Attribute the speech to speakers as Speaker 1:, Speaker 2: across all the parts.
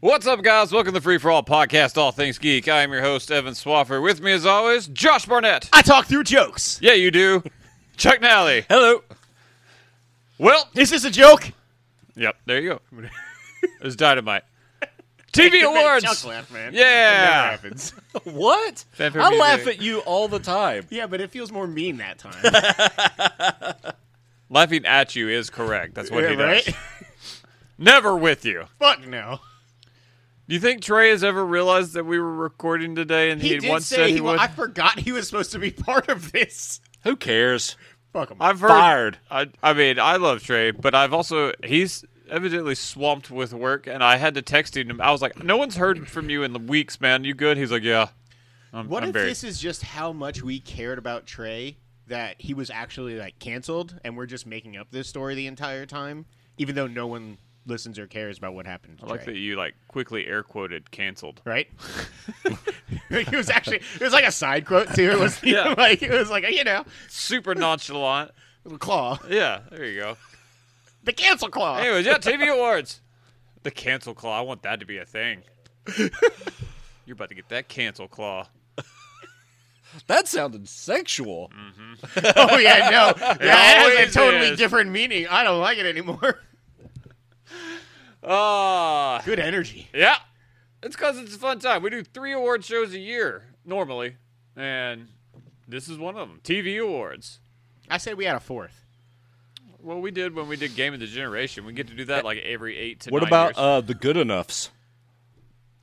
Speaker 1: What's up, guys? Welcome to the Free for All podcast, All Things Geek. I am your host, Evan Swaffer. With me, as always, Josh Barnett.
Speaker 2: I talk through jokes.
Speaker 1: Yeah, you do. Chuck Nally.
Speaker 2: Hello.
Speaker 1: Well,
Speaker 2: Is this a joke?
Speaker 1: yep, there you go. it was dynamite. TV awards.
Speaker 2: laugh, man.
Speaker 1: Yeah.
Speaker 2: happens.
Speaker 3: What?
Speaker 1: Fanfare
Speaker 3: I laugh
Speaker 1: music.
Speaker 3: at you all the time.
Speaker 2: Yeah, but it feels more mean that time.
Speaker 1: Laughing at you is correct. That's what
Speaker 2: Yeah,
Speaker 1: he
Speaker 2: right?
Speaker 1: does. Never with you.
Speaker 2: Fuck no.
Speaker 1: Do you think Trey has ever realized that we were recording today and
Speaker 2: He,
Speaker 1: he, had
Speaker 2: did
Speaker 1: once
Speaker 2: say
Speaker 1: said
Speaker 2: he,
Speaker 1: he,
Speaker 2: wa-
Speaker 1: would?
Speaker 2: I forgot he was supposed to be part of this.
Speaker 3: Who cares?
Speaker 2: Fuck him.
Speaker 1: I've heard.
Speaker 3: Fired.
Speaker 1: I, I mean, I love Trey, but I've also he's evidently swamped with work, and I had to text him. I was like, "No one's heard from you in the weeks, man. You good?" He's like, "Yeah." I'm,
Speaker 2: What
Speaker 1: I'm
Speaker 2: if
Speaker 1: buried."
Speaker 2: this is just how much we cared about Trey that he was actually like canceled and we're just making up this story the entire time, even though no one listens or cares about what happened to
Speaker 1: I like
Speaker 2: Trey.
Speaker 1: that you like quickly air quoted canceled.
Speaker 2: Right? it was actually it was like a side quote too. It was
Speaker 1: Yeah.
Speaker 2: like it was like you know,
Speaker 1: Super nonchalant.
Speaker 2: claw.
Speaker 1: Yeah, there you go.
Speaker 2: The cancel claw.
Speaker 1: Anyways, yeah, TV awards. The cancel claw. I want that to be a thing. You're about to get that cancel claw.
Speaker 3: That sounded sexual.
Speaker 1: Mm,
Speaker 2: Oh yeah, no, yeah, it has
Speaker 1: always
Speaker 2: a totally
Speaker 1: is.
Speaker 2: different meaning. I don't like it anymore.
Speaker 1: Ah.
Speaker 2: Good energy.
Speaker 1: Yeah. It's because it's a fun time. We do three award shows a year normally, and this is one of them TV awards.
Speaker 2: I said we had a fourth.
Speaker 1: Well, we did when we did Game of the Generation. We get to do that like every eight to
Speaker 3: What
Speaker 1: nine
Speaker 3: about
Speaker 1: years.
Speaker 3: uh, the good enoughs?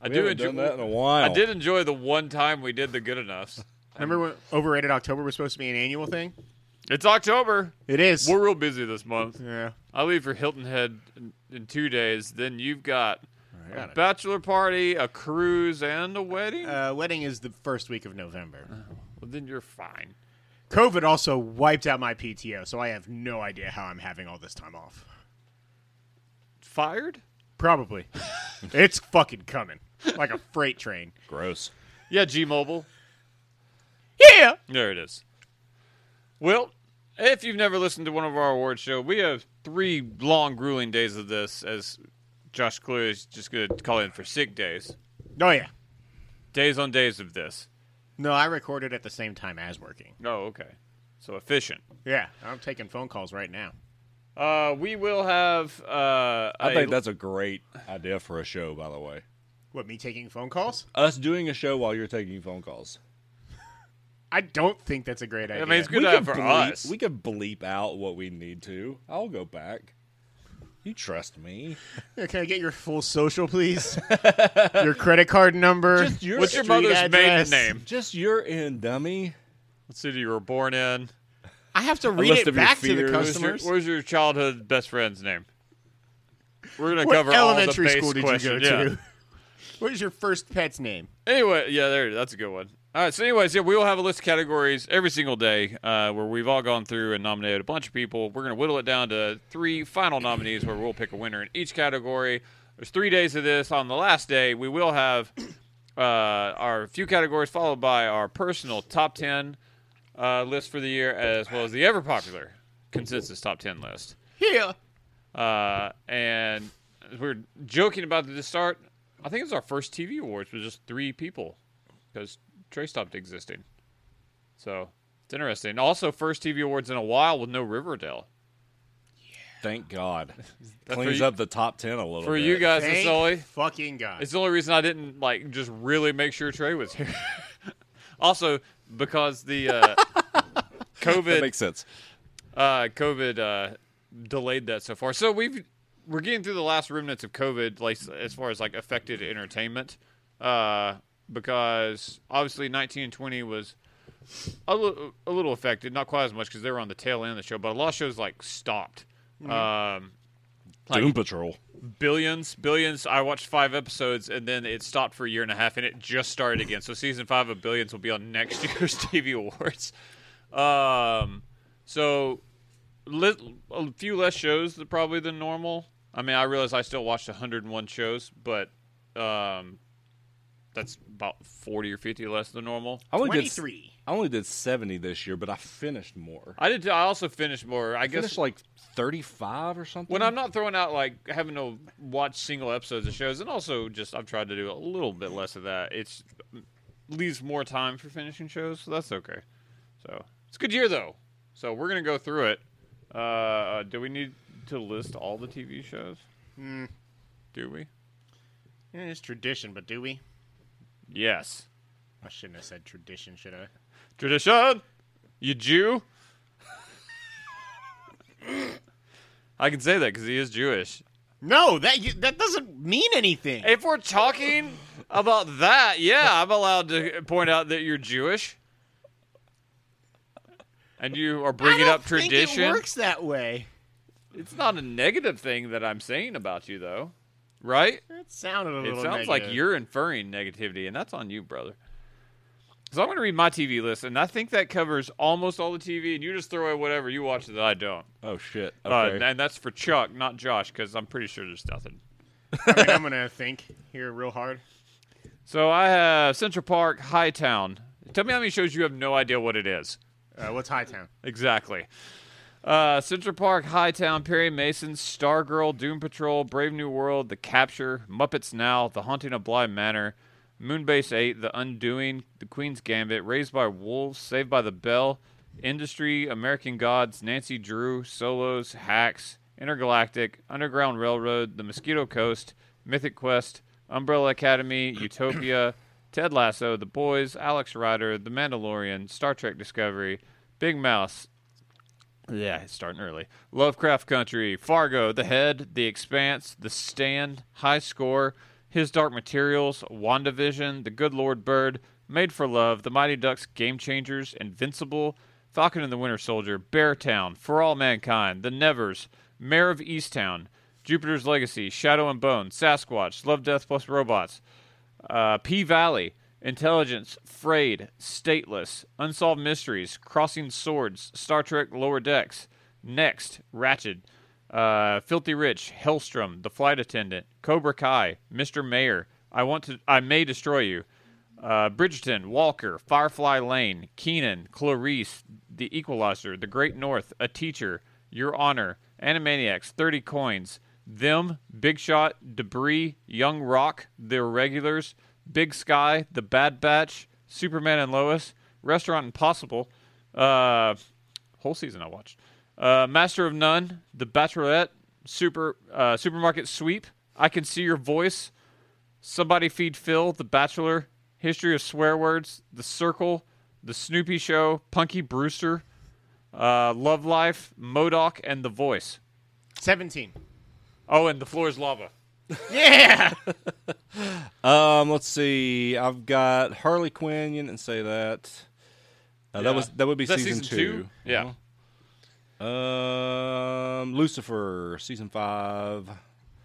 Speaker 1: I
Speaker 3: We
Speaker 1: do
Speaker 3: haven't
Speaker 1: enjoy
Speaker 3: done that in a while.
Speaker 1: I did enjoy the one time we did the good enoughs.
Speaker 2: Remember when overrated October was supposed to be an annual thing?
Speaker 1: It's October.
Speaker 2: It is.
Speaker 1: We're real busy this month.
Speaker 2: yeah.
Speaker 1: I leave for Hilton Head in, in two days. Then you've got a
Speaker 2: Got it.
Speaker 1: bachelor party, a cruise, and a wedding.
Speaker 2: Uh, wedding is the first week of November.
Speaker 1: well, then you're fine.
Speaker 2: COVID also wiped out my PTO, so I have no idea how I'm having all this time off.
Speaker 1: Fired?
Speaker 2: Probably. it's fucking coming like a freight train.
Speaker 3: Gross.
Speaker 1: Yeah, G Mobile.
Speaker 2: Yeah.
Speaker 1: There it is. Well, if you've never listened to one of our award show, we have three long, grueling days of this. As Josh Clue is just going to call in for sick days,
Speaker 2: Oh yeah.
Speaker 1: days on days of this.
Speaker 2: No, I recorded at the same time as working.
Speaker 1: Oh, okay. So efficient.
Speaker 2: Yeah, I'm taking phone calls right now.
Speaker 1: Uh, we will have. Uh,
Speaker 3: I
Speaker 1: a-
Speaker 3: think that's a great idea for a show, by the way.
Speaker 2: What, me taking phone calls?
Speaker 3: Us doing a show while you're taking phone calls.
Speaker 2: I don't think that's a great idea.
Speaker 1: mean, it's good
Speaker 3: we
Speaker 1: to
Speaker 3: could
Speaker 1: have for
Speaker 3: bleep,
Speaker 1: us.
Speaker 3: We could bleep out what we need to. I'll go back. You trust me?
Speaker 2: Yeah, Can I get your full social, please? your credit card number.
Speaker 3: Just your
Speaker 1: What's your
Speaker 3: street
Speaker 1: mother's
Speaker 2: address.
Speaker 1: maiden name?
Speaker 3: Just you're in, dummy.
Speaker 1: What city you were born in?
Speaker 2: I have to
Speaker 3: list
Speaker 2: read it
Speaker 3: of your
Speaker 2: back to the
Speaker 3: fears.
Speaker 1: What's your,
Speaker 2: customers.
Speaker 1: what was your childhood best friend's name? We're gonna
Speaker 2: What
Speaker 1: cover
Speaker 2: elementary
Speaker 1: all the base
Speaker 2: school did
Speaker 1: questions.
Speaker 2: you go
Speaker 1: Yeah.
Speaker 2: to? What is your first pet's name?
Speaker 1: Anyway, yeah, there, that's a good one. All right, so anyways, yeah, we will have a list of categories every single day uh, where we've all gone through and nominated a bunch of people. We're going to whittle it down to three final nominees where we'll pick a winner in each category. There's three days of this. On the last day, we will have uh, our few categories followed by our personal top 10 uh, list for the year as well as the ever popular consensus top 10 list.
Speaker 2: Yeah.
Speaker 1: Uh, and as we were joking about the start. I think it was our first TV awards with just three people because Trey stopped existing. So it's interesting. Also, first TV awards in a while with no Riverdale.
Speaker 3: Thank God.
Speaker 1: for
Speaker 3: Cleans
Speaker 1: you-
Speaker 3: up the top ten a little
Speaker 1: For
Speaker 3: bit.
Speaker 1: you guys, it's
Speaker 2: Thank
Speaker 1: the only
Speaker 2: fucking God.
Speaker 1: it's the only reason I didn't like just really make sure Trey was here. also, because the uh,
Speaker 3: that
Speaker 1: COVID
Speaker 3: makes sense.
Speaker 1: uh, COVID uh, delayed that so far. So we've we're getting through the last remnants of COVID, like as far as like affected entertainment, uh, because obviously nineteen and twenty was a, li- a little affected, not quite as much because they were on the tail end of the show, but a lot of shows like stopped. Um, Like-
Speaker 3: Doom Patrol.
Speaker 1: billions, billions. I watched five episodes and then it stopped for a year and a half, and it just started again. So season five of Billions will be on next year's TV awards. Um, so lit, a few less shows th- probably than normal. I mean, I realize I still watched 101 shows, but um, that's about forty or fifty less than normal.
Speaker 4: I only did s-
Speaker 2: 23.
Speaker 4: I only did seventy this year, but I finished more.
Speaker 1: I did. I also finished more. I
Speaker 4: I finished
Speaker 1: guess
Speaker 4: like thirty-five or something.
Speaker 1: when I'm not throwing out like having to watch single episodes of shows, and also just I've tried to do a little bit less of that. It's leaves more time for finishing shows, so that's okay. So it's a good year though. So we're gonna go through it. Uh, Uh, do we need to list all the TV shows? Do we?
Speaker 2: Yeah, it's tradition, but do we?
Speaker 1: Yes.
Speaker 2: I shouldn't have said tradition, should I?
Speaker 1: Tradition, you Jew. I can say that because he is Jewish.
Speaker 2: No, that you, that doesn't mean anything.
Speaker 1: If we're talking about that, yeah, I'm allowed to point out that you're Jewish, and you are
Speaker 2: I
Speaker 1: bringing
Speaker 2: don't
Speaker 1: up
Speaker 2: think
Speaker 1: tradition.
Speaker 2: It works that way.
Speaker 1: It's not a negative thing that I'm saying about you, though, right?
Speaker 2: That sounded a
Speaker 1: It
Speaker 2: little.
Speaker 1: sounds like
Speaker 2: negative.
Speaker 1: you're inferring negativity, and that's on you, brother. So I'm going to read my TV list, and I think that covers almost all the TV. And you just throw away whatever you watch that I don't.
Speaker 4: oh shit!
Speaker 1: Uh,
Speaker 4: Okay.
Speaker 1: and that's for Chuck, not Josh, because I'm pretty sure there's nothing.
Speaker 2: I mean, I'm gonna think here real hard.
Speaker 1: So I have Central Park, Hightown. Tell me how many shows you have no idea what it is.
Speaker 2: Uh, what's Hightown?
Speaker 1: Exactly. Uh, Central Park, Hightown, Perry Mason, Stargirl, Doom Patrol, Brave New World, The Capture, Muppets Now, The Haunting of Bly Manor, Moonbase 8, The Undoing, The Queen's Gambit, Raised by Wolves, Saved by the Bell, Industry, American Gods, Nancy Drew, Solos, Hacks, Intergalactic, Underground Railroad, The Mosquito Coast, Mythic Quest, Umbrella Academy, Utopia, Ted Lasso, The Boys, Alex Rider, The Mandalorian, Star Trek Discovery, Big Mouse, yeah, it's starting early. Lovecraft Country, Fargo, The Head, The Expanse, The Stand, High Score, His Dark Materials, WandaVision, The Good Lord Bird, Made for Love, The Mighty Ducks, Game Changers, Invincible, Falcon and the Winter Soldier, Beartown, For All Mankind, The Nevers, Mayor of Easttown, Jupiter's Legacy, Shadow and Bone, Sasquatch, Love, Death plus Robots, uh, P Valley, Intelligence, Frayed, Stateless, Unsolved Mysteries, Crossing Swords, Star Trek Lower Decks, Next, Ratchet, uh, Filthy Rich, Hellstrom, The Flight Attendant, Cobra Kai, Mr. Mayor, I Want to, I May Destroy You, uh, Bridgerton, Walker, Firefly Lane, Keenan, Clarice, The Equalizer, The Great North, A Teacher, Your Honor, Animaniacs, 30 Coins, Them, Big Shot, Debris, Young Rock, The Irregulars, Big Sky, The Bad Batch, Superman and Lois, Restaurant Impossible, uh, whole season I watched. Uh, Master of None, The Bachelorette, Super uh, Supermarket Sweep, I Can See Your Voice, Somebody Feed Phil, The Bachelor, History of Swear Words, The Circle, The Snoopy Show, Punky Brewster, uh, Love Life, Modoc, and The Voice.
Speaker 2: Seventeen.
Speaker 1: Oh, and The Floor is Lava.
Speaker 2: Yeah.
Speaker 4: Um, let's see. I've got Harley Quinn. You didn't say that. Uh,
Speaker 1: Yeah.
Speaker 4: That was that would be
Speaker 1: Is that
Speaker 4: season,
Speaker 1: season two? Yeah.
Speaker 4: Um, Lucifer season five.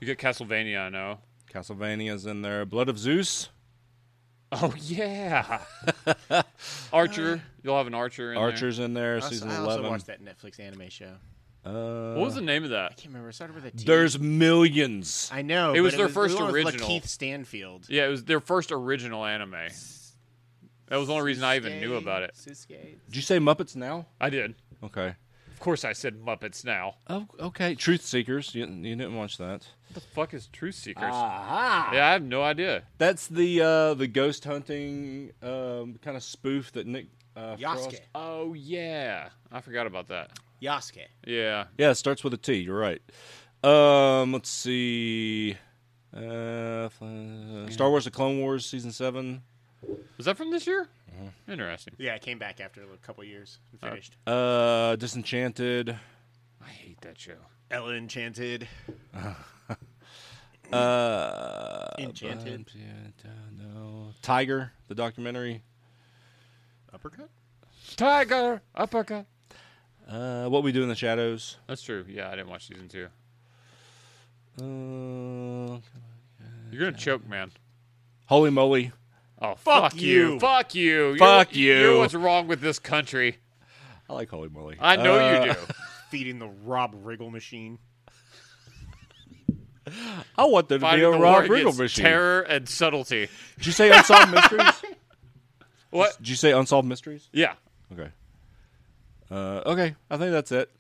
Speaker 1: You get Castlevania, I know.
Speaker 4: Castlevania's in there. Blood of Zeus.
Speaker 1: Oh, yeah. Archer. You'll have an Archer in there.
Speaker 4: Archer's in there.
Speaker 2: I also-
Speaker 4: Season
Speaker 2: I also
Speaker 4: eleven.
Speaker 2: watched that Netflix anime show.
Speaker 4: Uh,
Speaker 1: What was the name of
Speaker 2: I
Speaker 1: that?
Speaker 2: can't remember. It started with a T.
Speaker 4: There's millions.
Speaker 2: I know.
Speaker 1: It
Speaker 2: but
Speaker 1: was their
Speaker 2: the
Speaker 1: first
Speaker 2: one with
Speaker 1: original.
Speaker 2: Lakeith Stanfield.
Speaker 1: Yeah, it was their first original anime. That was the only reason I even knew about it.
Speaker 2: Sasuke.
Speaker 4: Did you say Muppets now?
Speaker 1: I did.
Speaker 4: Okay.
Speaker 1: Of course, I said Muppets now.
Speaker 4: Oh, okay. Truth Seekers. You, you didn't watch that.
Speaker 1: What the fuck is Truth Seekers?
Speaker 4: Ah. Aha!
Speaker 1: yeah, I have no idea.
Speaker 4: That's the uh, the ghost hunting um, kind of spoof that Nick uh, Frost.
Speaker 2: Yasuke.
Speaker 1: Oh, yeah. I forgot about that.
Speaker 2: Yasuke.
Speaker 1: Yeah.
Speaker 4: Yeah, it starts with a T. You're right. Um, let's see. Uh, f- uh, Star Wars: The Clone Wars season seven.
Speaker 1: Was that from this year? Interesting.
Speaker 2: Yeah, I came back after a couple years and finished.
Speaker 4: Uh, Disenchanted.
Speaker 1: I hate that show.
Speaker 2: Ella Enchanted.
Speaker 4: Uh,
Speaker 2: Enchanted.
Speaker 4: no. Tiger, the documentary.
Speaker 2: Uppercut?
Speaker 1: Tiger uppercut.
Speaker 4: Uh, what we do in the shadows.
Speaker 1: That's true. Yeah, I didn't watch season two.
Speaker 4: Uh,
Speaker 1: You're gonna choke, man.
Speaker 4: holy moly!
Speaker 1: Oh, fuck,
Speaker 2: Fuck
Speaker 1: you.
Speaker 2: you.
Speaker 1: Fuck you.
Speaker 4: Fuck
Speaker 1: you're, You're
Speaker 4: you.
Speaker 1: what's wrong with this country.
Speaker 4: I like holy moly.
Speaker 1: I know
Speaker 4: Uh,
Speaker 1: you do.
Speaker 2: Feeding the Rob Riggle machine.
Speaker 4: I want there to be
Speaker 1: Fighting
Speaker 4: a
Speaker 1: the
Speaker 4: Rob
Speaker 1: war
Speaker 4: Riggle
Speaker 1: against
Speaker 4: machine.
Speaker 1: terror and subtlety.
Speaker 4: Did you say unsolved mysteries?
Speaker 1: What?
Speaker 4: Did you say unsolved mysteries?
Speaker 1: Yeah.
Speaker 4: Okay. Uh, okay, I think that's it.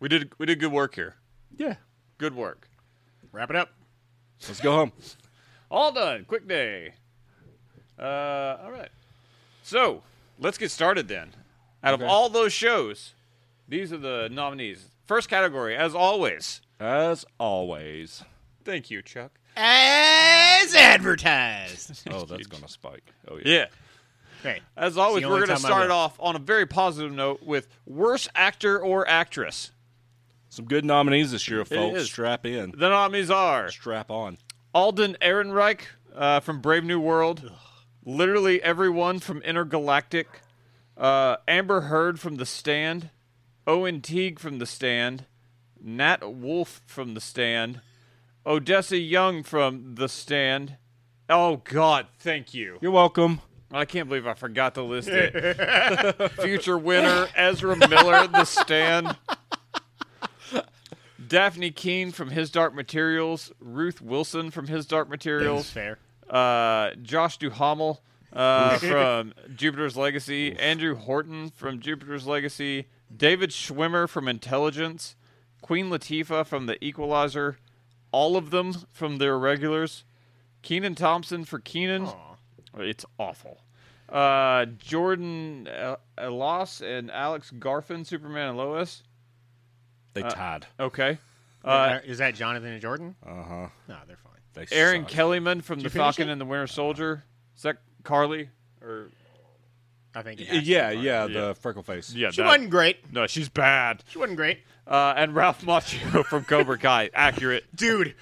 Speaker 1: We did we did good work here.
Speaker 4: Yeah,
Speaker 1: Good work.
Speaker 2: Wrap it up.
Speaker 4: let's go home.
Speaker 1: All done. Quick day. Uh, all right. So let's get started then. Out of
Speaker 4: Okay.
Speaker 1: all those shows, these are the nominees. First category, as always.
Speaker 4: As always.
Speaker 1: Thank you, Chuck.
Speaker 2: As advertised.
Speaker 4: Oh, that's gonna spike. Oh yeah.
Speaker 1: Yeah.
Speaker 2: Great.
Speaker 1: As always,
Speaker 2: the
Speaker 1: we're
Speaker 2: only
Speaker 1: going to
Speaker 2: time I
Speaker 1: start
Speaker 2: will.
Speaker 1: off on a very positive note with worst actor or actress.
Speaker 4: Some good nominees this year, folks.
Speaker 1: is.
Speaker 4: Strap in.
Speaker 1: The nominees are
Speaker 4: Strap on.
Speaker 1: Alden Ehrenreich uh, from Brave New World. Literally everyone from Intergalactic. Uh, Amber Heard from The Stand. Owen Teague from The Stand. Nat Wolf from The Stand. Odessa Young from The Stand. Oh, God, thank you.
Speaker 4: You're welcome.
Speaker 1: I can't believe I forgot to list it. Future winner Ezra Miller, The Stand. Daphne Keene from His Dark Materials, Ruth Wilson from His Dark Materials,
Speaker 2: fair.
Speaker 1: uh, Josh Duhamel uh, from Jupiter's Legacy, Andrew Horton from Jupiter's Legacy, David Schwimmer from Intelligence, Queen Latifah from The Equalizer, all of them from their regulars, Keenan Thompson for Keenan. It's awful. Uh, Jordan uh, Elas and Alex Garfin, Superman and Lois.
Speaker 4: They tied.
Speaker 1: Okay.
Speaker 2: Uh, is that Jonathan and Jordan?
Speaker 4: Uh huh.
Speaker 2: No, they're fine.
Speaker 4: They
Speaker 1: Aaron
Speaker 4: suck.
Speaker 1: Kellyman from The
Speaker 2: finish
Speaker 1: Falcon
Speaker 2: it?
Speaker 1: and the Winter Soldier. Is that Carly? Or
Speaker 2: I think. It has to be
Speaker 4: Yeah,
Speaker 2: fine.
Speaker 4: yeah, the freckle face.
Speaker 1: yeah,
Speaker 2: She wasn't great.
Speaker 1: No, she's bad.
Speaker 2: She wasn't great.
Speaker 1: Uh, and Ralph Macchio from Cobra Kai. Accurate.
Speaker 2: Dude,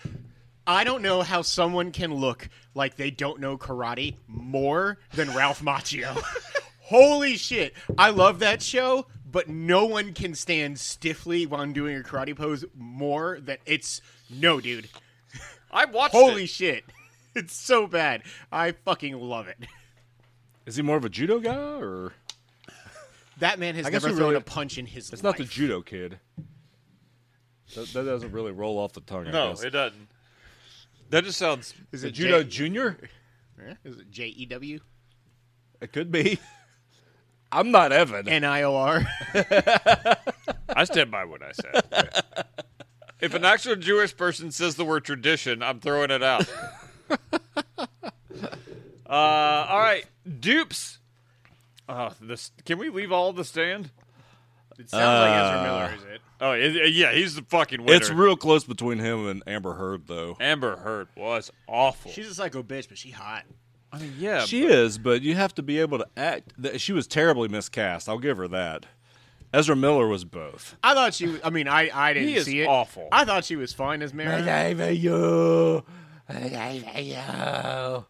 Speaker 2: I don't know how someone can look like they don't know karate more than Ralph Macchio. Holy shit. I love that show, but no one can stand stiffly while I'm doing a karate pose more than it's no, dude.
Speaker 1: I watched
Speaker 2: Holy
Speaker 1: it.
Speaker 2: shit. It's so bad. I fucking love it.
Speaker 4: Is he more of a judo guy or?
Speaker 2: That man has
Speaker 4: guess
Speaker 2: never
Speaker 4: we
Speaker 2: thrown
Speaker 4: really-
Speaker 2: a punch in his
Speaker 4: It's
Speaker 2: life.
Speaker 4: not the judo kid. That, that doesn't really roll off the tongue. I
Speaker 1: No,
Speaker 4: guess.
Speaker 1: it doesn't. That just sounds.
Speaker 2: Is
Speaker 4: the
Speaker 2: it
Speaker 4: judo
Speaker 2: J-
Speaker 4: junior.
Speaker 2: eh? Is it J E W
Speaker 4: It could be. I'm not Evan.
Speaker 2: N I O R?
Speaker 1: I stand by what I said. if an actual Jewish person says the word tradition, I'm throwing it out. uh, all right, dupes. Oh, this can we leave all the stand?
Speaker 2: It sounds like Ezra Miller, is it?
Speaker 1: Oh, it, yeah, he's the fucking winner.
Speaker 4: it's real close between him and Amber Heard, though.
Speaker 1: Amber Heard was awful.
Speaker 2: She's a psycho bitch, but she hot.
Speaker 1: I mean, yeah,
Speaker 4: She is, but you have to be able to act. Th- She was terribly miscast. I'll give her that. Ezra Miller was both.
Speaker 2: I thought she. Was, I mean, I I didn't
Speaker 1: He is
Speaker 2: see it.
Speaker 1: awful.
Speaker 2: I thought she was fine as Mary.
Speaker 4: It's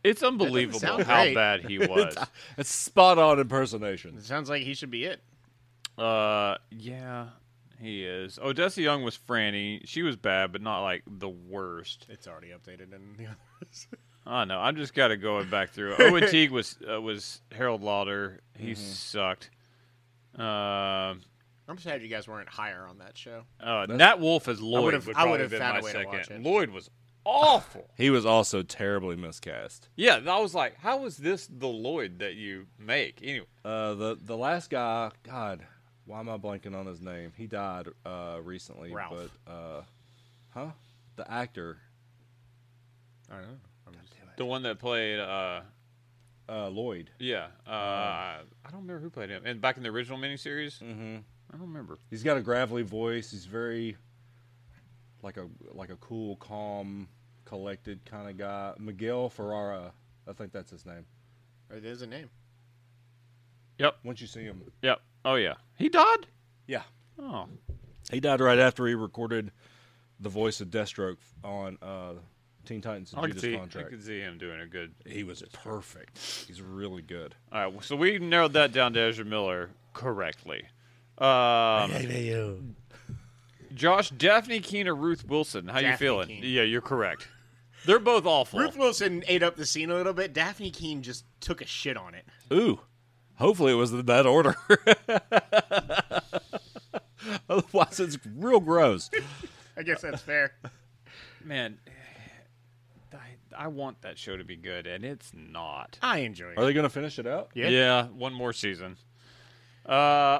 Speaker 1: it's unbelievable
Speaker 2: sound
Speaker 1: how
Speaker 2: great.
Speaker 1: bad he was.
Speaker 4: spot on impersonation.
Speaker 2: It sounds like he should be it.
Speaker 1: Uh, yeah, he is. Odessa Young was Franny. She was bad, but not like the worst.
Speaker 2: It's already updated in the others.
Speaker 1: I know. I'm just gotta go back through. Owen Teague was uh, was Harold Lauder. He sucked. Uh,
Speaker 2: I'm sad you guys weren't higher on that show.
Speaker 1: uh, Nat Wolf as Lloyd
Speaker 2: would've-
Speaker 1: would
Speaker 2: I
Speaker 1: probably have
Speaker 2: would've
Speaker 1: been
Speaker 2: found
Speaker 1: my
Speaker 2: a way to watch
Speaker 1: second.
Speaker 2: it.
Speaker 1: Lloyd was awful.
Speaker 4: He was also terribly miscast.
Speaker 1: yeah, I was like, how is this the Lloyd that you make? Anyway,
Speaker 4: Uh, the the last guy, God, why am I blanking on his name? He died uh, recently.
Speaker 2: Ralph.
Speaker 4: But uh, huh? The actor
Speaker 2: I don't know. I'm just,
Speaker 1: the one that played, uh,
Speaker 4: uh, Lloyd.
Speaker 1: yeah, uh, I don't remember who played him. And back in the original miniseries, mm-hmm. I don't remember.
Speaker 4: He's got a gravelly voice. He's very like a like a cool, calm, collected kind of guy. Miguel Ferrara, I think that's his name.
Speaker 2: it is a name.
Speaker 1: Yep,
Speaker 4: Once you see him,
Speaker 1: yep. Oh yeah, he died.
Speaker 4: yeah,
Speaker 1: Oh,
Speaker 4: he died right after he recorded the voice of Deathstroke on uh, Teen Titans and
Speaker 1: I could
Speaker 4: Judas
Speaker 1: see, I
Speaker 4: Contract.
Speaker 1: could see him doing a good
Speaker 4: He was perfect. He's really good.
Speaker 1: All right, so we narrowed that down to Ezra Miller correctly. Um, Josh, Daphne Keene or Ruth Wilson? How you
Speaker 2: Daphne
Speaker 1: feeling?
Speaker 2: Keene.
Speaker 1: Yeah, you're correct. They're both awful.
Speaker 2: Ruth Wilson ate up the scene a little bit. Daphne Keene just took a shit on it.
Speaker 4: Ooh, hopefully it was in that order. Otherwise, it's real gross.
Speaker 2: I guess that's fair.
Speaker 1: man, I, I want that show to be good, and it's not.
Speaker 2: I enjoy
Speaker 3: Are
Speaker 2: it.
Speaker 3: they going to finish it out?
Speaker 2: Yeah.
Speaker 1: Yeah, one more season. Uh,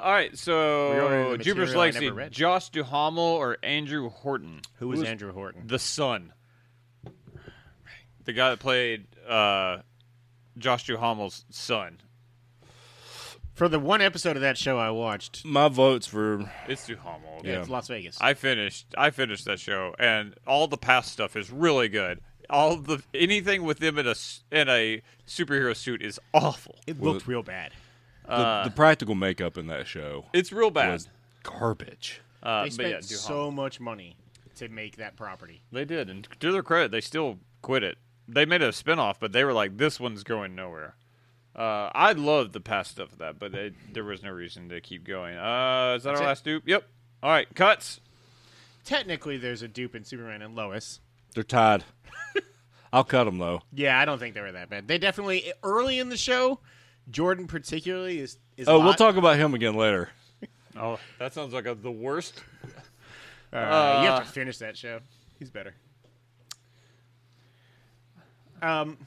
Speaker 1: all right,
Speaker 2: We're going into
Speaker 1: so
Speaker 2: the
Speaker 1: Jupiter's
Speaker 2: material I never
Speaker 1: Legacy:
Speaker 2: read.
Speaker 1: Josh Duhamel or Andrew Horton,
Speaker 2: Who is Andrew Horton?
Speaker 1: the son, the guy that played uh, Josh Duhamel's son.
Speaker 2: For the one episode of that show I watched,
Speaker 3: My votes for
Speaker 1: It's Duhamel.
Speaker 3: Yeah.
Speaker 2: it's Las Vegas.
Speaker 1: I finished. I finished that show, and all the past stuff is really good. All the anything with them in a s- in a superhero suit is awful.
Speaker 2: it looked real bad.
Speaker 3: the, the practical makeup in that show
Speaker 1: Uh, It's real bad.
Speaker 3: was garbage.
Speaker 1: Uh,
Speaker 2: They
Speaker 1: but yeah,
Speaker 2: spent
Speaker 1: Duhamel.
Speaker 2: so much money to make that property.
Speaker 1: They did, and to their credit, they still quit it. They made a spinoff, but they were like, "This one's going nowhere." Uh, I love the past stuff of that, but it, there was no reason to keep going. Uh, is that
Speaker 2: That's
Speaker 1: our
Speaker 2: it.
Speaker 1: last dupe? Yep. All right, cuts.
Speaker 2: Technically, there's a dupe in Superman and Lois.
Speaker 3: They're tied. I'll cut them though.
Speaker 2: Yeah, I don't think they were that bad. They definitely early in the show. Jordan particularly is. is
Speaker 3: Oh, we'll
Speaker 2: lot-
Speaker 3: talk about him again later.
Speaker 1: Oh, that sounds like a, the worst.
Speaker 2: Uh, you have to finish that show. He's better. Um,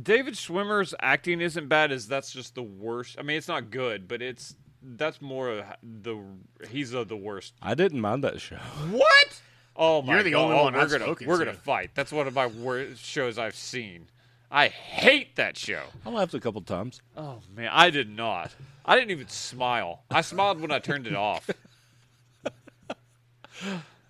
Speaker 1: David Schwimmer's acting isn't bad. As that's just the worst. I mean, it's not good, but it's that's more of the he's of the worst.
Speaker 3: I didn't mind that show.
Speaker 2: Um,
Speaker 1: What? Oh my!
Speaker 2: You're the
Speaker 1: God.
Speaker 2: only
Speaker 1: Oh,
Speaker 2: one
Speaker 1: We're
Speaker 2: I've
Speaker 1: gonna
Speaker 2: spoken
Speaker 1: we're
Speaker 2: to.
Speaker 1: gonna fight. That's one of my worst shows I've seen. I hate that show.
Speaker 3: I laughed a couple times.
Speaker 1: Oh man, I did not. I didn't even smile. I smiled when I turned it off.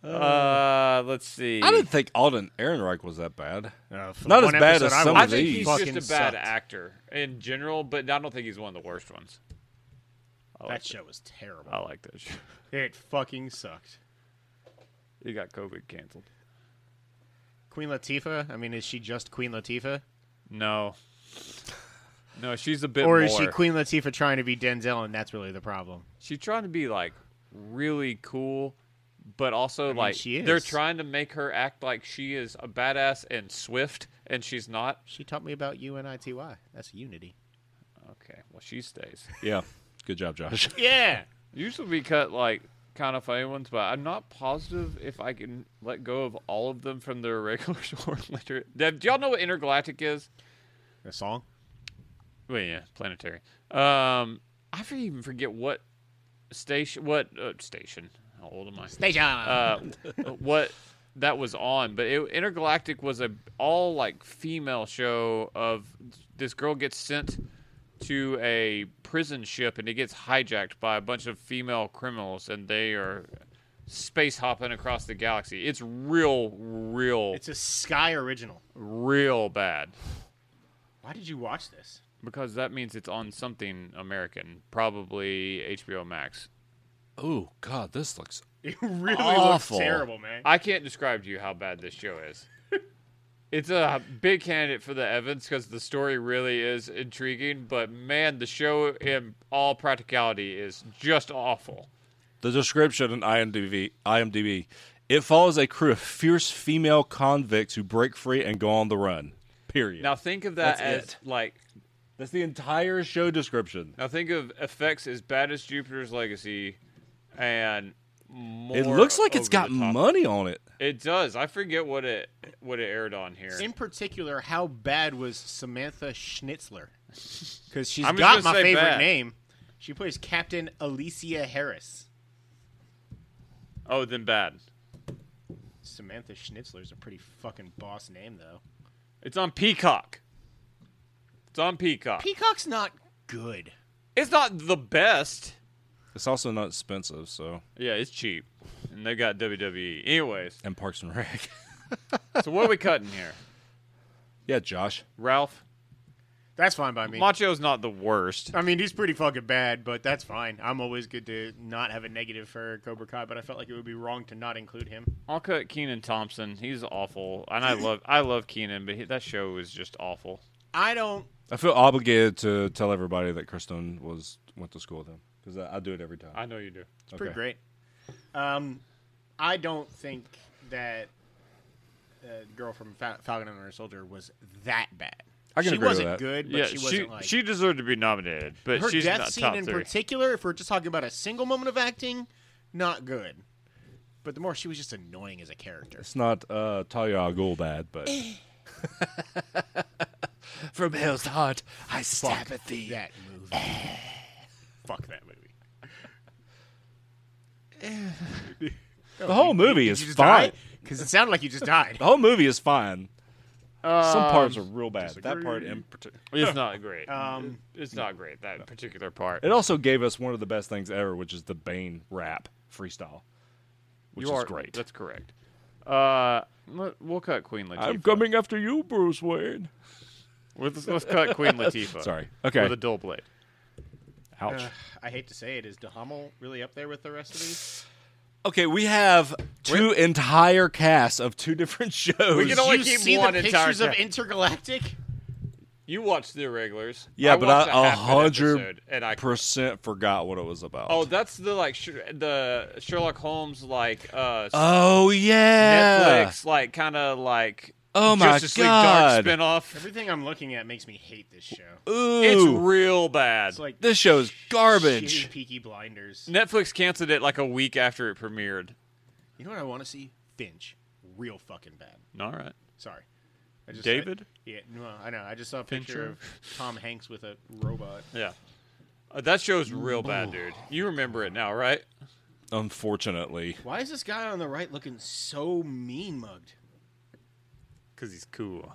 Speaker 1: Uh, let's see.
Speaker 3: I didn't think Alden Ehrenreich was that bad.
Speaker 2: uh, for
Speaker 3: Not
Speaker 2: the
Speaker 3: as
Speaker 2: one
Speaker 3: bad
Speaker 2: episode
Speaker 3: as
Speaker 2: I
Speaker 3: some
Speaker 1: I
Speaker 2: watched,
Speaker 3: of
Speaker 1: think
Speaker 2: he
Speaker 3: these.
Speaker 1: he's just
Speaker 2: fucking
Speaker 1: a bad
Speaker 2: sucked.
Speaker 1: actor in general, but I don't think he's one of the worst ones.
Speaker 2: That show was terrible.
Speaker 1: I like that show.
Speaker 2: It fucking sucked.
Speaker 1: It got COVID canceled.
Speaker 2: Queen Latifah. I mean, is she just Queen Latifah,
Speaker 1: No. No, she's a bit
Speaker 2: or
Speaker 1: more.
Speaker 2: is she Queen Latifah trying to be Denzel, and that's really the problem?
Speaker 1: She's trying to be like really cool, but also
Speaker 2: mean,
Speaker 1: like
Speaker 2: she
Speaker 1: they're
Speaker 2: is.
Speaker 1: trying to make her act like she is a badass and swift, and she's not.
Speaker 2: She taught me about unity. That's unity.
Speaker 1: Okay, well she stays.
Speaker 3: Yeah. Good job, Josh.
Speaker 2: Yeah.
Speaker 1: Usually we cut like kind of funny ones, but I'm not positive if I can let go of all of them from their regular short litter. Dev, do y'all know what intergalactic is?
Speaker 2: A song.
Speaker 1: Well, yeah, planetary. Um, I for- even forget what station. What uh, station? How old am I?
Speaker 2: Station.
Speaker 1: Uh, what that was on? But it, intergalactic was a all like female show of this girl gets sent to a prison ship and it gets hijacked by a bunch of female criminals and they are space hopping across the galaxy. It's real, real,
Speaker 2: it's a Sky original.
Speaker 1: real bad.
Speaker 2: Why did you watch this?
Speaker 1: Because that means it's on something American, probably HBO Max.
Speaker 3: oh God, this looks
Speaker 2: It really
Speaker 3: Awful.
Speaker 2: looks terrible, man.
Speaker 1: I can't describe to you how bad this show is. it's a big candidate for the Evans because the story really is intriguing, but man, the show in all practicality is just awful.
Speaker 3: the description in IMDb. IMDb. It follows a crew of fierce female convicts who break free and go on the run. Period.
Speaker 1: Now think of that as
Speaker 3: That's
Speaker 1: like
Speaker 3: That's the entire show description.
Speaker 1: now think of effects as bad as Jupiter's Legacy, and more
Speaker 3: it looks like it's
Speaker 1: over
Speaker 3: got
Speaker 1: the top.
Speaker 3: money on it.
Speaker 1: It does. I forget what it what it aired on here.
Speaker 2: In particular, how bad was Samantha Schnitzler? Because she's
Speaker 1: I'm just
Speaker 2: got
Speaker 1: gonna
Speaker 2: my
Speaker 1: say
Speaker 2: favorite
Speaker 1: bad.
Speaker 2: name. She plays Captain Alicia Harris.
Speaker 1: oh, then bad.
Speaker 2: Samantha Schnitzler's a pretty fucking boss name, though.
Speaker 1: It's on Peacock. It's on Peacock.
Speaker 2: Peacock's not good.
Speaker 1: it's not the best.
Speaker 3: It's also not expensive, so
Speaker 1: Yeah, it's cheap. And they got WWE. Anyways,
Speaker 3: and Parks and Rec.
Speaker 1: so what are we cutting here?
Speaker 3: yeah, Josh.
Speaker 1: Ralph?
Speaker 2: That's fine by me.
Speaker 1: Macho's not the worst.
Speaker 2: I mean, he's pretty fucking bad, but that's fine. I'm always good to not have a negative for Cobra Kai, but I felt like it would be wrong to not include him.
Speaker 1: I'll cut Keenan Thompson. He's awful. And I love I love Keenan, but he, that show was just awful.
Speaker 2: I don't.
Speaker 3: I feel obligated to tell everybody that Kristen was went to school with him because I, I do it every time.
Speaker 1: I know you do.
Speaker 2: It's pretty
Speaker 3: Okay.
Speaker 2: great. Um, I don't think that uh, the girl from Fa- Falcon and the Winter Soldier was that bad.
Speaker 3: I can
Speaker 2: she
Speaker 3: agree with
Speaker 2: wasn't
Speaker 3: that.
Speaker 2: good, but
Speaker 1: yeah,
Speaker 2: she
Speaker 1: she
Speaker 2: wasn't like
Speaker 1: she deserved to be nominated, but
Speaker 2: her
Speaker 1: she's
Speaker 2: death
Speaker 1: not
Speaker 2: scene
Speaker 1: top
Speaker 2: in
Speaker 1: three.
Speaker 2: particular. If we're just talking about a single moment of acting, not good. but the more she was just annoying as a character.
Speaker 3: It's not uh, Talia al Ghul bad, but
Speaker 4: From Hell's Heart, I stab
Speaker 2: Fuck
Speaker 4: at thee.
Speaker 2: that movie. Fuck that movie.
Speaker 3: the whole movie is
Speaker 2: Did you just
Speaker 3: fine.
Speaker 2: Because it sounded like you just died.
Speaker 3: The whole movie is fine. Some parts are real bad. That part in particular.
Speaker 1: It's not great.
Speaker 2: Um,
Speaker 1: it's not great that particular part.
Speaker 3: It also gave us one of the best things ever, which is the Bane rap freestyle, which
Speaker 1: you
Speaker 3: is
Speaker 1: are
Speaker 3: great.
Speaker 1: That's correct. Uh, let, we'll cut Queen Latifah.
Speaker 3: after you, Bruce Wayne.
Speaker 1: Let's, let's cut Queen Latifah.
Speaker 3: Sorry. Okay.
Speaker 1: With a dull blade.
Speaker 3: Ouch.
Speaker 2: I hate to say it. Is DeHummel really up there with the rest of these?
Speaker 4: Okay, we have 2 entire casts of two different shows.
Speaker 1: We can only
Speaker 2: you
Speaker 1: keep
Speaker 2: see
Speaker 1: one
Speaker 2: the
Speaker 1: entire
Speaker 2: pictures of
Speaker 1: cat.
Speaker 2: Intergalactic?
Speaker 1: You watched the irregulars.
Speaker 4: Yeah, but
Speaker 1: watched
Speaker 4: I-
Speaker 1: a
Speaker 4: a
Speaker 1: half an
Speaker 4: hundred
Speaker 1: episode, and I.
Speaker 4: percent forgot what it was about.
Speaker 1: Oh, that's the like sh- the Sherlock Holmes like uh
Speaker 4: Oh, yeah.
Speaker 1: Netflix like kind of like
Speaker 4: Oh my
Speaker 1: Justice League Dark
Speaker 4: God.
Speaker 1: spinoff.
Speaker 2: Everything I'm looking at makes me hate this show.
Speaker 4: Ooh,
Speaker 1: It's real bad.
Speaker 2: It's like
Speaker 4: this show's garbage.
Speaker 2: shitty Peaky Blinders.
Speaker 1: Netflix canceled it like a week after it premiered.
Speaker 2: You know what I want to see? Finch, real fucking bad.
Speaker 1: All right.
Speaker 2: Sorry, I just
Speaker 1: David?
Speaker 2: yeah, no, I know. I just saw a picture of Tom Hanks with a robot.
Speaker 1: Yeah. Uh, that show's real bad, dude. You remember it now, right?
Speaker 4: Unfortunately.
Speaker 2: Why is this guy on the right looking so mean mugged?
Speaker 1: Because he's cool.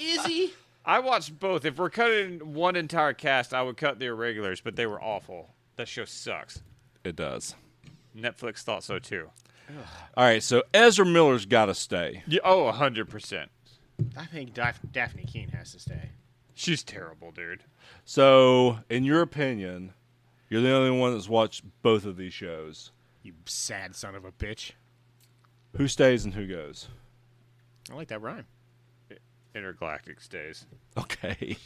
Speaker 2: Is he?
Speaker 1: I watched both. If we're cutting one entire cast, I would cut the irregulars, but they were awful. That show sucks.
Speaker 4: It does.
Speaker 1: Netflix thought so too.
Speaker 4: All right, so Ezra Miller's got to stay.
Speaker 1: Yeah, oh, 100%.
Speaker 2: I think Daph- Daphne Keene has to stay.
Speaker 1: She's terrible, dude.
Speaker 4: So, in your opinion, you're the only one that's watched both of these shows.
Speaker 2: You sad son of a bitch.
Speaker 4: Who stays and who goes?
Speaker 2: I like that rhyme.
Speaker 1: Intergalactic stays.
Speaker 4: Okay.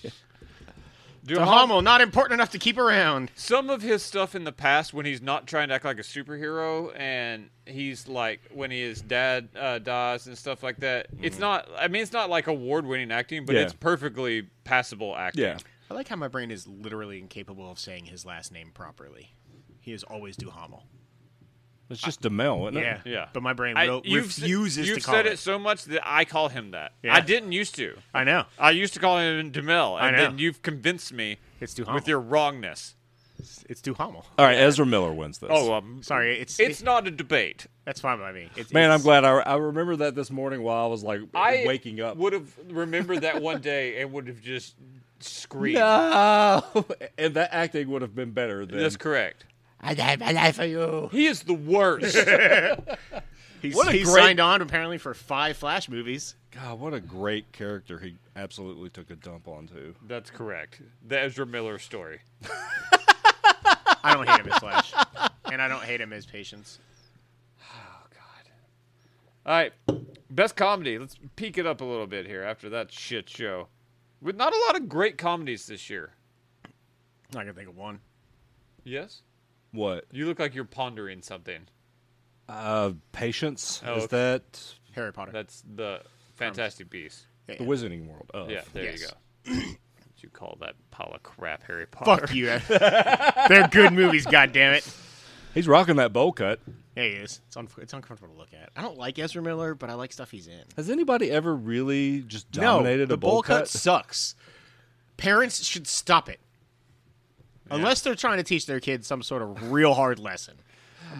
Speaker 2: Dahomel, not important enough to keep around.
Speaker 1: some of his stuff in the past when he's not trying to act like a superhero and he's like when his dad uh, dies and stuff like that it's not i mean it's not like award-winning acting but
Speaker 4: Yeah.
Speaker 1: it's perfectly passable acting
Speaker 4: yeah.
Speaker 2: I like how my brain is literally incapable of saying his last name properly. He is always Duhamel.
Speaker 4: It's just Demel, isn't it?
Speaker 1: Yeah.
Speaker 2: But my brain
Speaker 1: I-
Speaker 2: will,
Speaker 1: you've s-
Speaker 2: refuses
Speaker 1: you've
Speaker 2: to call
Speaker 1: said
Speaker 2: it.
Speaker 1: it so much that i call him that
Speaker 2: Yeah.
Speaker 1: i didn't used to
Speaker 2: I know.
Speaker 1: i used to call him demel
Speaker 2: I
Speaker 1: and
Speaker 2: know.
Speaker 1: then you've convinced me
Speaker 2: It's Duhamel.
Speaker 1: with your wrongness
Speaker 2: It's Duhamel.
Speaker 4: All right, Ezra Miller wins this.
Speaker 1: oh um,
Speaker 2: Sorry, it's
Speaker 1: it's
Speaker 2: it-
Speaker 1: not a debate
Speaker 2: that's fine by me. It's,
Speaker 4: Man,
Speaker 2: it's-
Speaker 4: I'm glad I, I remember that this morning while I was like
Speaker 1: i
Speaker 4: waking up.
Speaker 1: would have remembered that one day and would have just screamed
Speaker 4: No, and that acting would have been better than
Speaker 1: that's correct
Speaker 4: I died my life for you.
Speaker 1: He is the worst.
Speaker 2: He's,
Speaker 4: What a
Speaker 2: he's
Speaker 4: great-
Speaker 2: signed on apparently for five Flash movies.
Speaker 4: God, what a great character he absolutely took a dump onto.
Speaker 1: That's correct. The Ezra Miller story.
Speaker 2: I don't hate him as Flash, and I don't hate him as Patience.
Speaker 1: Oh God. All right, best comedy. Let's peak it up a little bit here after that shit show. With not a lot of great comedies this year.
Speaker 2: I can think of one.
Speaker 1: Yes.
Speaker 4: What?
Speaker 1: You look like you're pondering something.
Speaker 4: Uh, patience?
Speaker 1: Oh,
Speaker 4: Is
Speaker 1: okay.
Speaker 4: that
Speaker 2: Harry Potter.
Speaker 1: That's the Fantastic Beast.
Speaker 2: Yeah,
Speaker 4: the
Speaker 2: yeah.
Speaker 4: Wizarding World? Oh. Of.
Speaker 1: Yeah, there you
Speaker 2: Yes.
Speaker 1: go. What you call that pile of crap, Harry Potter?
Speaker 2: Fuck you. They're good movies. God damn it.
Speaker 4: He's rocking that bowl cut.
Speaker 2: Yeah, he is. It's, un- it's uncomfortable to look at. I don't like Ezra Miller, but I like stuff he's in.
Speaker 4: Has anybody ever really just
Speaker 2: no,
Speaker 4: dominated
Speaker 2: the
Speaker 4: a bowl, cut?
Speaker 2: sucks. Parents should stop it. Unless they're trying to teach their kids some sort of real hard lesson.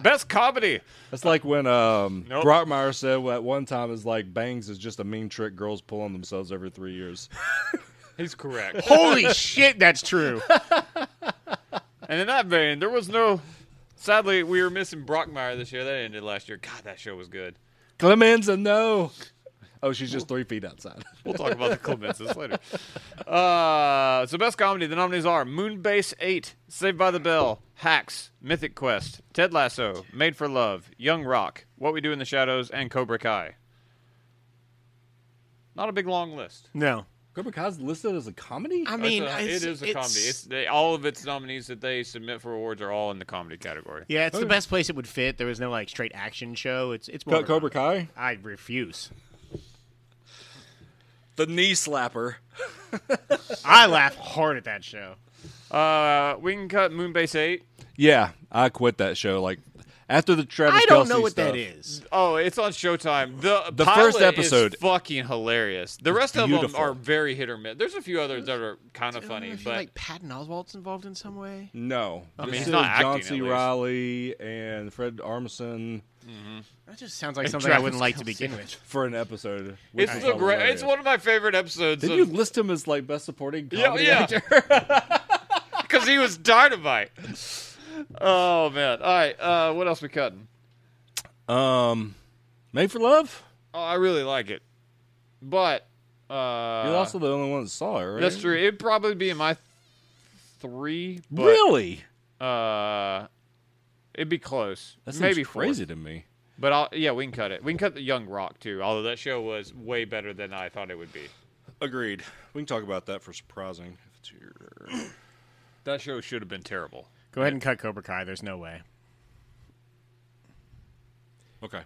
Speaker 1: Best comedy.
Speaker 4: That's like when um,
Speaker 1: Nope.
Speaker 4: Brockmeyer said at one time is like bangs is just a mean trick girls pull on themselves every three years.
Speaker 1: He's correct.
Speaker 2: Holy shit, that's true.
Speaker 1: and in that vein, there was no. Sadly, we were missing Brockmire this year. That ended last year. God, that show was good.
Speaker 4: Clemenza, no. Oh, she's just three feet outside.
Speaker 1: We'll talk about the Clemensas later. Uh, so, best comedy. The nominees are Moonbase 8, Saved by the Bell, Hacks, Mythic Quest, Ted Lasso, Made for Love, Young Rock, What We Do in the Shadows, and Cobra Kai. Not a big long list.
Speaker 2: No.
Speaker 4: Cobra Kai's listed as a comedy.
Speaker 2: I mean,
Speaker 1: It's a-
Speaker 2: it's,
Speaker 1: it is a comedy. It's they, all of its nominees that they submit for awards are all in the comedy category.
Speaker 2: yeah, it's the
Speaker 4: Okay.
Speaker 2: best place it would fit. There was no like straight action show. It's it's more of a
Speaker 4: Cobra
Speaker 2: comedy.
Speaker 4: Kai,
Speaker 2: I refuse.
Speaker 4: the knee slapper.
Speaker 2: I laugh hard at that show.
Speaker 1: Uh, we can cut Moonbase 8.
Speaker 4: Yeah, I quit that show. Like After the Travis
Speaker 2: I don't
Speaker 4: Kelce
Speaker 2: know what
Speaker 4: stuff,
Speaker 2: that is.
Speaker 1: Oh, it's on Showtime. The,
Speaker 4: The
Speaker 1: pilot
Speaker 4: first episode
Speaker 1: is fucking hilarious. The rest of
Speaker 4: beautiful.
Speaker 1: them are very hit or miss. There's a few others that are kind of
Speaker 2: I
Speaker 1: funny,
Speaker 2: don't know if
Speaker 1: but
Speaker 2: like Patton Oswalt's involved in some way.
Speaker 4: No,
Speaker 1: I mean,
Speaker 4: This
Speaker 1: he's
Speaker 4: is
Speaker 1: not acting,
Speaker 4: John
Speaker 1: at
Speaker 4: C.
Speaker 1: least.
Speaker 4: Riley and Fred Armisen
Speaker 2: That just sounds like
Speaker 1: And
Speaker 2: something I
Speaker 1: Travis
Speaker 2: wouldn't like to Kelce. begin with.
Speaker 4: for an episode. which
Speaker 1: it's
Speaker 4: is
Speaker 1: the great.
Speaker 4: hilarious.
Speaker 1: It's one of my favorite episodes.
Speaker 4: Did
Speaker 1: of-
Speaker 4: you list him as like best supporting
Speaker 1: Yeah,
Speaker 4: comedy
Speaker 1: yeah.
Speaker 4: actor?
Speaker 1: because he was dynamite. Oh man! All right, uh, what else we cutting?
Speaker 4: Um, Made for Love.
Speaker 1: Oh, I really like it, but uh,
Speaker 4: You're also the only one that saw it, right?
Speaker 1: that's true. It'd probably be in my th- three. But,
Speaker 4: really?
Speaker 1: Uh, it'd be close.
Speaker 4: That seems
Speaker 1: Maybe four.
Speaker 4: crazy to me.
Speaker 1: But I'll, yeah, we can cut it. We can cut the Young Rock too. Although that show was way better than I thought it would be.
Speaker 4: Agreed. We can talk about that for surprising. If it's your...
Speaker 1: That show should have been terrible.
Speaker 2: Go ahead and cut Cobra Kai. There's no way.
Speaker 4: Okay.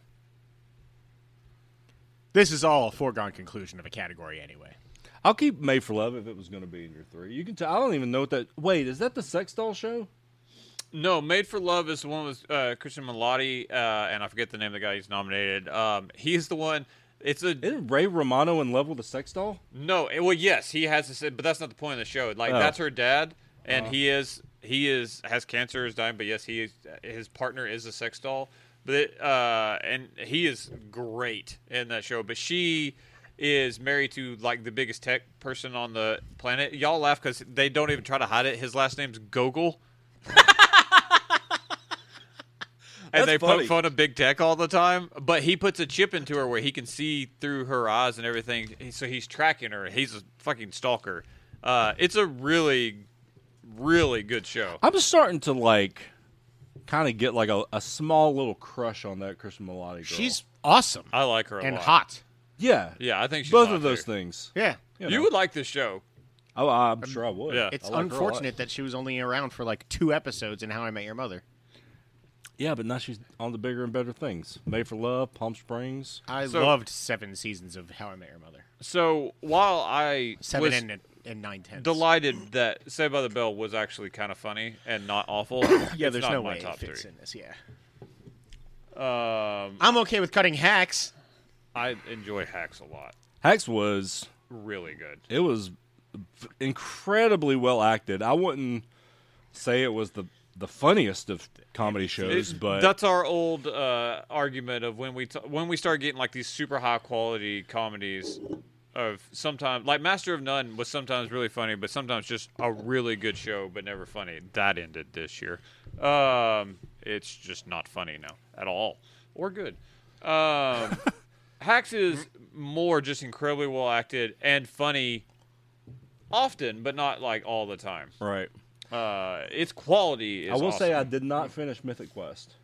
Speaker 2: This is all a foregone conclusion of a category anyway.
Speaker 4: I'll keep Made for Love if it was going to be in your three. You can. T- I don't even know what that. Wait, is that the sex doll show?
Speaker 1: No, Made for Love is the one with uh, Christian Milotti, uh, and I forget the name of the guy he's nominated. Um, he's the one. It's a
Speaker 4: Isn't Ray Romano in love with a sex doll?
Speaker 1: no. eh, Well, yes, he has this, but that's not the point of the show. Like
Speaker 4: Oh.
Speaker 1: that's her dad, and he is he is has cancer, is dying. But yes, he is, his partner is a sex doll. But it, uh, and he is great in that show. But she is married to like the biggest tech person on the planet. Y'all laugh because they don't even try to hide it. His last name's Gogol. and
Speaker 4: That's
Speaker 1: they
Speaker 4: funny.
Speaker 1: poke fun of big tech all the time. But he puts a chip into her where he can see through her eyes and everything. He- So he's tracking her. He's a fucking stalker. Uh, it's a really, really good show.
Speaker 4: I'm starting to like, kind of get like a, a small little crush on that Christian Melody girl.
Speaker 2: She's awesome
Speaker 1: I like her a
Speaker 2: and
Speaker 1: lot.
Speaker 2: hot.
Speaker 4: yeah,
Speaker 1: Yeah, I think she's
Speaker 4: both
Speaker 1: hot
Speaker 4: of those
Speaker 1: too.
Speaker 4: things.
Speaker 2: Yeah.
Speaker 4: You,
Speaker 1: You
Speaker 4: know.
Speaker 1: would like this show.
Speaker 4: Oh, I'm sure I would.
Speaker 1: yeah.
Speaker 2: It's
Speaker 4: I like her a lot.
Speaker 2: unfortunate that she was only around for like two episodes in How I Met Your Mother.
Speaker 4: Yeah, but now she's on the bigger and better things. Made for Love, Palm Springs.
Speaker 2: I
Speaker 1: So-
Speaker 2: loved seven seasons of How I Met Your Mother.
Speaker 1: So while I
Speaker 2: Seven
Speaker 1: was
Speaker 2: and, and nine tenths.
Speaker 1: delighted that Saved by the Bell was actually kind of funny and not awful,
Speaker 2: yeah,
Speaker 1: it's
Speaker 2: there's
Speaker 1: not
Speaker 2: no
Speaker 1: my
Speaker 2: way
Speaker 1: top
Speaker 2: it fits
Speaker 1: three.
Speaker 2: in this. Yeah.
Speaker 1: Um,
Speaker 2: I'm okay with cutting hacks.
Speaker 1: I enjoy Hacks a lot.
Speaker 4: Hex was
Speaker 1: Really good.
Speaker 4: it was v- incredibly well acted. I wouldn't say it was the the funniest of comedy shows,
Speaker 1: It-
Speaker 4: but
Speaker 1: that's our old uh, argument of when we t- when we start getting like these super high quality comedies of sometimes like Master of None was sometimes really funny, but sometimes just a really good show but never funny. That ended this year. Um, it's just not funny now at all or good. Um, Hacks is more just incredibly well acted and funny often, but not like all the time.
Speaker 4: right.
Speaker 1: Uh, its quality is
Speaker 4: I will say
Speaker 1: awesome.
Speaker 4: I did not finish Mythic Quest.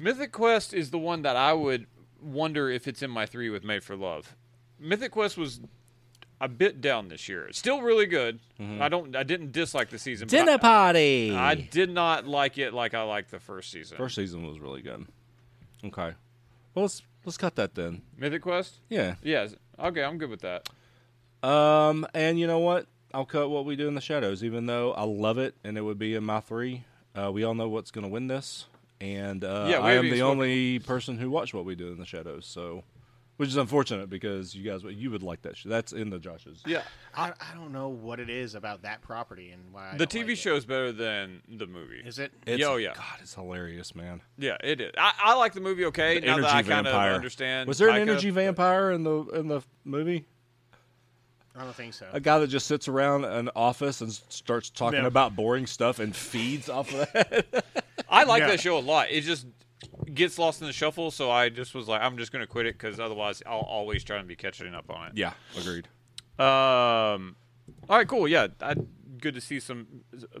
Speaker 1: Mythic Quest is the one that I would wonder if it's in my three with Made for Love. Mythic Quest was a bit down this year. It's Still really good.
Speaker 4: Mm-hmm.
Speaker 1: I don't. I didn't dislike the season. but I-
Speaker 4: party.
Speaker 1: I did not like it like I liked the first season.
Speaker 4: First season was really good. Okay, well let's let's cut that then.
Speaker 1: Mythic Quest.
Speaker 4: Yeah.
Speaker 1: Yes. Okay, I'm good with that.
Speaker 4: Um, and you know what? I'll cut what we do in the shadows, even though I love it, and it would be in my three. Uh, we all know what's going to win this, and uh,
Speaker 1: Yeah, we
Speaker 4: I am
Speaker 1: haven't
Speaker 4: the
Speaker 1: even
Speaker 4: only person who watched what we do in the shadows. So, which is unfortunate because you guys you would like that. Sh- that's in the Josh's.
Speaker 1: Yeah.
Speaker 2: I, I don't know what it is about that property and why. I
Speaker 1: The
Speaker 2: don't like
Speaker 1: TV
Speaker 2: it.
Speaker 1: show is better than the movie.
Speaker 2: Is it?
Speaker 4: It's,
Speaker 1: oh, yeah.
Speaker 4: God, it's hilarious, man.
Speaker 1: Yeah, it is. I, I like the movie okay. now that I kind of understand.
Speaker 4: Was there an
Speaker 1: Taika.
Speaker 4: energy vampire in the in the movie?
Speaker 2: I don't think so.
Speaker 4: A guy that just sits around an office and s- starts talking
Speaker 2: No.
Speaker 4: about boring stuff and feeds off of that.
Speaker 1: I like
Speaker 2: Yeah.
Speaker 1: that show a lot. It just gets lost in the shuffle, so I just was like, I'm just going to quit it because otherwise I'll always try and be catching up on it.
Speaker 4: yeah, agreed.
Speaker 1: Um, all right, cool. Yeah, I, good to see some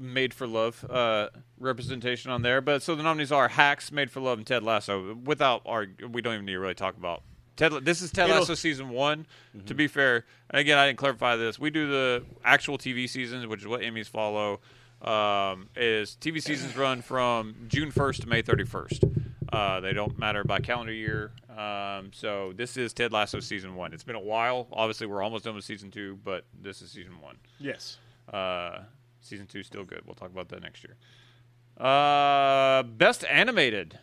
Speaker 1: Made for Love uh, representation on there. But so the nominees are Hacks, Made for Love, and Ted Lasso. Without our, we don't even need to really talk about Ted. La- This is Ted
Speaker 2: It'll-
Speaker 1: Lasso season one. To be fair, and again, I didn't clarify this. We do the actual TV seasons, which is what Emmys follow. Um, is TV seasons run from June 1st to May 31st. Uh, they don't matter by calendar year. Um, so this is Ted Lasso season one. It's been a while. Obviously, we're almost done with season two, but this is season one.
Speaker 2: yes.
Speaker 1: Uh, season two still good. We'll talk about that next year. Uh, best animated.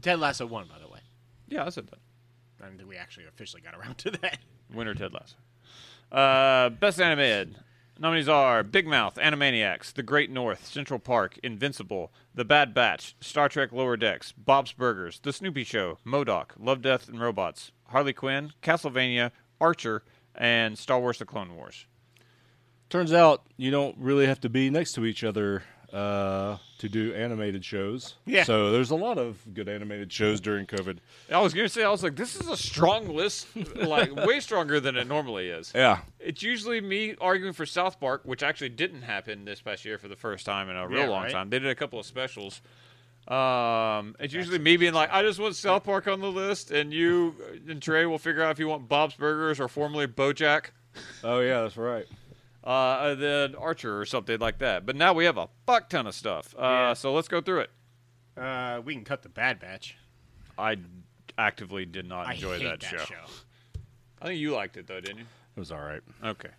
Speaker 2: Ted Lasso won, by the way.
Speaker 1: Yeah, I said that.
Speaker 2: I don't think we actually officially got around to that.
Speaker 1: Winner Ted Lasso. Uh, best animated nominees are Big Mouth, Animaniacs, The Great North, Central Park, Invincible, The Bad Batch, Star Trek Lower Decks, Bob's Burgers, The Snoopy Show, Modoc, Love, Death, and Robots, Harley Quinn, Castlevania, Archer, and Star Wars: The Clone Wars.
Speaker 4: Turns out you don't really have to be next to each other uh, to do animated shows.
Speaker 2: Yeah.
Speaker 4: So there's a lot of good animated shows during COVID.
Speaker 1: I was gonna say, I was like, this is a strong list, like way stronger than it normally is.
Speaker 4: Yeah.
Speaker 1: It's usually me arguing for South Park, which actually didn't happen this past year for the first time in a real
Speaker 2: Yeah,
Speaker 1: long
Speaker 2: right.
Speaker 1: time. They did a couple of specials. Um, it's usually me being like, I just want South Park on the list, and you and Trey will figure out if you want Bob's Burgers or formerly BoJack,
Speaker 4: Oh yeah, that's right.
Speaker 1: uh, and then Archer or something like that. But now we have a fuck ton of stuff. Uh,
Speaker 2: Yeah.
Speaker 1: So let's go through it.
Speaker 2: Uh, we can cut the Bad Batch.
Speaker 1: I actively did not
Speaker 2: I
Speaker 1: enjoy
Speaker 2: hate that, show.
Speaker 1: I think you liked it though, didn't you?
Speaker 4: It was all right.
Speaker 1: Okay.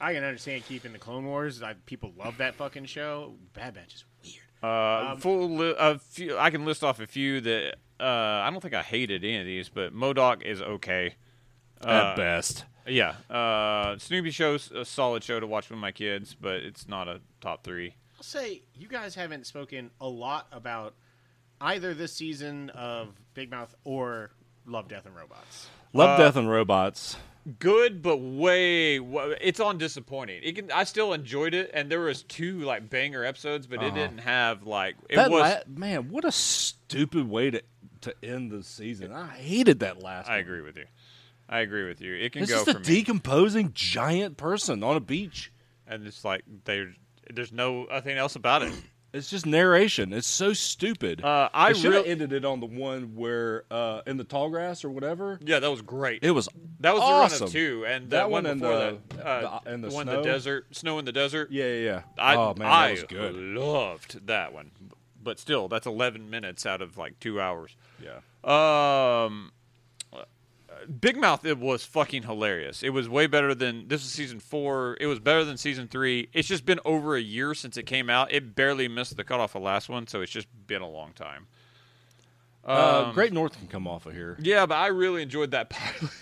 Speaker 2: I can understand keeping the Clone Wars. I, people love that fucking show. Bad Batch is weird.
Speaker 1: Uh, full li- a few, I can list off a few that uh, I don't think I hated any of these, but Modoc is okay. Uh,
Speaker 4: At best.
Speaker 1: Yeah, uh, Snoopy Show's a solid show to watch with my kids, but it's not a top three.
Speaker 2: I'll say you guys haven't spoken a lot about either this season of Big Mouth or Love, Death, and Robots.
Speaker 4: Love,
Speaker 1: uh,
Speaker 4: Death, and Robots.
Speaker 1: Good, but way wa- it's on disappointing. It can I still enjoyed it, and there was two like banger episodes, but it didn't have like it
Speaker 4: that
Speaker 1: was.
Speaker 4: la- man, what a stupid way to to end the season. I hated that last.
Speaker 1: I
Speaker 4: one.
Speaker 1: agree with you. I agree with you. It can
Speaker 4: It's
Speaker 1: go
Speaker 4: just a
Speaker 1: for me.
Speaker 4: decomposing giant person on a beach.
Speaker 1: and it's like there, there's no nothing else about it.
Speaker 4: It's just narration. It's so stupid.
Speaker 1: Uh, I
Speaker 4: They should have
Speaker 1: real-
Speaker 4: ended it on the one where uh, in the tall grass or whatever.
Speaker 1: yeah, that was great.
Speaker 4: It was
Speaker 1: That was the
Speaker 4: awesome.
Speaker 1: run of two, and that,
Speaker 4: That
Speaker 1: one,
Speaker 4: one and
Speaker 1: before
Speaker 4: the-
Speaker 1: that, uh,
Speaker 4: the- and the
Speaker 1: one in the
Speaker 4: snow?
Speaker 1: desert, snow in the desert.
Speaker 4: Yeah, yeah, yeah.
Speaker 1: I,
Speaker 4: oh man,
Speaker 1: I
Speaker 4: that was good.
Speaker 1: loved that one, but still, that's eleven minutes out of like two hours.
Speaker 4: Yeah.
Speaker 1: Um, Big Mouth, it was fucking hilarious. It was way better than this was season four. It was better than season three. It's just been over a year since it came out. It barely missed the cutoff of last one, so it's just been a long time. Um,
Speaker 4: uh, Great North can come off of here.
Speaker 1: Yeah, but I really enjoyed that pilot.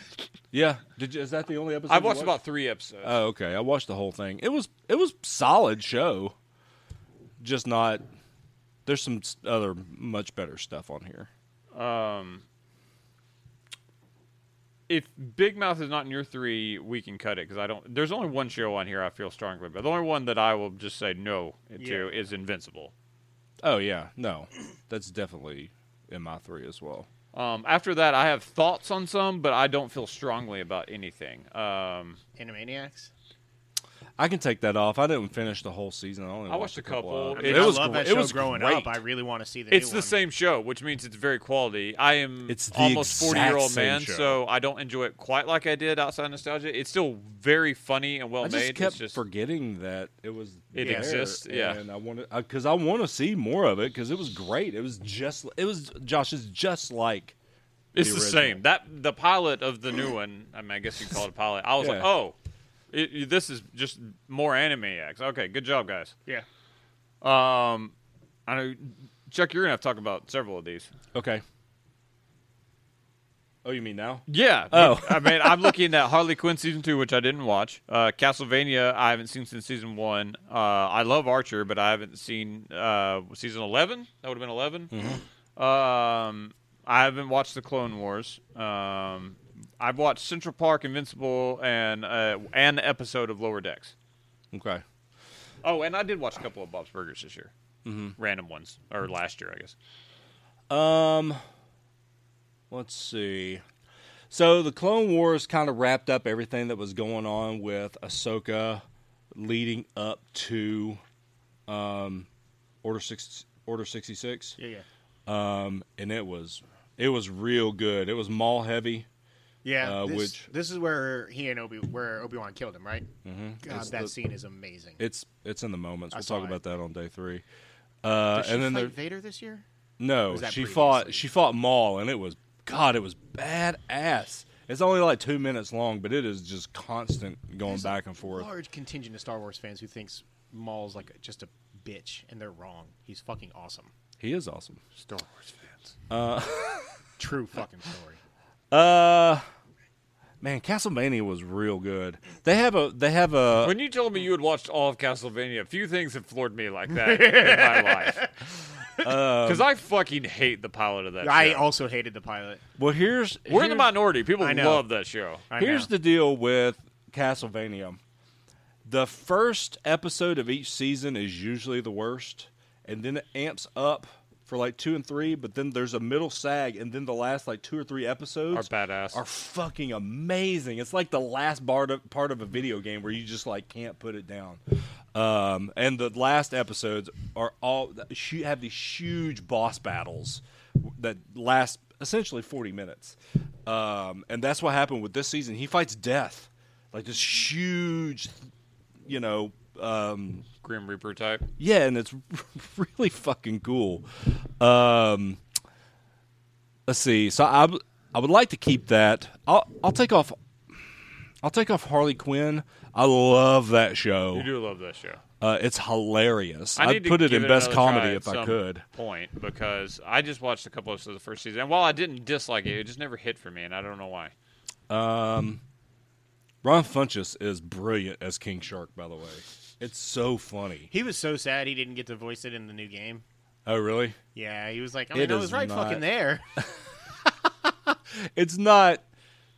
Speaker 4: Yeah. Did you, is that the only episode?
Speaker 1: I
Speaker 4: you
Speaker 1: watched about three episodes.
Speaker 4: Oh, okay. I watched the whole thing. It was it was solid show. Just not. There's some s- other much better stuff on here.
Speaker 1: if Big Mouth is not in your three, we can cut it because I don't. There's only one show on here I feel strongly about. The only one that I will just say no to is Invincible.
Speaker 4: Oh yeah, no, that's definitely in my three as well.
Speaker 1: Um, after that, I have thoughts on some, but I don't feel strongly about anything. Um,
Speaker 2: Animaniacs.
Speaker 4: I can take that off. I didn't finish the whole season. I, only
Speaker 1: I watched a couple.
Speaker 4: of
Speaker 1: It
Speaker 4: it,
Speaker 2: I
Speaker 1: was
Speaker 2: love
Speaker 4: gr-
Speaker 2: that
Speaker 4: it
Speaker 2: show
Speaker 4: was
Speaker 2: growing
Speaker 4: great.
Speaker 2: up. I really want to see the
Speaker 1: it's
Speaker 2: new
Speaker 1: the
Speaker 2: one.
Speaker 1: same show, which means it's very quality. I am
Speaker 4: It's the
Speaker 1: almost forty year old
Speaker 4: exact same
Speaker 1: man,
Speaker 4: show.
Speaker 1: so I don't enjoy it quite like I did outside nostalgia. It's still very funny and well
Speaker 4: I
Speaker 1: made.
Speaker 4: just
Speaker 1: It's
Speaker 4: kept
Speaker 1: just-
Speaker 4: forgetting that it was
Speaker 1: It
Speaker 4: there,
Speaker 1: exists, yeah.
Speaker 4: and I wanted because I want to see more of it because it was great. It was just it was Josh is just like
Speaker 1: It's the,
Speaker 4: original.
Speaker 1: same. That the pilot of the new one. I mean, I guess you call it a pilot. I was like,
Speaker 4: Yeah.
Speaker 1: oh, it, it- this is just more Animaniacs. Okay, good job, guys.
Speaker 2: Yeah.
Speaker 1: Um, I know, Chuck, you're gonna have to talk about several of these.
Speaker 4: okay. Oh, you mean now?
Speaker 1: Yeah.
Speaker 4: Oh.
Speaker 1: I mean, I'm looking at Harley Quinn season two, which I didn't watch. Uh, Castlevania, I haven't seen since season one. Uh, I love Archer, but I haven't seen uh, season eleven. That would have been 11 Um, I haven't watched the Clone Wars. Um, I've watched Central Park, Invincible, and uh, an episode of Lower Decks.
Speaker 4: Okay.
Speaker 1: Oh, and I did watch a couple of Bob's Burgers this year. Mm-hmm. Random ones, or last year, I guess.
Speaker 4: Um, let's see. So the Clone Wars kind of wrapped up everything that was going on with Ahsoka, leading up to um, Order six Order sixty six,
Speaker 2: Yeah, yeah.
Speaker 4: um, and it was it was real good. It was mall heavy.
Speaker 2: Yeah,
Speaker 4: Uh,
Speaker 2: this,
Speaker 4: which-
Speaker 2: this is where he and Obi where Obi Wan killed him, right? Mm-hmm. God, that scene is amazing.
Speaker 4: It's it's in the moments. We'll
Speaker 2: saw
Speaker 4: talk
Speaker 2: it.
Speaker 4: about that on day three. Uh,
Speaker 2: Did she
Speaker 4: and then
Speaker 2: fight
Speaker 4: there,
Speaker 2: Vader this year.
Speaker 4: no,
Speaker 2: was that
Speaker 4: she
Speaker 2: previously?
Speaker 4: fought she fought Maul, and it was God, it was badass. It's only like two minutes long, but it is just constant going
Speaker 2: There's a
Speaker 4: back and forth.
Speaker 2: Large contingent of Star Wars fans who thinks Maul's like just a bitch, and they're wrong. He's fucking awesome.
Speaker 4: He is awesome.
Speaker 1: Star Wars fans.
Speaker 2: True fucking story.
Speaker 4: Uh, man, Castlevania was real good. They have a they have a
Speaker 1: When you told me you had watched all of Castlevania, a few things have floored me like that in my life.
Speaker 4: Um,
Speaker 1: Because I fucking hate the pilot of that.
Speaker 2: I
Speaker 1: show.
Speaker 2: also hated the pilot.
Speaker 4: well. Here's
Speaker 1: We're in the
Speaker 4: here's-
Speaker 1: minority. People
Speaker 2: I know.
Speaker 1: love that show.
Speaker 2: I
Speaker 4: Here's
Speaker 2: know.
Speaker 4: the deal with Castlevania. The first episode of each season is usually the worst, and then it amps up for like two and three, but then there's a middle sag, and then the last like two or three
Speaker 1: Are
Speaker 4: episodes
Speaker 1: badass.
Speaker 4: are fucking amazing. It's like the last part of, part of a video game where you just like can't put it down. Um, and the last episodes are all hu- have these huge boss battles that last essentially 40 minutes. Um, and that's what happened with this season. He fights death, like this huge, you know, um,
Speaker 1: Grim Reaper type.
Speaker 4: yeah, and it's really fucking cool. Um, let's see. So I w- I would like to keep that. I'll I'll take off. I'll take off Harley Quinn. I love that show.
Speaker 1: You do love that show.
Speaker 4: Uh, it's hilarious.
Speaker 1: I
Speaker 4: I'd
Speaker 1: need to
Speaker 4: put it
Speaker 1: give
Speaker 4: in best
Speaker 1: another
Speaker 4: comedy
Speaker 1: try at
Speaker 4: if I
Speaker 1: some
Speaker 4: could.
Speaker 1: Point because I just watched a couple of the first season, and while I didn't dislike it, it just never hit for me, and I don't know why.
Speaker 4: Ron Funches is brilliant as King Shark. By the way, it's so funny.
Speaker 2: He was so sad he didn't get to voice it in the new game.
Speaker 4: Oh, really?
Speaker 2: Yeah, he was like, I
Speaker 4: It
Speaker 2: mean, I
Speaker 4: is
Speaker 2: was right
Speaker 4: not-
Speaker 2: fucking there.
Speaker 4: it's not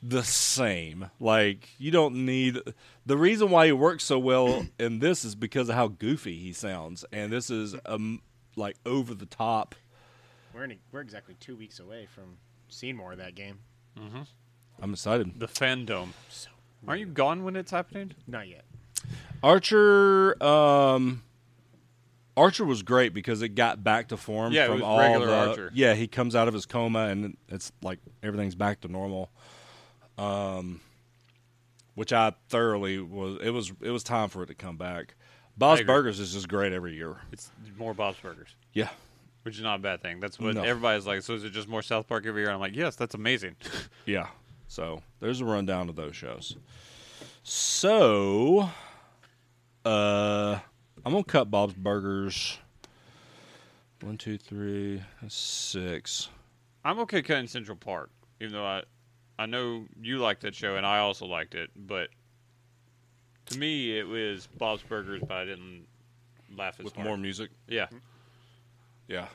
Speaker 4: the same. Like you don't need the reason why he works so well in this is because of how goofy he sounds, and this is um like over the top.
Speaker 2: we're in we're exactly two weeks away from seeing more of that game.
Speaker 4: I'm excited.
Speaker 1: The fandom. Aren't you gone when it's happening?
Speaker 2: Not yet.
Speaker 4: Archer, um, Archer was great because it got back to form.
Speaker 1: Yeah, it
Speaker 4: from
Speaker 1: was
Speaker 4: all
Speaker 1: regular
Speaker 4: the,
Speaker 1: Archer.
Speaker 4: Yeah, he comes out of his coma and it's like everything's back to normal. Um, which I thoroughly was. It was it was time for it to come back. Bob's
Speaker 1: agree.
Speaker 4: Burgers is just great every year.
Speaker 1: It's more Bob's Burgers,
Speaker 4: Yeah.
Speaker 1: which is not a bad thing. That's what
Speaker 4: No.
Speaker 1: everybody's like. So is it just more South Park every year? I'm like, yes, that's amazing.
Speaker 4: Yeah. So there's a rundown of those shows. So uh I'm gonna cut Bob's Burgers. One, two, three, six.
Speaker 1: I'm okay cutting Central Park, even though I, I know you liked that show and I also liked it, but to me it was Bob's Burgers, but I didn't laugh as
Speaker 4: With
Speaker 1: hard.
Speaker 4: more music.
Speaker 1: yeah,
Speaker 4: Yeah.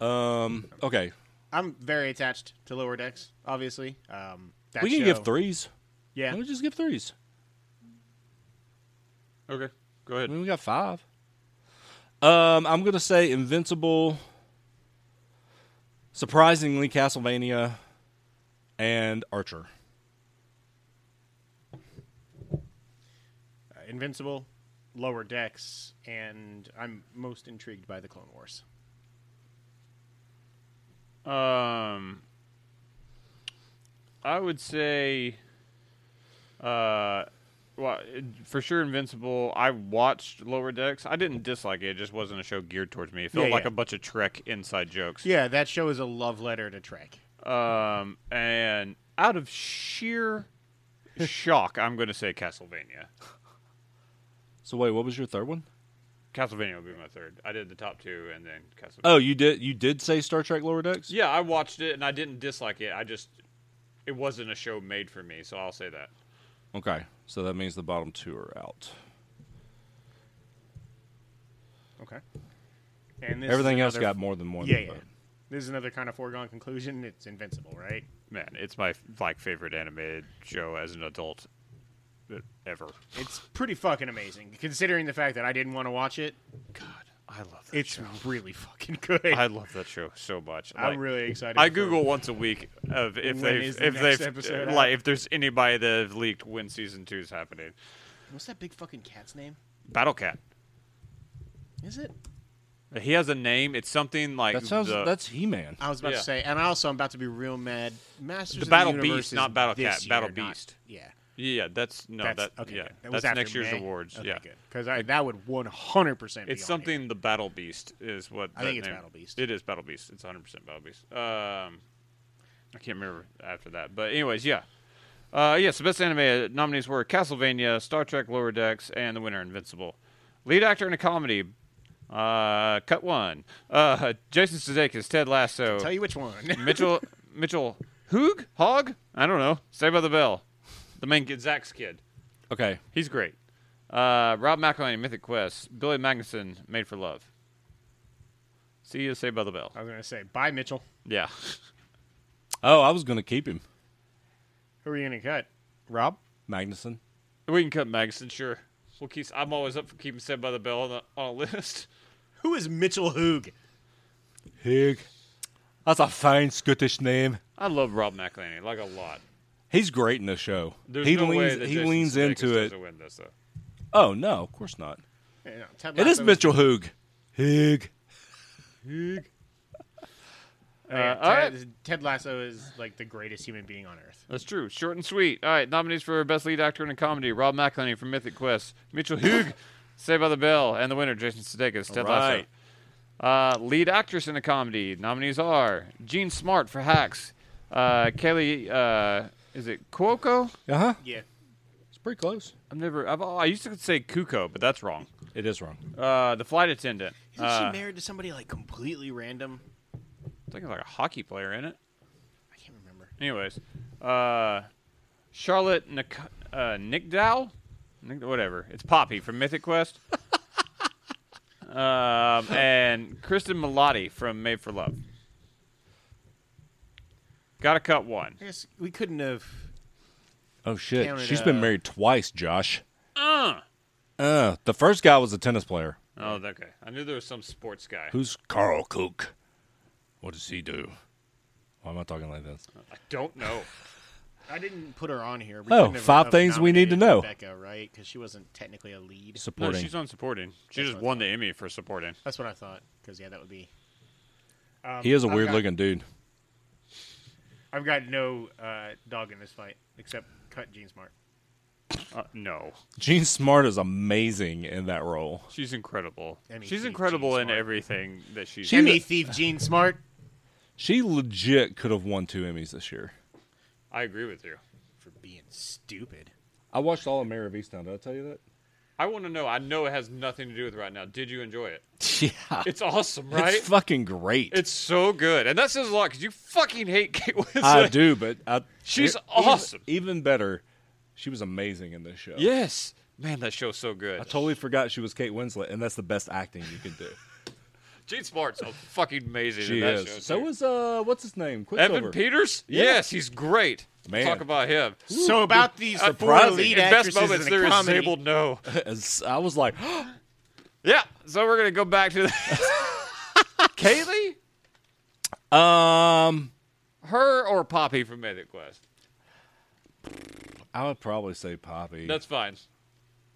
Speaker 4: Um okay.
Speaker 2: I'm very attached to Lower Decks, obviously. Um, that
Speaker 4: we can
Speaker 2: show-
Speaker 4: give threes.
Speaker 2: Yeah,
Speaker 4: Let me just give threes.
Speaker 1: okay, go
Speaker 4: I
Speaker 1: ahead.
Speaker 4: mean we got five. Um I'm gonna say Invincible. Surprisingly Castlevania and Archer.
Speaker 2: Uh, Invincible, Lower Decks, and I'm most intrigued by the Clone Wars.
Speaker 1: Um, I would say, uh, well, it- for sure, Invincible. I watched Lower Decks. I didn't dislike it. It just wasn't a show geared towards me. It felt
Speaker 2: Yeah,
Speaker 1: like
Speaker 2: yeah.
Speaker 1: a bunch of Trek inside jokes.
Speaker 2: Yeah, that show is a love letter to Trek.
Speaker 1: Um, and out of sheer shock, I'm going to say Castlevania.
Speaker 4: So wait, what was your third one?
Speaker 1: Castlevania would be my third. I did the top two, and then Castlevania.
Speaker 4: Oh, you did you did say Star Trek Lower Decks?
Speaker 1: yeah, I watched it, and I didn't dislike it. I just it wasn't a show made for me, so I'll say that.
Speaker 4: Okay. So that means the bottom two are out.
Speaker 2: Okay. And this is
Speaker 4: Everything else
Speaker 2: another-
Speaker 4: got more than one.
Speaker 2: Yeah, yeah.
Speaker 4: vote.
Speaker 2: This is another kind of foregone conclusion. It's Invincible, right?
Speaker 1: Man, it's my like favorite animated show as an adult ever.
Speaker 2: It's pretty fucking amazing, considering the fact that I didn't want to watch it.
Speaker 1: God, I love that
Speaker 2: It's
Speaker 1: show.
Speaker 2: really fucking good.
Speaker 1: I
Speaker 2: I,
Speaker 1: love that show so much.
Speaker 2: am
Speaker 1: Like,
Speaker 2: really excited.
Speaker 1: I
Speaker 2: for-
Speaker 1: Google once a week of if
Speaker 2: When
Speaker 1: they
Speaker 2: is
Speaker 1: if
Speaker 2: the
Speaker 1: they
Speaker 2: next
Speaker 1: have
Speaker 2: episode
Speaker 1: like
Speaker 2: out?
Speaker 1: if there's anybody that have leaked when season two is happening.
Speaker 2: What's that big fucking cat's name?
Speaker 1: Battle Cat.
Speaker 2: Is it?
Speaker 1: He has a name. It's something like
Speaker 4: That sounds
Speaker 1: the,
Speaker 4: that's He Man.
Speaker 2: I was about
Speaker 1: Yeah.
Speaker 2: to say, and also I'm about to be real mad. Masters
Speaker 1: The
Speaker 2: of
Speaker 1: Battle
Speaker 2: the Universe
Speaker 1: Beast,
Speaker 2: is
Speaker 1: not Battle
Speaker 2: this
Speaker 1: Cat, Battle
Speaker 2: year, not-
Speaker 1: Beast.
Speaker 2: yeah,
Speaker 1: yeah. That's no.
Speaker 2: that's
Speaker 1: that
Speaker 2: okay.
Speaker 1: yeah.
Speaker 2: good. That was
Speaker 1: that's
Speaker 2: after
Speaker 1: next year's
Speaker 2: May.
Speaker 1: awards.
Speaker 2: Okay,
Speaker 1: yeah.
Speaker 2: because that would 100 percent.
Speaker 1: It's something the Battle Beast is what
Speaker 2: I
Speaker 1: that
Speaker 2: think it's
Speaker 1: name-
Speaker 2: Battle Beast.
Speaker 1: It is Battle Beast. It's 100 percent Battle Beast. Um, I can't remember after that, but anyways, yeah. Uh, yes, the best anime nominees were Castlevania, Star Trek Lower Decks, and the winner Invincible. Lead actor in a comedy. Uh, cut one. Uh, Jason Sudeikis, Ted Lasso.
Speaker 2: Tell you which one.
Speaker 1: Mitchell Mitchell Hoog Hog. I don't know. Saved by the Bell. The main kid, Zach's kid.
Speaker 4: Okay.
Speaker 1: He's great. Uh, Rob McElhenney, Mythic Quest. Billy Magnuson, Made for Love. See you, Saved by the Bell.
Speaker 2: I was gonna say, bye, Mitchell.
Speaker 1: Yeah.
Speaker 4: Oh, I was going to keep him.
Speaker 2: Who are you gonna cut? Rob.
Speaker 4: Magnuson.
Speaker 1: We can cut Magnuson, sure. We'll keep, I'm always up for keeping Saved by the Bell on, the, on a list.
Speaker 2: Who is Mitchell Hoog?
Speaker 4: Hig. That's a fine Scottish name.
Speaker 1: I love Rob McElhenney, like a lot.
Speaker 4: He's great in the show.
Speaker 1: There's
Speaker 4: he
Speaker 1: no way
Speaker 4: leans
Speaker 1: that
Speaker 4: he
Speaker 1: Jason
Speaker 4: leans
Speaker 1: Sudeikis
Speaker 4: into it.
Speaker 1: doesn't Win this, though.
Speaker 4: Oh no, of course not.
Speaker 2: You know, Ted
Speaker 4: It is
Speaker 2: Lasso
Speaker 4: Mitchell Hoog. Hig. Uh,
Speaker 2: Oh, yeah,
Speaker 1: Uh, all
Speaker 2: Ted,
Speaker 1: right.
Speaker 2: Ted Lasso is like the greatest human being on earth.
Speaker 1: That's true. Short and sweet. All right, nominees for Best Lead Actor in a Comedy: Rob McElhenney from Mythic Quest, Mitchell Hugh, Saved by the Bell, and the winner Jason Sudeikis. Ted Lasso.
Speaker 4: right.
Speaker 1: Uh, lead actress in a comedy nominees are Gene Smart for Hacks, uh, Kelly. Uh, is it Cuoco?
Speaker 4: Uh huh.
Speaker 2: Yeah.
Speaker 4: It's pretty close.
Speaker 1: I've never. I've, I used to say Cuco, but that's wrong.
Speaker 4: It is wrong.
Speaker 1: Uh, the flight attendant.
Speaker 2: Isn't
Speaker 1: Uh,
Speaker 2: she married to somebody like completely random?
Speaker 1: I think it's like a hockey player in it.
Speaker 2: I can't remember.
Speaker 1: Anyways, uh, Charlotte Nic- uh, Nickdow, Nick- whatever. It's Poppy from Mythic Quest, um, and Kristen Milotti from Made for Love. Got to cut one.
Speaker 2: I guess we couldn't have.
Speaker 4: Oh shit.
Speaker 2: Counted,
Speaker 4: She's been
Speaker 2: uh,
Speaker 4: married twice, Josh.
Speaker 1: Uh.
Speaker 4: Uh, the first guy was a tennis player.
Speaker 1: Oh, okay. I knew there was some sports guy.
Speaker 4: Who's Carl Cook? What does he do? Why am I talking like this?
Speaker 1: I don't know.
Speaker 2: I didn't put her on here. We
Speaker 4: Oh,
Speaker 2: couldn't have-
Speaker 4: five
Speaker 2: have
Speaker 4: things we need to
Speaker 2: nominated
Speaker 4: know.
Speaker 2: Becca, right? Because she wasn't technically a lead.
Speaker 1: No,
Speaker 4: Supporting.
Speaker 1: she's on supporting. She
Speaker 2: That's
Speaker 1: just
Speaker 2: what I
Speaker 1: won the Emmy for supporting.
Speaker 2: That's what I thought. Because yeah, that would be. Um,
Speaker 4: he is a
Speaker 2: I've
Speaker 4: weird
Speaker 2: got-
Speaker 4: looking dude.
Speaker 2: I've got no uh, dog in this fight except cut Gene Smart.
Speaker 1: Uh, no,
Speaker 4: Gene Smart is amazing in that role.
Speaker 1: she's incredible.
Speaker 2: Emmy
Speaker 1: she's
Speaker 2: thief,
Speaker 1: incredible
Speaker 2: Gene
Speaker 1: in
Speaker 2: Smart.
Speaker 1: everything that she's.
Speaker 4: She-
Speaker 2: Emmy thief Gene Smart.
Speaker 4: She legit could have won two Emmys this year.
Speaker 1: I agree with you.
Speaker 2: For being stupid.
Speaker 3: I watched all of Mayor of Easttown. Did I tell you that?
Speaker 1: I want to know. I know it has nothing to do with right now. Did you enjoy it?
Speaker 4: Yeah.
Speaker 1: It's awesome, right?
Speaker 4: It's
Speaker 1: It's,
Speaker 4: fucking great.
Speaker 1: so good, and that says a lot because you fucking hate Kate Winslet.
Speaker 4: I do, but I,
Speaker 1: She's
Speaker 4: e- even-
Speaker 1: awesome.
Speaker 4: Even, better, she was amazing in this show.
Speaker 1: Yes, man, that show's so
Speaker 4: I
Speaker 1: good.
Speaker 4: totally forgot she was Kate Winslet, and that's the best acting you could do.
Speaker 1: Gene Smart's a fucking amazing.
Speaker 4: she
Speaker 1: in that
Speaker 4: is.
Speaker 1: Show,
Speaker 4: So
Speaker 1: too.
Speaker 4: was uh, what's his name?
Speaker 1: Evan
Speaker 4: Quicksilver.
Speaker 1: Peters.
Speaker 4: Yeah.
Speaker 1: Yes, he's great.
Speaker 4: Man.
Speaker 1: Talk about him.
Speaker 2: So about these four
Speaker 4: surprising.
Speaker 2: lead
Speaker 1: In best
Speaker 2: actresses
Speaker 1: moments,
Speaker 2: in
Speaker 1: there
Speaker 2: a
Speaker 1: is
Speaker 2: comedy.
Speaker 1: Sable No.
Speaker 4: As- I was like,
Speaker 1: yeah. So we're gonna go back to that. Kaylee,
Speaker 4: um,
Speaker 1: her or Poppy from Mythic Quest.
Speaker 4: I would probably say Poppy.
Speaker 1: That's fine.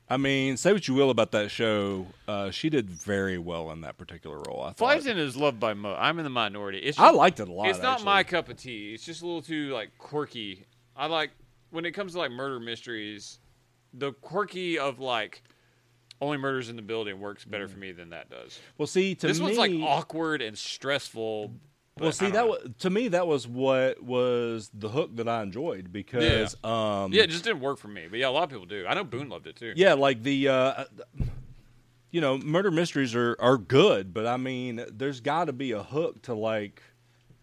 Speaker 4: I mean, say what you will about that show, uh, she did very well in that particular role. I thought.
Speaker 1: Flyton is loved by Mo. I'm in the minority. It's
Speaker 4: I
Speaker 1: just-
Speaker 4: liked it a lot.
Speaker 1: It's not my
Speaker 4: actually.
Speaker 1: cup of tea. It's just a little too like quirky. I like when it comes to like murder mysteries, the quirky of like only murders in the building works better for me than that does.
Speaker 4: Well, see, Mm. to
Speaker 1: this
Speaker 4: me,
Speaker 1: one's like awkward and stressful. but
Speaker 4: Well,
Speaker 1: I
Speaker 4: see,
Speaker 1: don't
Speaker 4: that
Speaker 1: know.
Speaker 4: wa to me that was what was the hook that I enjoyed because, um,
Speaker 1: yeah, it just didn't work for me. But yeah, a lot of people do. I know Boone loved it too.
Speaker 4: yeah, like the, uh, you know, murder mysteries are are good, but I mean, there's got to be a hook to like,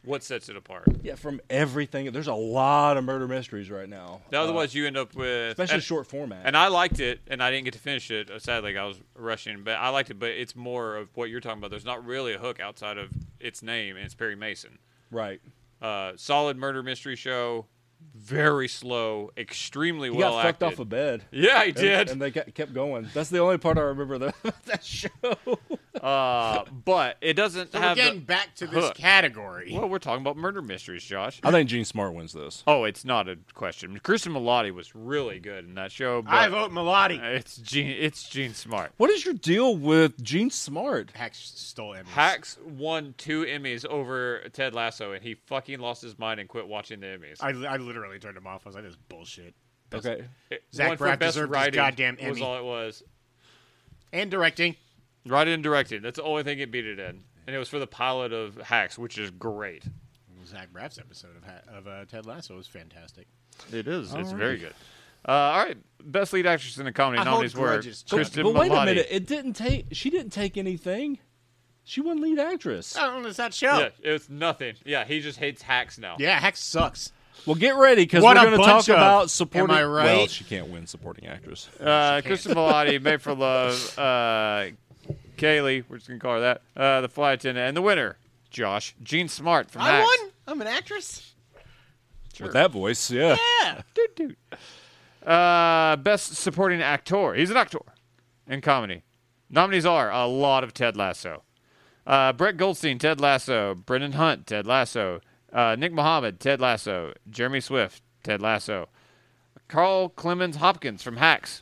Speaker 1: What sets it apart?
Speaker 4: yeah, from everything. There's a lot of murder mysteries right now,
Speaker 1: Now, otherwise, you end up with
Speaker 4: Uh, especially
Speaker 1: and-
Speaker 4: short format.
Speaker 1: And I liked it, and I didn't get to finish it. uh, Sadly, 'cause I was rushing, but I liked it. But it's more of what you're talking about. There's not really a hook outside of its name, and it's Perry Mason.
Speaker 4: right,
Speaker 1: Uh, solid murder mystery show, very slow, extremely
Speaker 4: he
Speaker 1: well
Speaker 4: got fucked
Speaker 1: acted.
Speaker 4: off a bed.
Speaker 1: yeah, he
Speaker 4: And-
Speaker 1: did.
Speaker 4: and they kept kept going. That's the only part I remember that, that show.
Speaker 1: uh, but it doesn't
Speaker 2: So we're
Speaker 1: have. the-
Speaker 2: getting back to this
Speaker 1: hook.
Speaker 2: category.
Speaker 1: well, we're talking about murder mysteries, Josh.
Speaker 4: I think Gene Smart wins this.
Speaker 1: Oh, it's not a question. Kristen Milotti was really good in that show. But
Speaker 2: I vote Melody.
Speaker 1: It's Gene. It's Gene Smart.
Speaker 4: What is your deal with Gene Smart?
Speaker 2: Hacks stole Emmys.
Speaker 1: Hacks won two Emmys over Ted Lasso, and he fucking lost his mind and quit watching the Emmys.
Speaker 2: I, I literally turned him off. I was like, "This is bullshit."
Speaker 4: Okay,
Speaker 1: It-
Speaker 2: Zach
Speaker 1: one for
Speaker 2: Braff
Speaker 1: best
Speaker 2: deserved his
Speaker 1: writing
Speaker 2: goddamn
Speaker 1: Was
Speaker 2: Emmy.
Speaker 1: all it was.
Speaker 2: And directing.
Speaker 1: Writing and directing. That's the only thing it beat it in, and it was for the pilot of Hacks, which is great.
Speaker 2: Zach Braff's episode of ha- of uh, Ted Lasso was fantastic.
Speaker 1: It is. it's very good. Uh, all right, best lead actress in a comedy
Speaker 2: I hold
Speaker 1: nominees were
Speaker 2: grudges, Chad.
Speaker 1: Kristen
Speaker 4: but wait
Speaker 1: Milotti.
Speaker 4: a minute, it didn't take. She didn't take anything. She won lead actress.
Speaker 2: Oh, it's that show.
Speaker 1: Yeah,
Speaker 2: Yeah,
Speaker 1: it was nothing. Yeah, he just hates hacks now.
Speaker 2: Hex sucks.
Speaker 4: Well, get ready because we're
Speaker 2: What a
Speaker 4: going to talk
Speaker 2: bunch of-
Speaker 4: about supporting.
Speaker 2: Am I right?
Speaker 4: Well, she can't win supporting actress.
Speaker 1: Uh, Kristen Milotti, Made for Love, uh, Kaylee, we're just gonna call her that. Uh, the flight attendant, and the winner, Josh Gene Smart from
Speaker 2: I
Speaker 1: Hacks.
Speaker 2: won. I'm an actress.
Speaker 4: With that voice, yeah.
Speaker 2: Yeah.
Speaker 1: Doot, doot. Uh, best supporting actor. He's an actor in comedy. Nominees are a lot of Ted Lasso. Uh, Brett Goldstein, Ted Lasso. Brendan Hunt, Ted Lasso. Uh, Nick Mohammed, Ted Lasso. Jeremy Swift, Ted Lasso. Carl Clemens Hopkins from Hacks.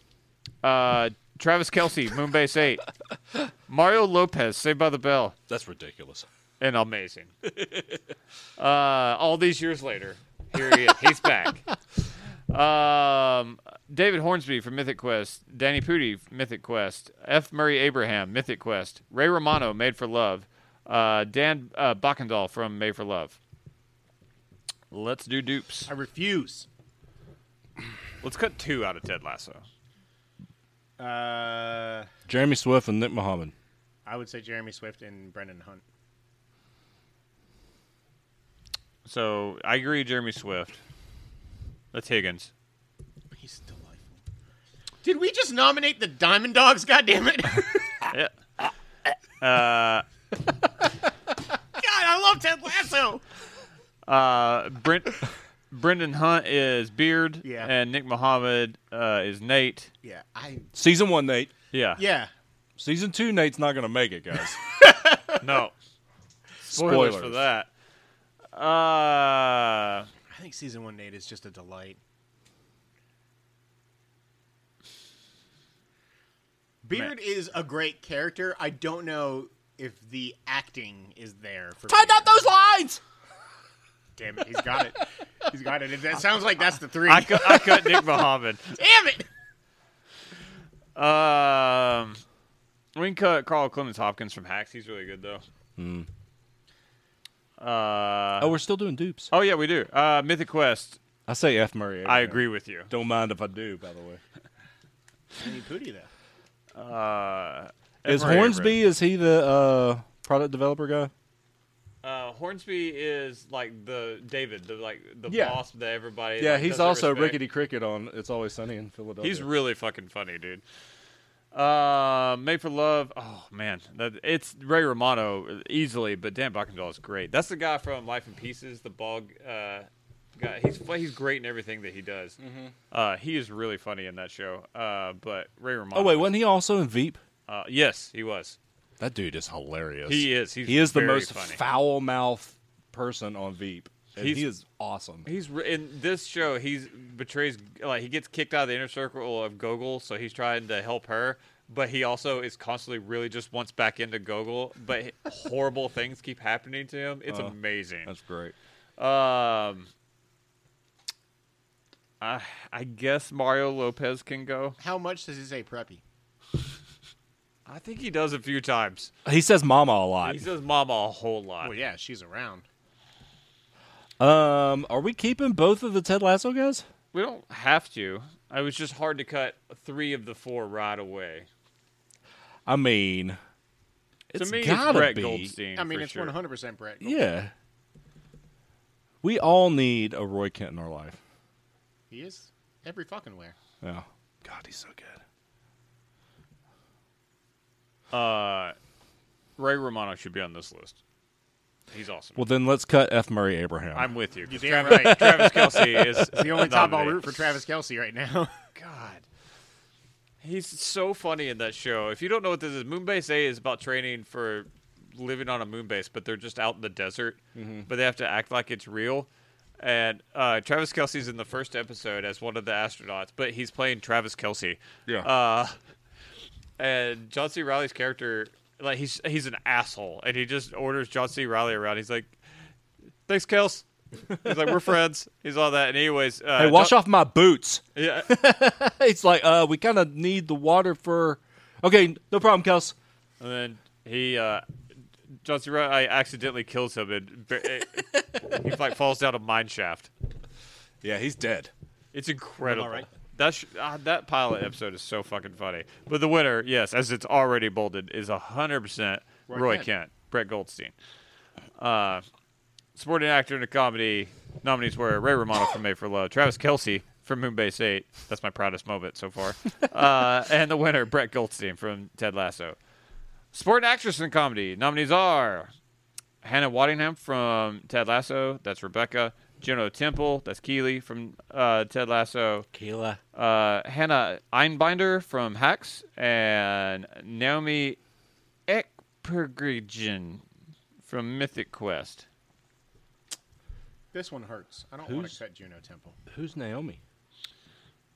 Speaker 1: Uh, Travis Kelsey, Moonbase 8. Mario Lopez, Saved by the Bell
Speaker 4: That's ridiculous.
Speaker 1: and amazing. uh, all these years later, here he is. He's back. Um, David Hornsby from Mythic Quest, Danny Pudi, Mythic Quest, F. Murray Abraham, Mythic Quest, Ray Romano, Made for Love, uh, Dan uh, Bachendahl from Made for Love. Let's do dupes.
Speaker 2: I refuse.
Speaker 1: Let's cut two out of Ted Lasso.
Speaker 2: Uh,
Speaker 4: Jeremy Swift and Nick Mohammed.
Speaker 2: I would say Jeremy Swift and Brendan Hunt.
Speaker 1: So I agree, Jeremy Swift. That's Higgins.
Speaker 2: He's delightful. Did we just nominate the Diamond Dogs? God damn it! God,
Speaker 1: Yeah. Uh,
Speaker 2: I love Ted Lasso.
Speaker 1: Uh, Brent, Brendan Hunt is Beard,
Speaker 2: Yeah.
Speaker 1: and Nick Muhammad uh, is Nate.
Speaker 2: Yeah, I.
Speaker 4: Season one, Nate.
Speaker 1: Yeah,
Speaker 2: Yeah,
Speaker 4: Season two, Nate's not going to make it, guys.
Speaker 1: no spoilers, for
Speaker 4: Spoilers.
Speaker 1: that. Uh,
Speaker 2: I think season one Nate is just a delight. Beard is a great character. I don't know if the acting is there. For Beard.
Speaker 4: lines.
Speaker 2: Damn it, he's got it. He's got it. That sounds like that's the three.
Speaker 1: I cut, I cut Nick Muhammad.
Speaker 2: Damn it!
Speaker 1: Um, we can cut Carl Clemens Hopkins from Hacks. He's really good though. Uh,
Speaker 4: Hmm. Oh, we're still doing dupes.
Speaker 1: oh yeah, we do. Uh, Mythic Quest.
Speaker 4: I say F. Murray.
Speaker 1: I
Speaker 4: Abraham.
Speaker 1: agree with you.
Speaker 4: Don't mind if I do, by the way.
Speaker 2: I need Pootie though.
Speaker 1: Uh,
Speaker 4: Is
Speaker 1: Murray
Speaker 4: Hornsby, is he the uh, product developer guy?
Speaker 1: Uh, Hornsby is like the David, the like the
Speaker 4: Yeah.
Speaker 1: boss that everybody.
Speaker 4: Yeah,
Speaker 1: like,
Speaker 4: he's
Speaker 1: doesn't
Speaker 4: also
Speaker 1: respect.
Speaker 4: Rickety Cricket on It's Always Sunny in Philadelphia.
Speaker 1: He's really fucking funny, dude. Uh, Made for Love. Oh man, that, it's Ray Romano easily, but Dan Buckendahl is great. That's the guy from Life in Pieces, the bog uh, guy. He's fu- he's great in everything that he does.
Speaker 4: Mm-hmm.
Speaker 1: Uh, he is really funny in that show. Uh, but Ray Romano.
Speaker 4: oh wait, wasn't he also in Veep?
Speaker 1: Uh, yes, he was.
Speaker 4: That dude is hilarious.
Speaker 1: He is. He's
Speaker 4: he is the
Speaker 1: very
Speaker 4: most
Speaker 1: funny.
Speaker 4: foul mouth person on Veep. And
Speaker 1: He's-
Speaker 4: he is awesome.
Speaker 1: He's re- in this show. He's betrays like he gets kicked out of the inner circle of Gogol, so he's trying to help her, but he also is constantly really just wants back into Gogol. But horrible things keep happening to him. It's
Speaker 4: Oh,
Speaker 1: amazing.
Speaker 4: That's great.
Speaker 1: Um, I I guess Mario Lopez can go.
Speaker 2: How much does he say preppy?
Speaker 1: I think he does a few times.
Speaker 4: He says "mama" a lot.
Speaker 1: He says "mama" a whole lot.
Speaker 2: Well, Oh, yeah, she's around.
Speaker 4: Um, are we keeping both of the Ted Lasso guys?
Speaker 1: We don't have to. It was just hard to cut three of the four right away.
Speaker 4: I mean, it's
Speaker 1: to me,
Speaker 4: gotta
Speaker 1: it's Brett
Speaker 4: be.
Speaker 1: Goldstein.
Speaker 2: I mean,
Speaker 1: for
Speaker 2: it's
Speaker 1: sure.
Speaker 2: one hundred percent Brett.
Speaker 4: Yeah, we all need a Roy Kent in our life.
Speaker 2: He is every fucking where.
Speaker 4: Yeah, God, he's so good.
Speaker 1: Uh, Ray Romano should be on this list. He's awesome.
Speaker 4: Well, then let's cut F. Murray Abraham.
Speaker 1: I'm with you. 'cause
Speaker 2: You're damn
Speaker 1: Travis,
Speaker 2: right.
Speaker 1: Travis Kelsey is
Speaker 2: The only top ball root for Travis Kelsey right now.
Speaker 1: God, he's so funny in that show. If you don't know what this is, Moonbase A is about training for living on a moon base, but they're just out in the desert,
Speaker 4: Mm-hmm.
Speaker 1: but they have to act like it's real. And uh, Travis Kelsey's in the first episode as one of the astronauts, but he's playing Travis Kelsey.
Speaker 4: Yeah.
Speaker 1: Uh, and John C. Riley's character, like he's he's an asshole, and he just orders John C. Riley around. He's like, "Thanks, Kels." He's like, "We're friends." He's all that. And anyways, uh,
Speaker 4: hey, wash off my boots.
Speaker 1: Yeah,
Speaker 4: it's like, uh, we kind of need the water for. Okay, no problem, Kels.
Speaker 1: and then he, uh, John C. Riley accidentally kills him, and ba- he like falls down a mine shaft.
Speaker 4: Yeah, he's dead.
Speaker 1: It's incredible.
Speaker 2: right.
Speaker 1: That sh- ah, that pilot episode is so fucking funny. But the winner, yes, as it's already bolded, is hundred percent
Speaker 2: Roy
Speaker 1: Roy
Speaker 2: Kent.
Speaker 1: Kent. Brett Goldstein. Uh, supporting actor in a comedy nominees were Ray Romano from Made for Love, Travis Kelsey from Moonbase Eight. That's my proudest moment so far. Uh, and the winner, Brett Goldstein from Ted Lasso. Supporting actress in comedy nominees are Hannah Waddingham from Ted Lasso. That's Rebecca. Juno Temple. That's Keeley from uh, Ted Lasso
Speaker 4: Keela.
Speaker 1: uh, Hannah Einbinder from Hacks and Naomi Ekpergrigen from Mythic Quest.
Speaker 2: This one hurts. I don't want
Speaker 4: Who's-
Speaker 2: to cut Juno Temple.
Speaker 4: Who's Naomi?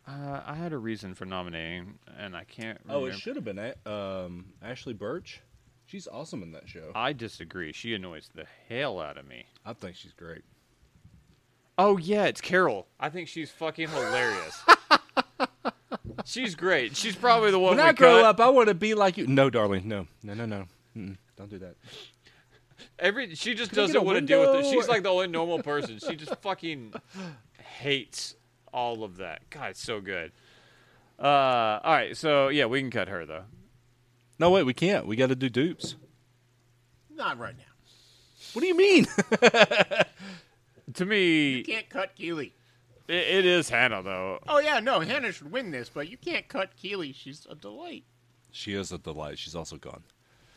Speaker 1: Uh, I had a reason for nominating, and I can't.
Speaker 4: Oh,
Speaker 1: Remember.
Speaker 4: it should have been a- um, Ashley Birch. She's awesome in that show.
Speaker 1: I disagree. She annoys the hell out of me.
Speaker 4: I think she's great.
Speaker 1: Oh yeah, it's Carol. I think she's fucking hilarious. she's great. She's probably the one.
Speaker 4: When
Speaker 1: we
Speaker 4: I grow
Speaker 1: cut.
Speaker 4: up, I want to be like you. No, darling, no, no, no, no. Mm-mm. Don't do that.
Speaker 1: Every she just
Speaker 4: Can I get
Speaker 1: doesn't
Speaker 4: a
Speaker 1: want to deal with it.
Speaker 4: window?
Speaker 1: She's like the only normal person. She just fucking hates all of that. God, it's so good. Uh, all right, so yeah, we can cut her though.
Speaker 4: No, wait, we can't. We got to do dupes.
Speaker 2: Not right now.
Speaker 4: What do you mean?
Speaker 1: To me, it,
Speaker 2: Can't cut Keeley.
Speaker 1: it is Hannah though.
Speaker 2: Oh yeah, no, Hannah should win this, but you can't cut Keeley. She's a delight.
Speaker 4: she is a delight. She's also gone.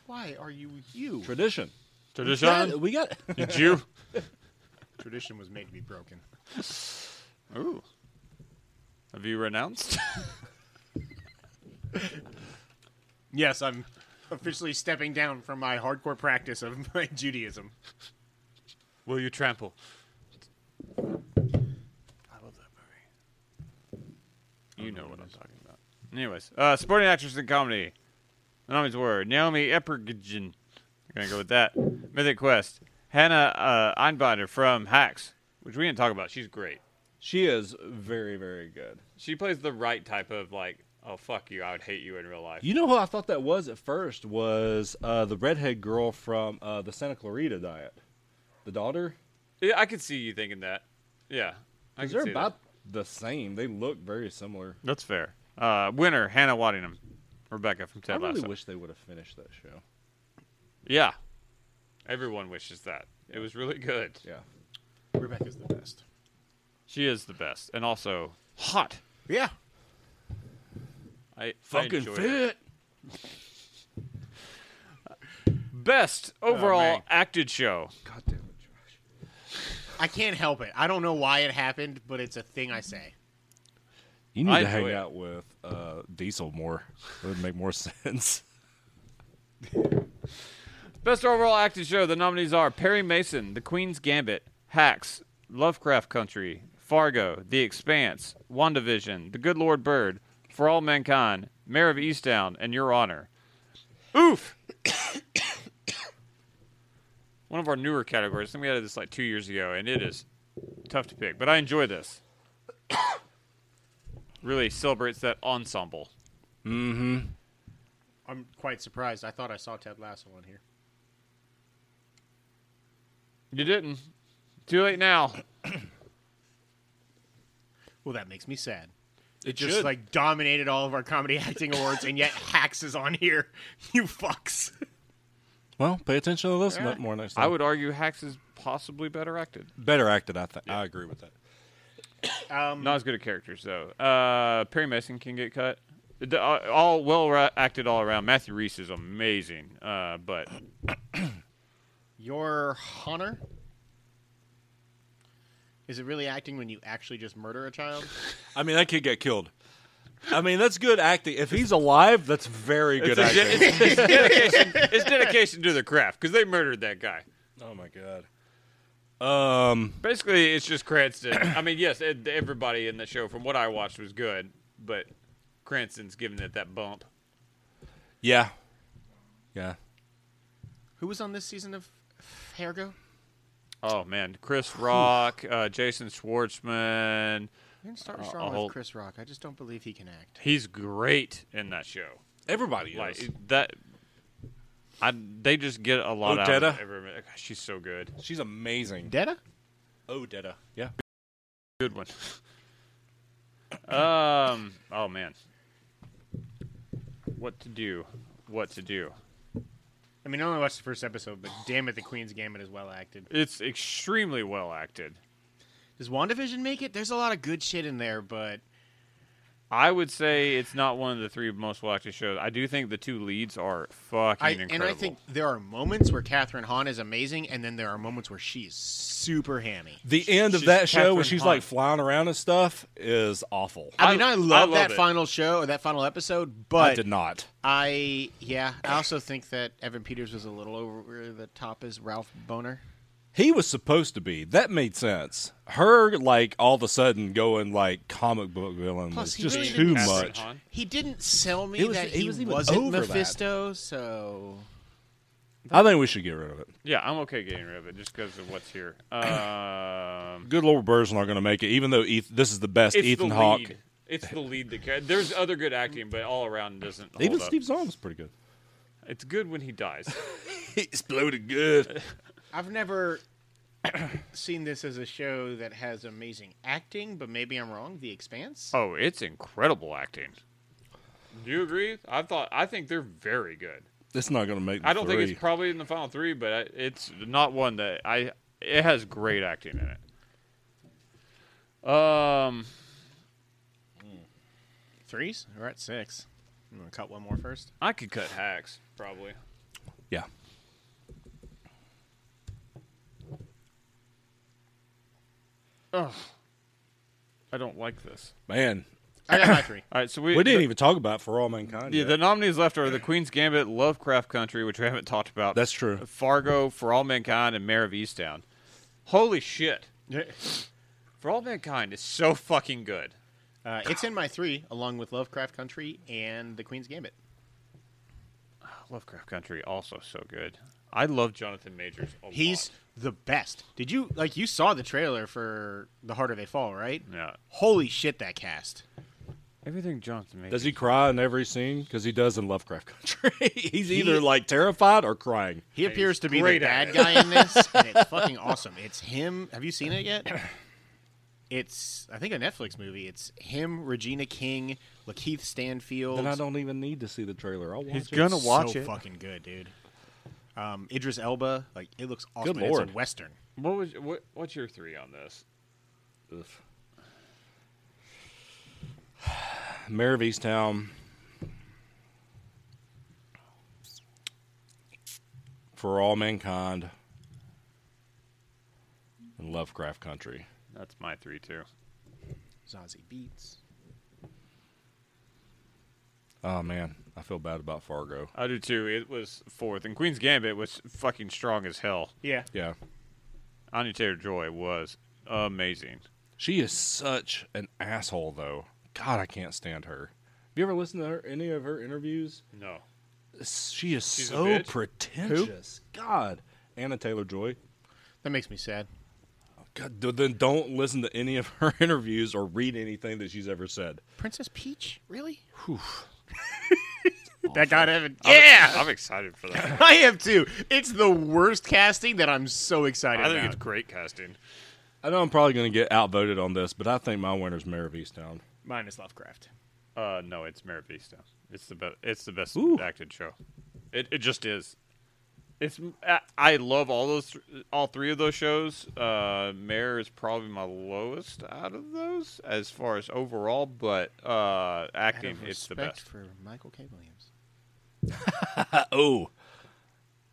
Speaker 2: Why are you you?
Speaker 4: Tradition.
Speaker 1: Tradition,
Speaker 4: we got.
Speaker 1: you Jew.
Speaker 2: Tradition was made to be broken.
Speaker 1: Ooh, have you renounced?
Speaker 2: Yes, I'm officially stepping down from my hardcore practice of my Judaism.
Speaker 1: Will you trample? I love that movie. You know what I'm talking about. Anyways, uh, supporting actress in comedy. The nominees were Naomi Epergigen. We're gonna go with that. Mythic Quest. Hannah uh, Einbinder from Hacks, which we didn't talk about. She's great.
Speaker 4: she is very, very good.
Speaker 1: She plays the right type of like, oh fuck you, I would hate you in real life.
Speaker 4: You know who I thought that was at first was uh, the redhead girl from uh, the Santa Clarita Diet, the daughter.
Speaker 1: Yeah, I could see you thinking that. Yeah, I could
Speaker 4: Because they're
Speaker 1: see that.
Speaker 4: about the same. They look very similar.
Speaker 1: That's fair. Uh, winner Hannah Waddingham, Rebecca from Ted
Speaker 4: I really
Speaker 1: Lasso.
Speaker 4: wish they would have finished that show.
Speaker 1: Yeah. Everyone wishes that. It was really good.
Speaker 4: Yeah.
Speaker 2: Rebecca's the best.
Speaker 1: She is the best and also hot.
Speaker 2: Yeah.
Speaker 1: I I enjoyed her. Best
Speaker 4: Oh,
Speaker 1: overall
Speaker 2: man.
Speaker 1: acted show.
Speaker 4: God damn it, Josh.
Speaker 2: I can't help it. I don't know why it happened, but it's a thing I say.
Speaker 4: You need
Speaker 1: I
Speaker 4: to hang
Speaker 1: enjoy it.
Speaker 4: out with uh, Diesel more. It would make more sense.
Speaker 1: Best overall acted show. The nominees are Perry Mason, The Queen's Gambit, Hacks, Lovecraft Country, Fargo, The Expanse, WandaVision, The Good Lord Bird, For All Mankind, Mayor of Easttown, and Your Honor. Oof. One of our newer categories. I think we added this like two years ago, and it is tough to pick, but I enjoy this. really celebrates that ensemble.
Speaker 2: I'm quite surprised. I thought I saw Ted Lasso on here.
Speaker 1: You didn't. Too late now.
Speaker 2: Well, that makes me sad.
Speaker 1: It
Speaker 2: Just like dominated all of our comedy acting awards, and yet Hacks is on here. You fucks.
Speaker 4: Well, pay attention to this
Speaker 2: Yeah.
Speaker 4: more next time.
Speaker 1: I would argue Hacks is possibly better acted.
Speaker 4: better acted. I think I agree with that.
Speaker 2: Um,
Speaker 1: Not as good at characters though. Uh, Perry Mason can get cut. The- uh, all well ra- acted all around. Matthew Reese is amazing, uh, but
Speaker 2: Your honor? Is it really acting when you actually just murder a child?
Speaker 4: I mean, that kid got killed. I mean, that's good acting. If he's alive, that's very good
Speaker 1: it's,
Speaker 4: acting.
Speaker 1: it's, it's dedication. It's dedication to the craft because they murdered that guy.
Speaker 4: oh my god. Um,
Speaker 1: Basically, it's just Cranston. I mean, yes, it, everybody in the show, from what I watched, was good, but Cranston's giving it that bump.
Speaker 4: yeah, yeah.
Speaker 2: Who was on this season of Fargo?
Speaker 1: Oh man, Chris Rock, uh, Jason Schwartzman,
Speaker 2: You're going to start
Speaker 1: Uh,
Speaker 2: strong
Speaker 1: I'll-
Speaker 2: with Chris Rock. I just don't believe he can act.
Speaker 1: he's great in that show.
Speaker 4: Everybody
Speaker 1: Like
Speaker 4: is.
Speaker 1: that, I they just get a lot out of
Speaker 4: Odetta?
Speaker 1: every. Gosh, she's so good.
Speaker 4: She's amazing.
Speaker 2: Detta?
Speaker 4: Oh, Detta. Yeah.
Speaker 1: Good one. Um. Oh man. What to do? What to do?
Speaker 2: I mean, I only watched the first episode, but damn it, the Queen's Gambit is well acted.
Speaker 1: It's extremely well acted.
Speaker 2: Does WandaVision make it? There's a lot of good shit in there, but
Speaker 1: I would say it's not one of the three most well acted shows. I do think the two leads are fucking
Speaker 2: I
Speaker 1: incredible.
Speaker 2: and I think there are moments where Catherine Hahn is amazing, and then there are moments where she is super hammy.
Speaker 4: The end of
Speaker 1: She's
Speaker 4: that show
Speaker 1: Catherine
Speaker 4: when she's
Speaker 1: Hahn.
Speaker 4: like flying around and stuff is awful.
Speaker 2: I,
Speaker 1: I-
Speaker 2: mean,
Speaker 1: I
Speaker 2: I love,
Speaker 1: love
Speaker 2: that
Speaker 1: it.
Speaker 2: final show or that final episode,
Speaker 4: I
Speaker 2: but
Speaker 4: did not.
Speaker 2: I yeah, I also think that Evan Peters was a little over the top as Ralph Boner.
Speaker 4: He was supposed to be. That made sense. Her like all of a sudden going like comic book villain was
Speaker 2: Plus, he
Speaker 4: just
Speaker 2: really
Speaker 4: too
Speaker 2: didn't have
Speaker 4: much.
Speaker 1: Catherine Hahn?
Speaker 2: He didn't sell me
Speaker 4: He was-
Speaker 2: that
Speaker 4: he
Speaker 2: he,
Speaker 4: was
Speaker 2: was
Speaker 4: even
Speaker 2: not
Speaker 4: over that.
Speaker 2: Mephisto, so
Speaker 4: I think we should get rid of it.
Speaker 1: Yeah, I'm okay getting rid of it just because of what's here. Um,
Speaker 4: Good Lord, Bird's not going to make it. Even though Eth- this is the best
Speaker 1: it's
Speaker 4: Ethan
Speaker 1: the
Speaker 4: Hawke.
Speaker 1: lead. It's the lead that ca- there's other good acting, but all around doesn't. Hold
Speaker 4: Even
Speaker 1: up.
Speaker 4: Steve Zahn was pretty good.
Speaker 1: It's good when he dies.
Speaker 4: He exploded good.
Speaker 2: I've never seen this as a show that has amazing acting, but maybe I'm wrong. The Expanse.
Speaker 1: oh, it's incredible acting. Do you agree? I thought I think they're very good.
Speaker 4: It's not going to make. The
Speaker 1: I don't think
Speaker 4: three.
Speaker 1: it's probably in the final three, but I, it's not one that I. It has great acting in it. Um,
Speaker 2: Threes? We're at six. I'm gonna cut one more first.
Speaker 1: I could cut hacks probably.
Speaker 4: yeah.
Speaker 1: I don't like this.
Speaker 4: Man,
Speaker 2: I got my three.
Speaker 1: All right, so we
Speaker 4: we didn't even talk about For All Mankind.
Speaker 1: Yeah,
Speaker 4: yet.
Speaker 1: the nominees left are The Queen's Gambit, Lovecraft Country, which we haven't talked about.
Speaker 4: That's true.
Speaker 1: Fargo, For All Mankind, and Mayor of Easttown. Holy shit. For All Mankind is so fucking good.
Speaker 2: Uh, it's in my three, along with Lovecraft Country and The Queen's Gambit.
Speaker 1: Lovecraft Country also so good. I love Jonathan Majors a
Speaker 2: He's the best. Did you like you saw the trailer for The Heart of a Fall, right?
Speaker 1: lot. Yeah.
Speaker 2: Holy shit, that cast.
Speaker 1: Everything Jonathan Majors.
Speaker 4: Does he cry in every scene? Because he does in Lovecraft Country. He's either
Speaker 2: He-
Speaker 4: like terrified or crying.
Speaker 2: He appears to be the
Speaker 1: great at
Speaker 2: bad guy in this, and it's fucking awesome. It's him. Have you seen it yet? It's I think a Netflix movie. It's him, Regina King, Lakeith Stanfield.
Speaker 4: Then I don't even need to see the trailer. I'll watch
Speaker 1: He's
Speaker 4: it.
Speaker 1: gonna
Speaker 2: It's
Speaker 1: watch
Speaker 2: so
Speaker 1: it.
Speaker 2: fucking good, dude. Um, Idris Elba, like it looks awesome.
Speaker 4: Good
Speaker 2: and
Speaker 4: lord.
Speaker 2: It's a western.
Speaker 1: What was what, what's your three on this?
Speaker 4: Oof. Mayor of Easttown. For All Mankind. And Lovecraft Country.
Speaker 1: That's my three too.
Speaker 2: Zazie Beats.
Speaker 4: Oh, man. I feel bad about Fargo.
Speaker 1: I do too. It was fourth, and Queen's Gambit was fucking strong as hell.
Speaker 2: Yeah.
Speaker 4: Yeah.
Speaker 1: Anya Taylor Joy was amazing.
Speaker 4: She is such an asshole, though. God, I can't stand her. Have you ever listened to her, any of her interviews?
Speaker 1: No,
Speaker 4: She is
Speaker 1: She's a
Speaker 4: so
Speaker 1: bitch?
Speaker 4: pretentious. God. Anna Taylor Joy.
Speaker 2: That makes me sad.
Speaker 4: God, d- then don't listen to any of her interviews or read anything that she's ever said.
Speaker 2: Princess Peach, really? that got Evan. yeah,
Speaker 1: I'm excited for that.
Speaker 2: I am too. It's the worst casting that I'm so excited
Speaker 1: I think
Speaker 2: about.
Speaker 1: it's great casting.
Speaker 4: I know I'm probably going to get outvoted on this, but I think my winner's Mayor of Easttown.
Speaker 2: Mine is Lovecraft.
Speaker 1: Uh, no, it's Mare Vista. It's the best. It's the best
Speaker 4: Ooh.
Speaker 1: acted show. It it just is. It's I- I love all those th- all three of those shows. Uh, Mare is probably my lowest out of those as far as overall, but uh, acting it's the best.
Speaker 2: for Michael K. Williams.
Speaker 4: Uh oh.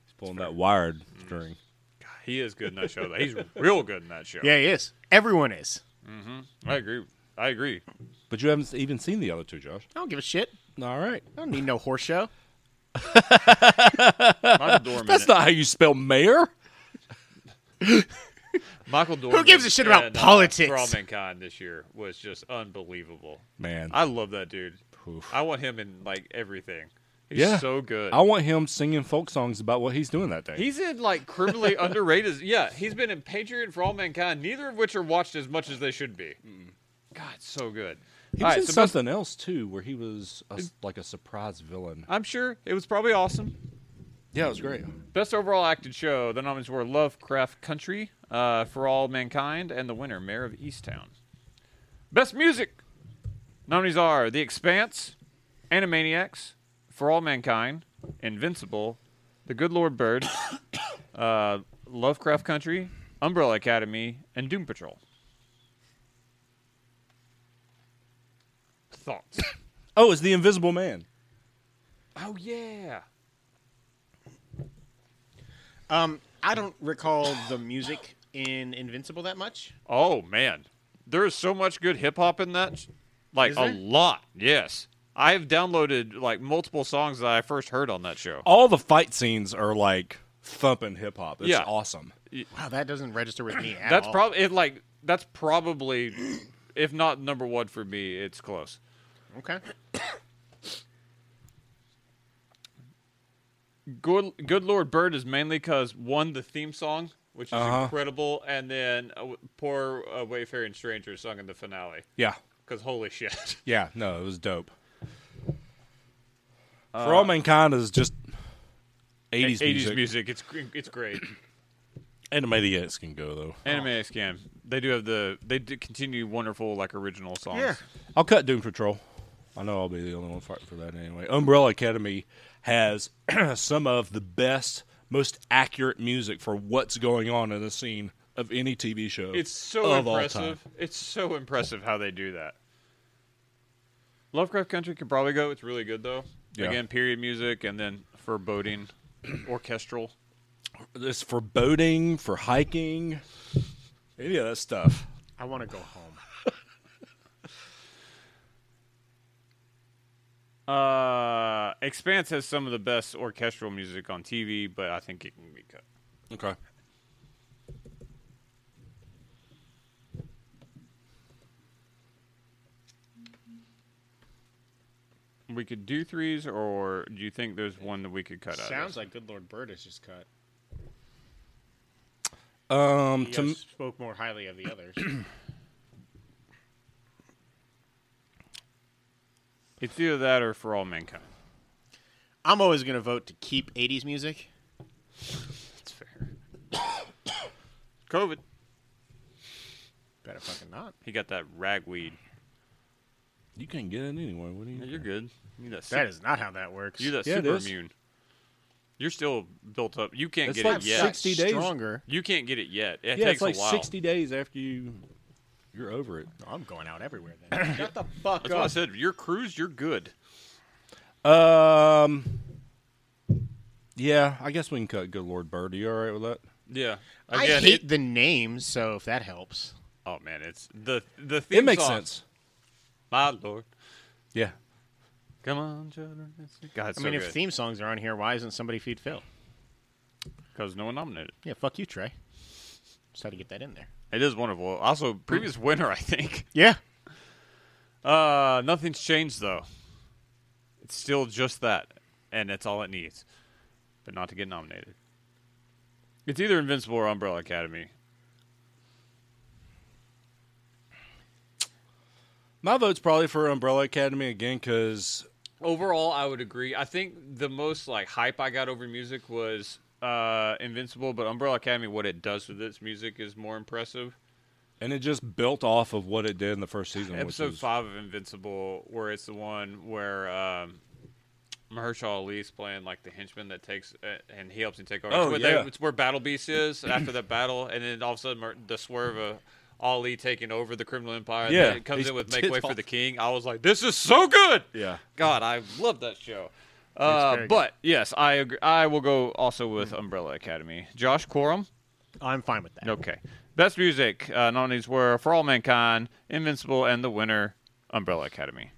Speaker 4: He's pulling that wired string.
Speaker 1: He is good in that show. though. He's real good in that show.
Speaker 2: Yeah, he is. Everyone is.
Speaker 1: I agree. I agree.
Speaker 4: But you haven't s- even seen the other two, Josh.
Speaker 2: I don't give a shit.
Speaker 4: All right.
Speaker 2: I don't need no horse show.
Speaker 1: Michael Dorman.
Speaker 4: That's not how you spell mayor.
Speaker 1: Michael Dorman.
Speaker 2: gives a shit about
Speaker 1: and,
Speaker 2: politics?
Speaker 1: Uh, For all mankind this year was just unbelievable.
Speaker 4: Man.
Speaker 1: I love that dude.
Speaker 4: Oof.
Speaker 1: I want him in like everything. He's
Speaker 4: Yeah.
Speaker 1: so good.
Speaker 4: I want him singing folk songs about what he's doing that day.
Speaker 1: he's in like criminally underrated. Yeah, he's been in Patriot for All Mankind, neither of which are watched as much as they should be. God, so good.
Speaker 4: He
Speaker 1: All
Speaker 4: was
Speaker 1: right,
Speaker 4: in
Speaker 1: so best-
Speaker 4: something else too, where he was a s like a surprise villain. Mm-hmm.
Speaker 1: I'm sure it was probably awesome.
Speaker 4: Yeah, it was great.
Speaker 1: Best overall acted show. The nominees were Lovecraft Country, uh, For All Mankind, and the winner, Mayor of Easttown. Best music. Nominees are The Expanse, Animaniacs, For All Mankind, Invincible, The Good Lord Bird, uh, Lovecraft Country, Umbrella Academy, and Doom Patrol. Thoughts?
Speaker 4: Oh, it's the Invisible Man.
Speaker 1: oh yeah.
Speaker 2: Um, I don't recall the music in Invincible that much.
Speaker 1: Oh man, there is so much good hip hop in that, like
Speaker 2: Is
Speaker 1: a
Speaker 2: there?
Speaker 1: lot. Yes, I've downloaded like multiple songs that I first heard on that show.
Speaker 2: Oh,
Speaker 4: All the fight scenes are like thumping hip hop. It's
Speaker 1: Yeah.
Speaker 4: awesome.
Speaker 2: Wow, that doesn't register with me at
Speaker 1: that's
Speaker 2: all.
Speaker 1: probably it. Like that's probably, if not number one for me, it's close.
Speaker 2: okay.
Speaker 1: Good, good Lord Bird is mainly because one, the theme song, which is
Speaker 4: Uh-huh.
Speaker 1: incredible, and then uh, poor uh, Wayfaring Stranger sung in the finale.
Speaker 4: Yeah.
Speaker 1: Because holy shit.
Speaker 4: Yeah. No, it was dope. For All Mankind is just 80s,
Speaker 1: 80s
Speaker 4: music.
Speaker 1: music. It's gr- it's great.
Speaker 4: Animaniacs can go, though.
Speaker 2: Oh.
Speaker 1: Anime scan. They do have the they do continue wonderful like original songs.
Speaker 2: Yeah.
Speaker 4: I'll cut Doom Patrol. I know I'll be the only one fighting for that anyway. Umbrella Academy has some of the best, most accurate music for what's going on in a scene of any TV show.
Speaker 1: It's so
Speaker 4: of all
Speaker 1: impressive.
Speaker 4: time.
Speaker 1: It's so impressive how they do that. Lovecraft Country could probably go. It's really good though.
Speaker 4: Yeah.
Speaker 1: Again, period music and then foreboding, orchestral.
Speaker 4: It's for boating, for hiking, any of that stuff.
Speaker 2: I want to go home.
Speaker 1: Uh, Expanse has some of the best orchestral music on TV, but I think it can be cut.
Speaker 4: Okay.
Speaker 1: We could do threes, or do you think there's one that we could cut out? of
Speaker 2: Sounds
Speaker 1: this?
Speaker 2: like Good Lord Bird is just cut.
Speaker 4: Um,
Speaker 2: You
Speaker 4: to m-
Speaker 2: guys spoke more highly of the others.
Speaker 1: it's either that or for all mankind.
Speaker 2: I'm always going to vote to keep 80s music.
Speaker 1: That's fair. COVID.
Speaker 2: Better fucking not.
Speaker 1: He got that ragweed.
Speaker 4: you can get in anywhere. What do you?
Speaker 1: You're good. You that,
Speaker 2: That is not how that works.
Speaker 1: You're that
Speaker 4: Yeah, it
Speaker 1: super
Speaker 4: is.
Speaker 1: immune. You're still built up. You can't
Speaker 4: It's
Speaker 1: get
Speaker 4: like
Speaker 1: it yet.
Speaker 2: got
Speaker 4: 60 days.
Speaker 2: Stronger.
Speaker 1: You can't get it yet. It
Speaker 4: yeah,
Speaker 1: takes
Speaker 4: it's like
Speaker 1: a while.
Speaker 4: sixty days after you you're over it.
Speaker 2: I'm going out everywhere then. Shut the fuck
Speaker 1: That's what I
Speaker 2: up.
Speaker 1: said. Your cruise, you're good.
Speaker 4: Um. Yeah, I guess we can cut. Good Lord, Bird, are you all right with that?
Speaker 1: Yeah.
Speaker 2: I
Speaker 1: Again,
Speaker 2: hate
Speaker 1: it-
Speaker 2: the name, so if that helps.
Speaker 1: oh man, it's the the theme
Speaker 4: It makes
Speaker 1: song.
Speaker 4: sense.
Speaker 1: My lord,
Speaker 4: Yeah.
Speaker 1: come on, children. It's- God, it's
Speaker 2: I mean,
Speaker 1: so
Speaker 2: if theme songs are on here, why isn't somebody feed Phil?
Speaker 1: because no one nominated.
Speaker 2: Yeah, fuck you, Trey. Just had to get that in there.
Speaker 1: It is wonderful. Also, previous winner, I think.
Speaker 2: Yeah.
Speaker 1: Uh, nothing's changed though. It's still just that, and that's all it needs, but not to get nominated. It's either Invincible or Umbrella Academy.
Speaker 4: My vote's probably for Umbrella Academy again because
Speaker 1: overall i would agree i think the most like hype i got over music was uh invincible but umbrella academy what it does with its music is more impressive
Speaker 4: and it just built off of what it did in the first season. which
Speaker 1: episode
Speaker 4: was-
Speaker 1: five of invincible where it's the one where um Mahershala Ali's playing like the henchman that takes uh, and he helps him take over.
Speaker 4: Oh,
Speaker 1: it's, where
Speaker 4: yeah.
Speaker 1: it's where Battle Beast is after that battle, and then all of a sudden Mer- the swerve of Ali taking over the criminal empire. and
Speaker 4: Yeah,
Speaker 1: then it comes
Speaker 4: he's
Speaker 1: in with Make Way for
Speaker 4: off.
Speaker 1: the King. I was like, this is so good.
Speaker 4: Yeah.
Speaker 1: God, I love that show. Uh,
Speaker 2: very good.
Speaker 1: but yes, I agree. I will go also with
Speaker 4: Hmm.
Speaker 1: Umbrella Academy. Josh Quorum.
Speaker 2: I'm fine with that.
Speaker 1: Okay. Best music uh, nominees were For All Mankind, Invincible, and the winner, Umbrella Academy.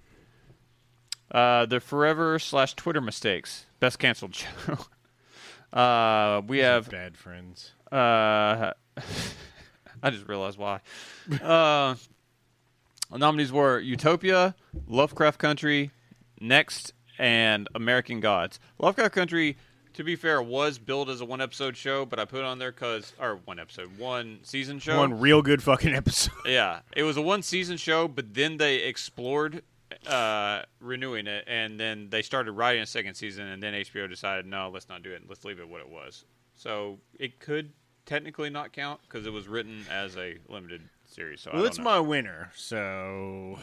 Speaker 1: Uh, the Forever slash Twitter mistakes. Best canceled show. uh, we have
Speaker 2: Bad friends.
Speaker 1: uh, I just realized why. Uh, the nominees were Utopia, Lovecraft Country, Next, and American Gods. Lovecraft Country, to be fair, was billed as a one episode show, but I put it on there because, or one episode, one season show.
Speaker 2: One real good fucking episode.
Speaker 1: Yeah, it was a one season show, but then they explored uh, renewing it, and then they started writing a second season, and then HBO decided, no, let's not do it. Let's leave it what it was. So it could technically not count because it was written as a limited series. So I
Speaker 2: Well,
Speaker 1: don't
Speaker 2: it's
Speaker 1: know.
Speaker 2: my winner, so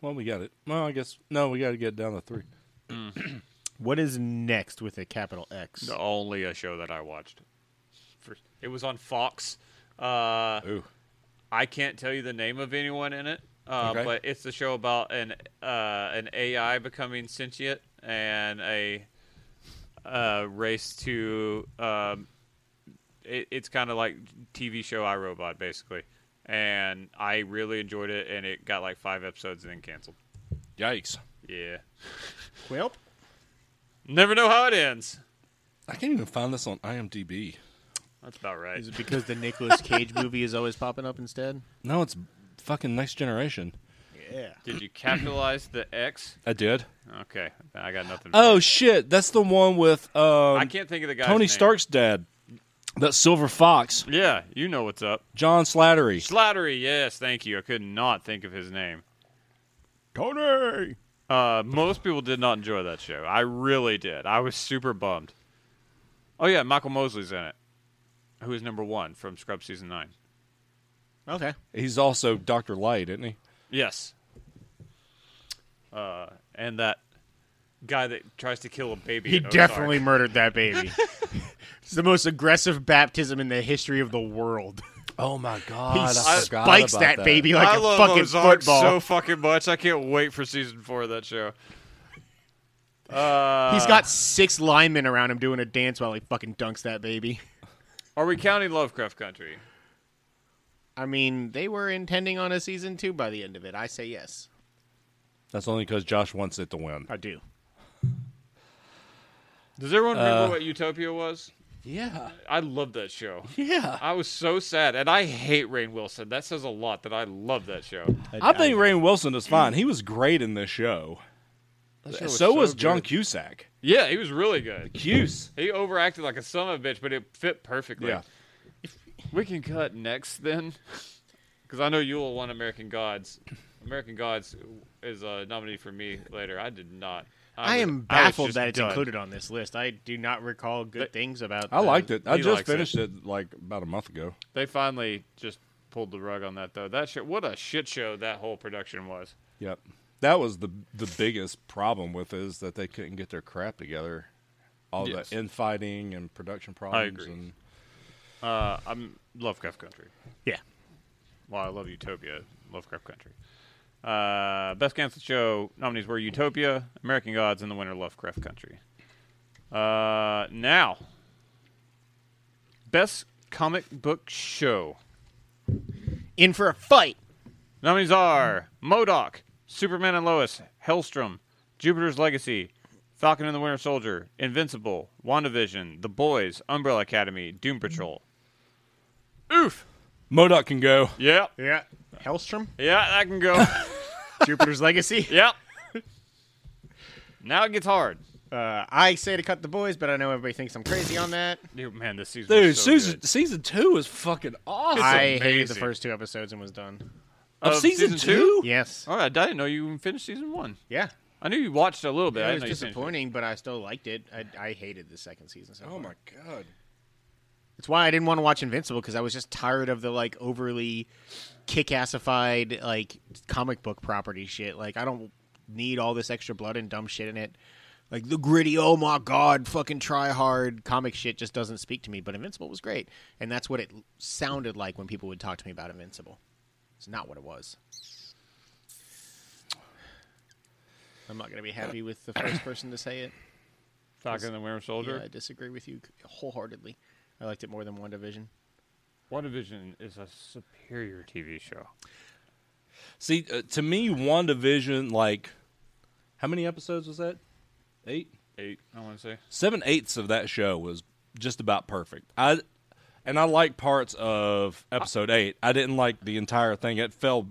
Speaker 4: Well, we got it. Well, I guess no, we got to get down to three.
Speaker 2: What is next with a capital X?
Speaker 1: The only uh, show that I watched. For, it was on Fox. Uh,
Speaker 4: Ooh,
Speaker 1: I can't tell you the name of anyone in it, uh,
Speaker 4: Okay.
Speaker 1: but it's the show about an uh, an AI becoming sentient and a uh, race to. Um, it, it's kind of like TV show iRobot, basically. And I really enjoyed it, and it got like five episodes and then canceled.
Speaker 4: yikes!
Speaker 1: Yeah,
Speaker 2: Welp.
Speaker 1: never know how it ends.
Speaker 4: I can't even find this on IMDb.
Speaker 1: That's about right.
Speaker 2: Is it because the Nicolas Cage movie is always popping up instead?
Speaker 4: No, it's fucking Next Generation.
Speaker 2: Yeah.
Speaker 1: Did you capitalize the X?
Speaker 4: I did.
Speaker 1: Okay, I got nothing. for
Speaker 4: Oh
Speaker 1: you.
Speaker 4: shit, that's the one with um,
Speaker 1: I can't think of the guy.
Speaker 4: Tony Stark's dad. That Silver Fox,
Speaker 1: Yeah, you know what's up.
Speaker 4: John Slattery.
Speaker 1: Slattery, yes, thank you. I could not think of his name.
Speaker 2: Tony.
Speaker 1: Uh, most people did not enjoy that show. I really did. I was super bummed. Oh yeah, Michael Mosley's in it, who is number one from Scrubs season nine.
Speaker 2: Okay.
Speaker 4: He's also Doctor Light, isn't he?
Speaker 1: Yes. Uh, and that guy that tries to kill a baby. Oh,
Speaker 2: He
Speaker 1: in Ozark.
Speaker 2: definitely murdered that baby. it's the most aggressive baptism in the history of the world.
Speaker 4: Oh my god!
Speaker 2: He
Speaker 4: I forgot
Speaker 2: spikes
Speaker 4: about
Speaker 2: that, baby like
Speaker 1: I
Speaker 2: a
Speaker 1: love
Speaker 2: fucking
Speaker 1: Ozark
Speaker 2: football.
Speaker 1: so fucking much. I can't wait for season four of that show. Uh,
Speaker 2: He's got six linemen around him doing a dance while he fucking dunks that baby.
Speaker 1: Are we counting Lovecraft Country?
Speaker 2: I mean, they were intending on a season two by the end of it. I say yes.
Speaker 4: That's only because Josh wants it to win.
Speaker 2: I do.
Speaker 1: Does everyone
Speaker 2: Uh,
Speaker 1: remember what Utopia was?
Speaker 4: Yeah,
Speaker 1: I loved that show.
Speaker 4: yeah.
Speaker 1: I was so sad, and I hate Rain Wilson. That says a lot that I love that show.
Speaker 4: I think Rain Wilson is fine. He was great in this show.
Speaker 1: That show
Speaker 4: So,
Speaker 1: was
Speaker 4: was John
Speaker 1: good.
Speaker 4: Cusack.
Speaker 1: Yeah, he was really good.
Speaker 4: Cuse.
Speaker 1: He overacted like a son of a bitch, but it fit perfectly.
Speaker 4: Yeah.
Speaker 1: We can cut next then, because I know you'll want American Gods. American Gods is a nominee for me later. I did not.
Speaker 2: I,
Speaker 1: was-
Speaker 2: am
Speaker 1: I was
Speaker 2: baffled
Speaker 1: just
Speaker 2: that it's
Speaker 1: done.
Speaker 2: included on this list. I do not recall good
Speaker 1: But-
Speaker 2: things about.
Speaker 4: I
Speaker 2: the-
Speaker 4: liked it. I
Speaker 1: He
Speaker 4: just
Speaker 1: likes it.
Speaker 4: finished it. like about a month ago.
Speaker 1: They finally just pulled the rug on that though. That shit, what a shit show that whole production was.
Speaker 4: Yep. That was the the biggest problem with it is that they couldn't get their crap together. All
Speaker 1: Yes.
Speaker 4: the infighting and production problems.
Speaker 1: agree.
Speaker 4: And
Speaker 1: Uh, I'm Lovecraft Country.
Speaker 2: Yeah.
Speaker 1: Well, I love Utopia, Lovecraft Country. Uh, best canceled show nominees were Utopia, American Gods, and the winner Lovecraft Country. Uh, now, best comic book show
Speaker 2: In for a fight.
Speaker 1: nominees are Modoc, Superman and Lois, Hellstrom, Jupiter's Legacy, Falcon and the Winter Soldier, Invincible, WandaVision, The Boys, Umbrella Academy, Doom Patrol. Oof.
Speaker 4: Modoc can go.
Speaker 1: Yeah,
Speaker 2: Yeah. Hellstrom,
Speaker 1: yeah, that can go.
Speaker 2: Jupiter's Legacy.
Speaker 1: Yep. now it gets hard.
Speaker 2: Uh, I say to cut the boys, but I know everybody thinks I'm crazy on that.
Speaker 1: Dude, man, this season
Speaker 4: Dude,
Speaker 1: was so
Speaker 4: season
Speaker 1: good.
Speaker 4: season two is fucking awesome.
Speaker 2: I hated the
Speaker 1: amazing.
Speaker 2: first two episodes and was done.
Speaker 4: of
Speaker 1: Of
Speaker 4: season,
Speaker 1: season
Speaker 4: two?
Speaker 2: Yes.
Speaker 1: All right, I didn't know you even finished season one.
Speaker 2: Yeah.
Speaker 1: I knew you watched a little bit. I
Speaker 2: it
Speaker 1: didn't
Speaker 2: was
Speaker 1: know you finished
Speaker 2: disappointing, but I still liked it. I, I hated the second season. So
Speaker 4: Oh
Speaker 2: far.
Speaker 4: my god.
Speaker 2: It's why I didn't want to watch Invincible because I was just tired of the like overly kick-assified like comic book property shit. Like I don't need all this extra blood and dumb shit in it. Like the gritty, oh my god, fucking try hard comic shit just doesn't speak to me. But Invincible was great, and that's what it l- sounded like when people would talk to me about Invincible. It's not what it was. I'm not gonna be happy with the first person to say it.
Speaker 1: Falcon and the Winter
Speaker 2: Yeah, I
Speaker 1: Soldier.
Speaker 2: disagree with you wholeheartedly. I liked it more than One Division.
Speaker 1: WandaVision is a superior TV show.
Speaker 4: See, uh, to me, WandaVision, like, how many episodes was that? Eight?
Speaker 1: Eight, I want to say.
Speaker 4: Seven eighths of that show was just about perfect. I and I like parts of episode eight. I didn't like the entire thing. It fell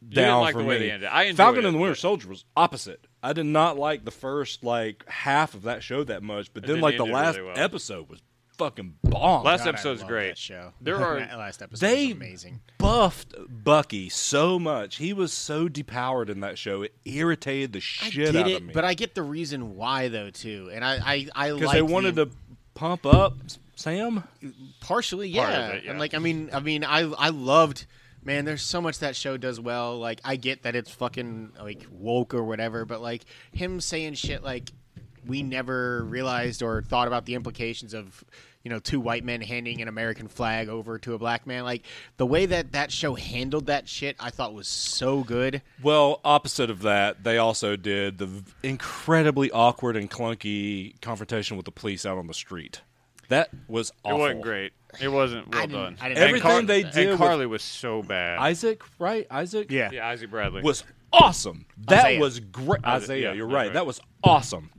Speaker 1: didn't
Speaker 4: down
Speaker 1: like
Speaker 4: for
Speaker 1: the way
Speaker 4: me.
Speaker 1: they ended. I enjoyed
Speaker 4: Falcon
Speaker 1: it,
Speaker 4: and the Winter
Speaker 1: but-
Speaker 4: Soldier was opposite. I did not like the first like half of that show that much, but
Speaker 1: And
Speaker 4: then,
Speaker 1: then
Speaker 4: like
Speaker 1: it
Speaker 4: the
Speaker 1: ended
Speaker 4: last
Speaker 1: really well.
Speaker 4: episode was fucking bomb.
Speaker 1: Last
Speaker 2: God, I
Speaker 1: episode's
Speaker 2: love
Speaker 1: great.
Speaker 2: that show.
Speaker 1: There are-
Speaker 2: that last episode
Speaker 4: they
Speaker 2: was amazing.
Speaker 4: buffed Bucky so much. He was so depowered in that show. It irritated the shit
Speaker 2: I did
Speaker 4: out
Speaker 2: it,
Speaker 4: of me.
Speaker 2: but I get the reason why though too, and I I, I
Speaker 4: because
Speaker 2: like
Speaker 4: they wanted to pump up Sam.
Speaker 2: partially yeah.
Speaker 1: Part of it, yeah.
Speaker 2: and like I mean I mean I I loved man, there's so much that show does well. Like, I get that it's fucking like woke or whatever, but like him saying shit like we never realized or thought about the implications of you know two white men handing an American flag over to a black man. Like the way that that show handled that shit, I thought was so good.
Speaker 4: Well, opposite of that, they also did the v- incredibly awkward and clunky confrontation with the police out on the street. That was
Speaker 1: It
Speaker 4: awful.
Speaker 1: wasn't great. It wasn't well
Speaker 2: I
Speaker 1: done.
Speaker 2: didn't- I didn't
Speaker 1: And
Speaker 4: Everything
Speaker 1: Car-
Speaker 4: they did
Speaker 1: and
Speaker 4: with-
Speaker 1: Carly was so bad.
Speaker 4: Isaac, right? Isaac.
Speaker 1: yeah, Isaac Bradley.
Speaker 4: was awesome. That
Speaker 2: Isaiah.
Speaker 4: was great. Isaiah,
Speaker 1: yeah,
Speaker 4: you're
Speaker 1: that's
Speaker 4: right.
Speaker 1: right.
Speaker 4: That was awesome.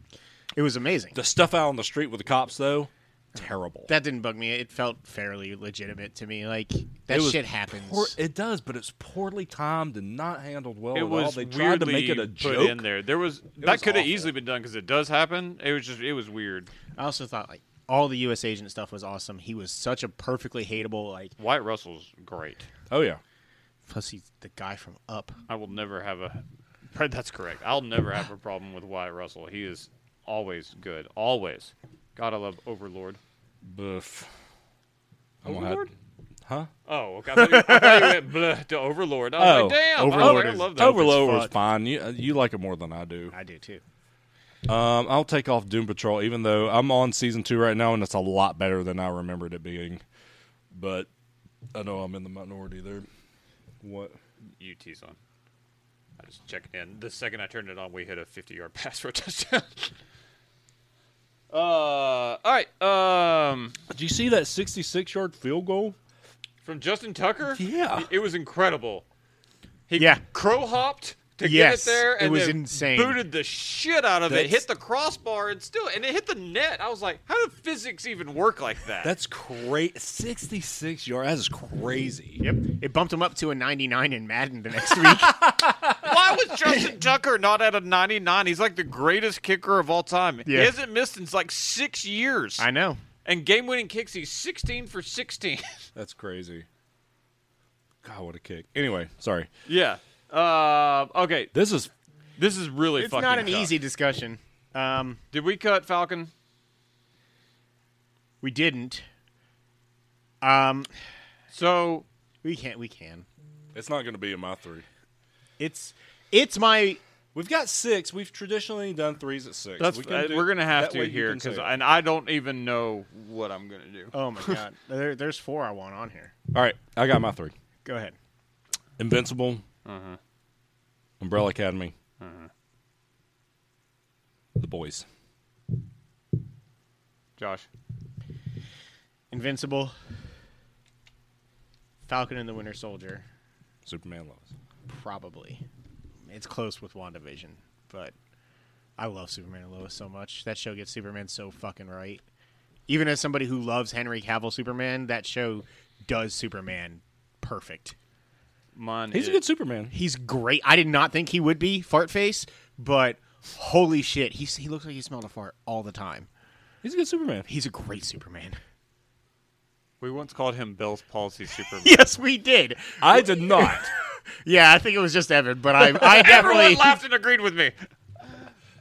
Speaker 2: it was amazing.
Speaker 4: The stuff out on the street with the cops, though, terrible.
Speaker 2: that didn't bug me. It felt fairly legitimate to me. Like that
Speaker 4: It was
Speaker 2: shit happens.
Speaker 4: poor- it does, but it's poorly timed and not handled well.
Speaker 1: it
Speaker 4: at all.
Speaker 1: was
Speaker 4: They
Speaker 1: weirdly
Speaker 4: tried to make it a
Speaker 1: put
Speaker 4: joke.
Speaker 1: in there. There was that
Speaker 4: was
Speaker 1: could have
Speaker 4: awful.
Speaker 1: easily been done because it does happen. It was just it was weird.
Speaker 2: I also thought like all the U.S. agent stuff was awesome. He was such a perfectly hateable like.
Speaker 1: White Russell's great.
Speaker 4: Oh yeah.
Speaker 2: Plus, he's the guy from Up.
Speaker 1: I will never have a. Fred, That's correct. I'll never have a problem with Wyatt Russell. He is always good. Always. God, I love Overlord.
Speaker 4: Boof. I'm gonna have-
Speaker 1: Overlord?
Speaker 4: Huh?
Speaker 1: Oh, okay. I thought you, I thought you went bleh to Overlord. I was
Speaker 4: Oh,
Speaker 1: like, damn.
Speaker 4: Overlord
Speaker 1: I
Speaker 4: is-
Speaker 1: love that.
Speaker 4: Overlord was fine. You uh, you like it more than I do.
Speaker 2: I do too.
Speaker 4: Um, I'll take off Doom Patrol, even though I'm on season two right now, and it's a lot better than I remembered it being. But I know I'm in the minority there. What?
Speaker 1: You tease on. I just checked in. The second I turned it on, we hit a 50 yard pass for a touchdown. uh, all right. Um,
Speaker 4: Did you see that 66 yard field goal?
Speaker 1: from Justin Tucker?
Speaker 4: Yeah.
Speaker 1: It, it was incredible. He
Speaker 2: Yeah.
Speaker 1: crow hopped to
Speaker 2: Yes,
Speaker 1: get it there
Speaker 2: it
Speaker 1: and
Speaker 2: was
Speaker 1: then
Speaker 2: insane.
Speaker 1: booted the shit out of it,
Speaker 4: That's-
Speaker 1: hit the crossbar and still and it hit the net. I was like, how did physics even work like that?
Speaker 4: That's great. 66 yard. That is crazy.
Speaker 2: Yep. It bumped him up to a 99 in Madden the next week.
Speaker 1: Why was Justin Tucker not at a 99? He's like the greatest kicker of all time. He
Speaker 2: Yeah.
Speaker 1: hasn't missed in like 6 years.
Speaker 2: I know.
Speaker 1: and game-winning kicks he's 16 for 16.
Speaker 4: That's crazy. God, what a kick. Anyway, sorry.
Speaker 1: yeah. Uh, okay,
Speaker 4: This is.
Speaker 1: this is really
Speaker 2: It's
Speaker 1: fucking
Speaker 2: not an
Speaker 1: tough.
Speaker 2: easy discussion. Um,
Speaker 1: Did we cut Falcon?
Speaker 2: we didn't. Um,
Speaker 1: So
Speaker 2: we can't. We can.
Speaker 4: It's not going to be in my three.
Speaker 2: It's it's my
Speaker 4: We've got six. We've traditionally done threes at six.
Speaker 1: That's
Speaker 4: we
Speaker 1: we
Speaker 4: can do-
Speaker 1: we're gonna have
Speaker 4: that way
Speaker 1: to
Speaker 4: you
Speaker 1: here
Speaker 4: can say
Speaker 1: because
Speaker 4: it.
Speaker 1: and I don't even know what I'm gonna do.
Speaker 2: oh my god. There, there's four I want on here.
Speaker 4: All right, I got my three.
Speaker 2: Go ahead.
Speaker 4: Invincible,
Speaker 1: Uh-huh.
Speaker 4: Umbrella Academy, The Boys.
Speaker 1: Josh,
Speaker 2: Invincible. Falcon and the Winter Soldier.
Speaker 4: Superman loves.
Speaker 2: Probably. It's close with WandaVision, but I love Superman and Lois so much. That show gets Superman so fucking right. Even as somebody who loves Henry Cavill Superman, that show does Superman perfect.
Speaker 1: mine.
Speaker 4: He's a
Speaker 1: is-
Speaker 4: good Superman.
Speaker 2: He's great. I did not think he would be fart face, but holy shit, he's, he looks like he smelled a fart all the time.
Speaker 4: He's a good Superman.
Speaker 2: He's a great Superman.
Speaker 1: We once called him Bell's palsy Superman.
Speaker 2: yes, we did.
Speaker 4: I did not.
Speaker 2: Yeah, I think it was just Evan, but I, I definitely
Speaker 1: Everyone laughed and agreed with me.
Speaker 4: Just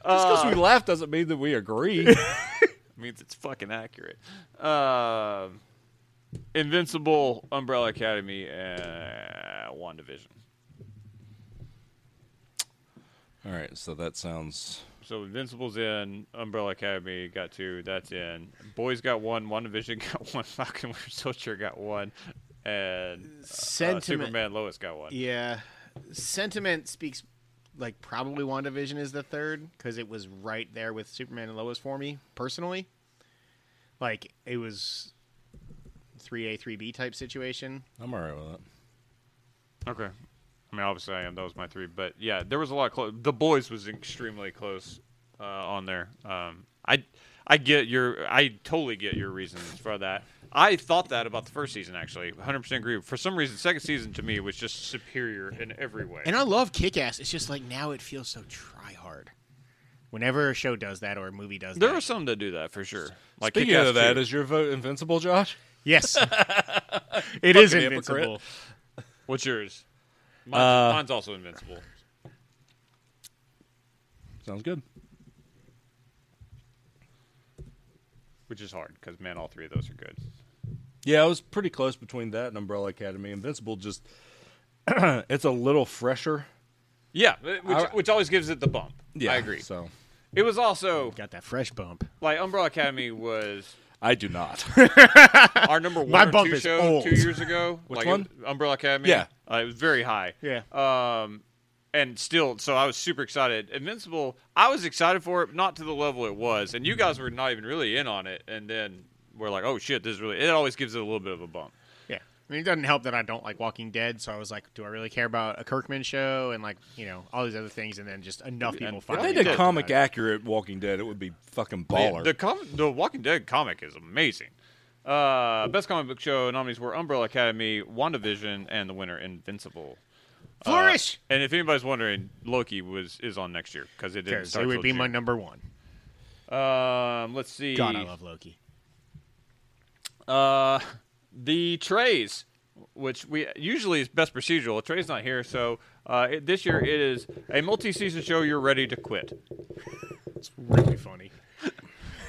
Speaker 4: because
Speaker 1: Uh.
Speaker 4: we laugh doesn't mean that we agree.
Speaker 1: Means it's fucking accurate. Um Invincible, Umbrella Academy, uh, WandaVision.
Speaker 4: All right, so that sounds.
Speaker 1: So Invincible's in, Umbrella Academy got two, that's in. Boys got one, WandaVision got one, Falcon Winter Soldier got one, and uh,
Speaker 2: sentiment.
Speaker 1: Superman Lois got one.
Speaker 2: Yeah, sentiment speaks like probably WandaVision is the third because it was right there with Superman and Lois for me personally. Like it was three A three B type situation.
Speaker 4: I'm all right with that.
Speaker 1: Okay. I mean, obviously I am. That was my three, but yeah, there was a lot. Close. The boys was extremely close uh, on there. Um, I, I get your, I totally get your reasons for that. I thought that about the first season, actually, 100 percent agree. For some reason, second season to me was just superior in every way.
Speaker 2: And I love Kick Ass. It's just like now it feels so try hard. Whenever a show does that or a movie does
Speaker 1: there
Speaker 2: that,
Speaker 1: are some that do that for sure. Like
Speaker 4: Speaking
Speaker 1: Kick-Ass
Speaker 4: of that,
Speaker 1: 2.
Speaker 4: is your vote invincible, Josh?
Speaker 2: yes, it is
Speaker 4: Fucking
Speaker 2: invincible.
Speaker 4: hypocrite.
Speaker 1: what's yours? Mine's,
Speaker 4: Uh,
Speaker 1: mine's also invincible.
Speaker 4: Sounds good.
Speaker 1: Which is hard because man, all three of those are good.
Speaker 4: Yeah, I was pretty close between that and Umbrella Academy. Invincible just it's a little fresher.
Speaker 1: Yeah, which,
Speaker 4: I-
Speaker 1: which always gives it the bump.
Speaker 4: Yeah,
Speaker 1: I agree.
Speaker 4: So
Speaker 1: It was also
Speaker 2: Got that fresh bump.
Speaker 1: like Umbrella Academy was
Speaker 4: I do not.
Speaker 1: our number one
Speaker 2: My
Speaker 1: or
Speaker 2: bump
Speaker 1: two
Speaker 2: is
Speaker 1: show
Speaker 2: old.
Speaker 1: two years ago. Which like
Speaker 4: one?
Speaker 1: Umbrella Academy.
Speaker 4: Yeah.
Speaker 1: uh, it was very high.
Speaker 2: Yeah.
Speaker 1: Um, and still, so I was super excited. Invincible, I was excited for it, not to the level it was, and you guys were not even really in on it. And then we're like, oh shit, this is really. It always gives it a little bit of a bump.
Speaker 2: Yeah. I mean, it doesn't help that I don't like Walking Dead, so I was like, do I really care about a Kirkman show and like, you know, all these other things? And then just enough people
Speaker 1: if
Speaker 2: finally.
Speaker 1: they
Speaker 4: if
Speaker 1: did
Speaker 4: they did
Speaker 2: talked
Speaker 4: comic
Speaker 2: about it.
Speaker 4: accurate Walking Dead, it would be fucking
Speaker 1: Yeah,
Speaker 4: baller.
Speaker 1: The com- the Walking Dead comic is amazing. Uh, best comic book show nominees were Umbrella Academy, WandaVision, and the winner Invincible. Uh,
Speaker 2: Flourish.
Speaker 1: and if anybody's wondering, Loki was is on next year because it didn't
Speaker 2: Because
Speaker 1: start.
Speaker 2: it would
Speaker 1: till
Speaker 2: be my
Speaker 1: June.
Speaker 2: number one.
Speaker 1: Um, let's see.
Speaker 2: God, I love Loki.
Speaker 1: Uh, the trays, which we usually is best procedural. Trey's not here, so uh, it, this year it is a multi-season show. You're ready to quit.
Speaker 2: It's really funny.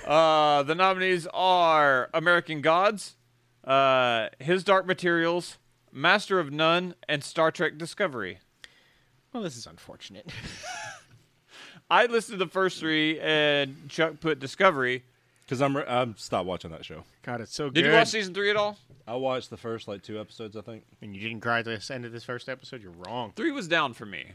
Speaker 1: Uh, the nominees are American Gods, uh, His Dark Materials, Master of None, and Star Trek Discovery.
Speaker 2: Well, this is unfortunate.
Speaker 1: I listed the first three, and Chuck put Discovery.
Speaker 4: Because I'm, re- I'm stop watching that show.
Speaker 2: God, it's so good.
Speaker 1: Did you watch season three at all?
Speaker 4: I watched the first like two episodes, I think.
Speaker 2: and you didn't cry at this end of this first episode? You're wrong.
Speaker 1: Three was down for me.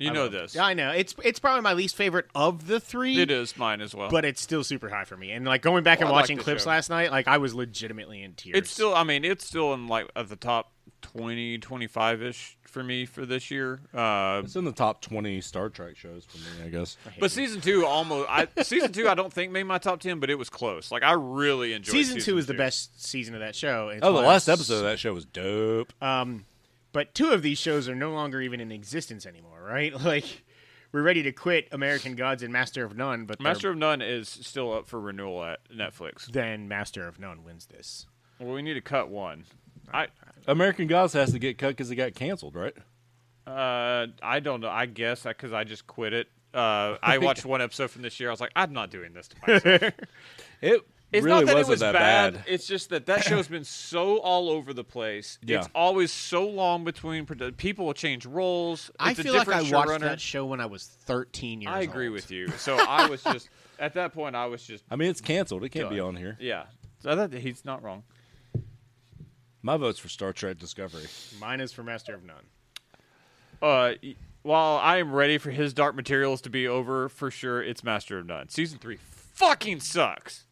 Speaker 1: You know this.
Speaker 2: I know it's it's probably my least favorite of the three.
Speaker 1: It is mine as well.
Speaker 2: but it's still super high for me. And like going back
Speaker 1: Well,
Speaker 2: and
Speaker 1: I like
Speaker 2: watching
Speaker 1: this
Speaker 2: clips
Speaker 1: show.
Speaker 2: last night, like I was legitimately in tears.
Speaker 1: It's still, I mean, it's still in like at the top 20, 25 ish for me for this year. Uh,
Speaker 4: It's in the top 20 Star Trek shows for me, I guess.
Speaker 1: but season two almost, I, season two, I don't think made my top 10, but it was close. Like, I really enjoyed
Speaker 2: season,
Speaker 1: season
Speaker 2: two is the best season of that show. It's
Speaker 4: Oh, the
Speaker 2: why
Speaker 4: last
Speaker 2: I'm
Speaker 4: episode of that show was dope.
Speaker 2: But two of these shows are no longer even in existence anymore, right? Like we're ready to quit American Gods and Master of None, but they're-
Speaker 1: Master of None is still up for renewal at Netflix.
Speaker 2: then Master of None wins this.
Speaker 1: Well, we need to cut one. I
Speaker 4: American Gods has to get cut because it got canceled, right?
Speaker 1: uh, I don't know. I guess because I just quit it. Uh, I watched one episode from this year. I was like, I'm not doing this to myself.
Speaker 4: It
Speaker 1: It's not
Speaker 4: really
Speaker 1: that
Speaker 4: wasn't
Speaker 1: it was
Speaker 4: that
Speaker 1: bad.
Speaker 4: bad.
Speaker 1: It's just that that show's been so all over the place.
Speaker 4: Yeah.
Speaker 1: It's always so long between produ- people will change roles.
Speaker 2: I
Speaker 1: It's a
Speaker 2: feel like I
Speaker 1: different
Speaker 2: watched
Speaker 1: showrunner.
Speaker 2: that show when I was 13 years
Speaker 1: I agree
Speaker 2: old.
Speaker 1: with you. So I was just at that point. I was just
Speaker 4: I mean, it's canceled. It can't be on here.
Speaker 1: yeah. So I thought that he's not wrong.
Speaker 4: My vote's for Star Trek Discovery.
Speaker 2: Mine is for Master of None.
Speaker 1: uh, y- while I am ready for his Dark Materials to be over for sure, it's Master of None. Season three fucking sucks.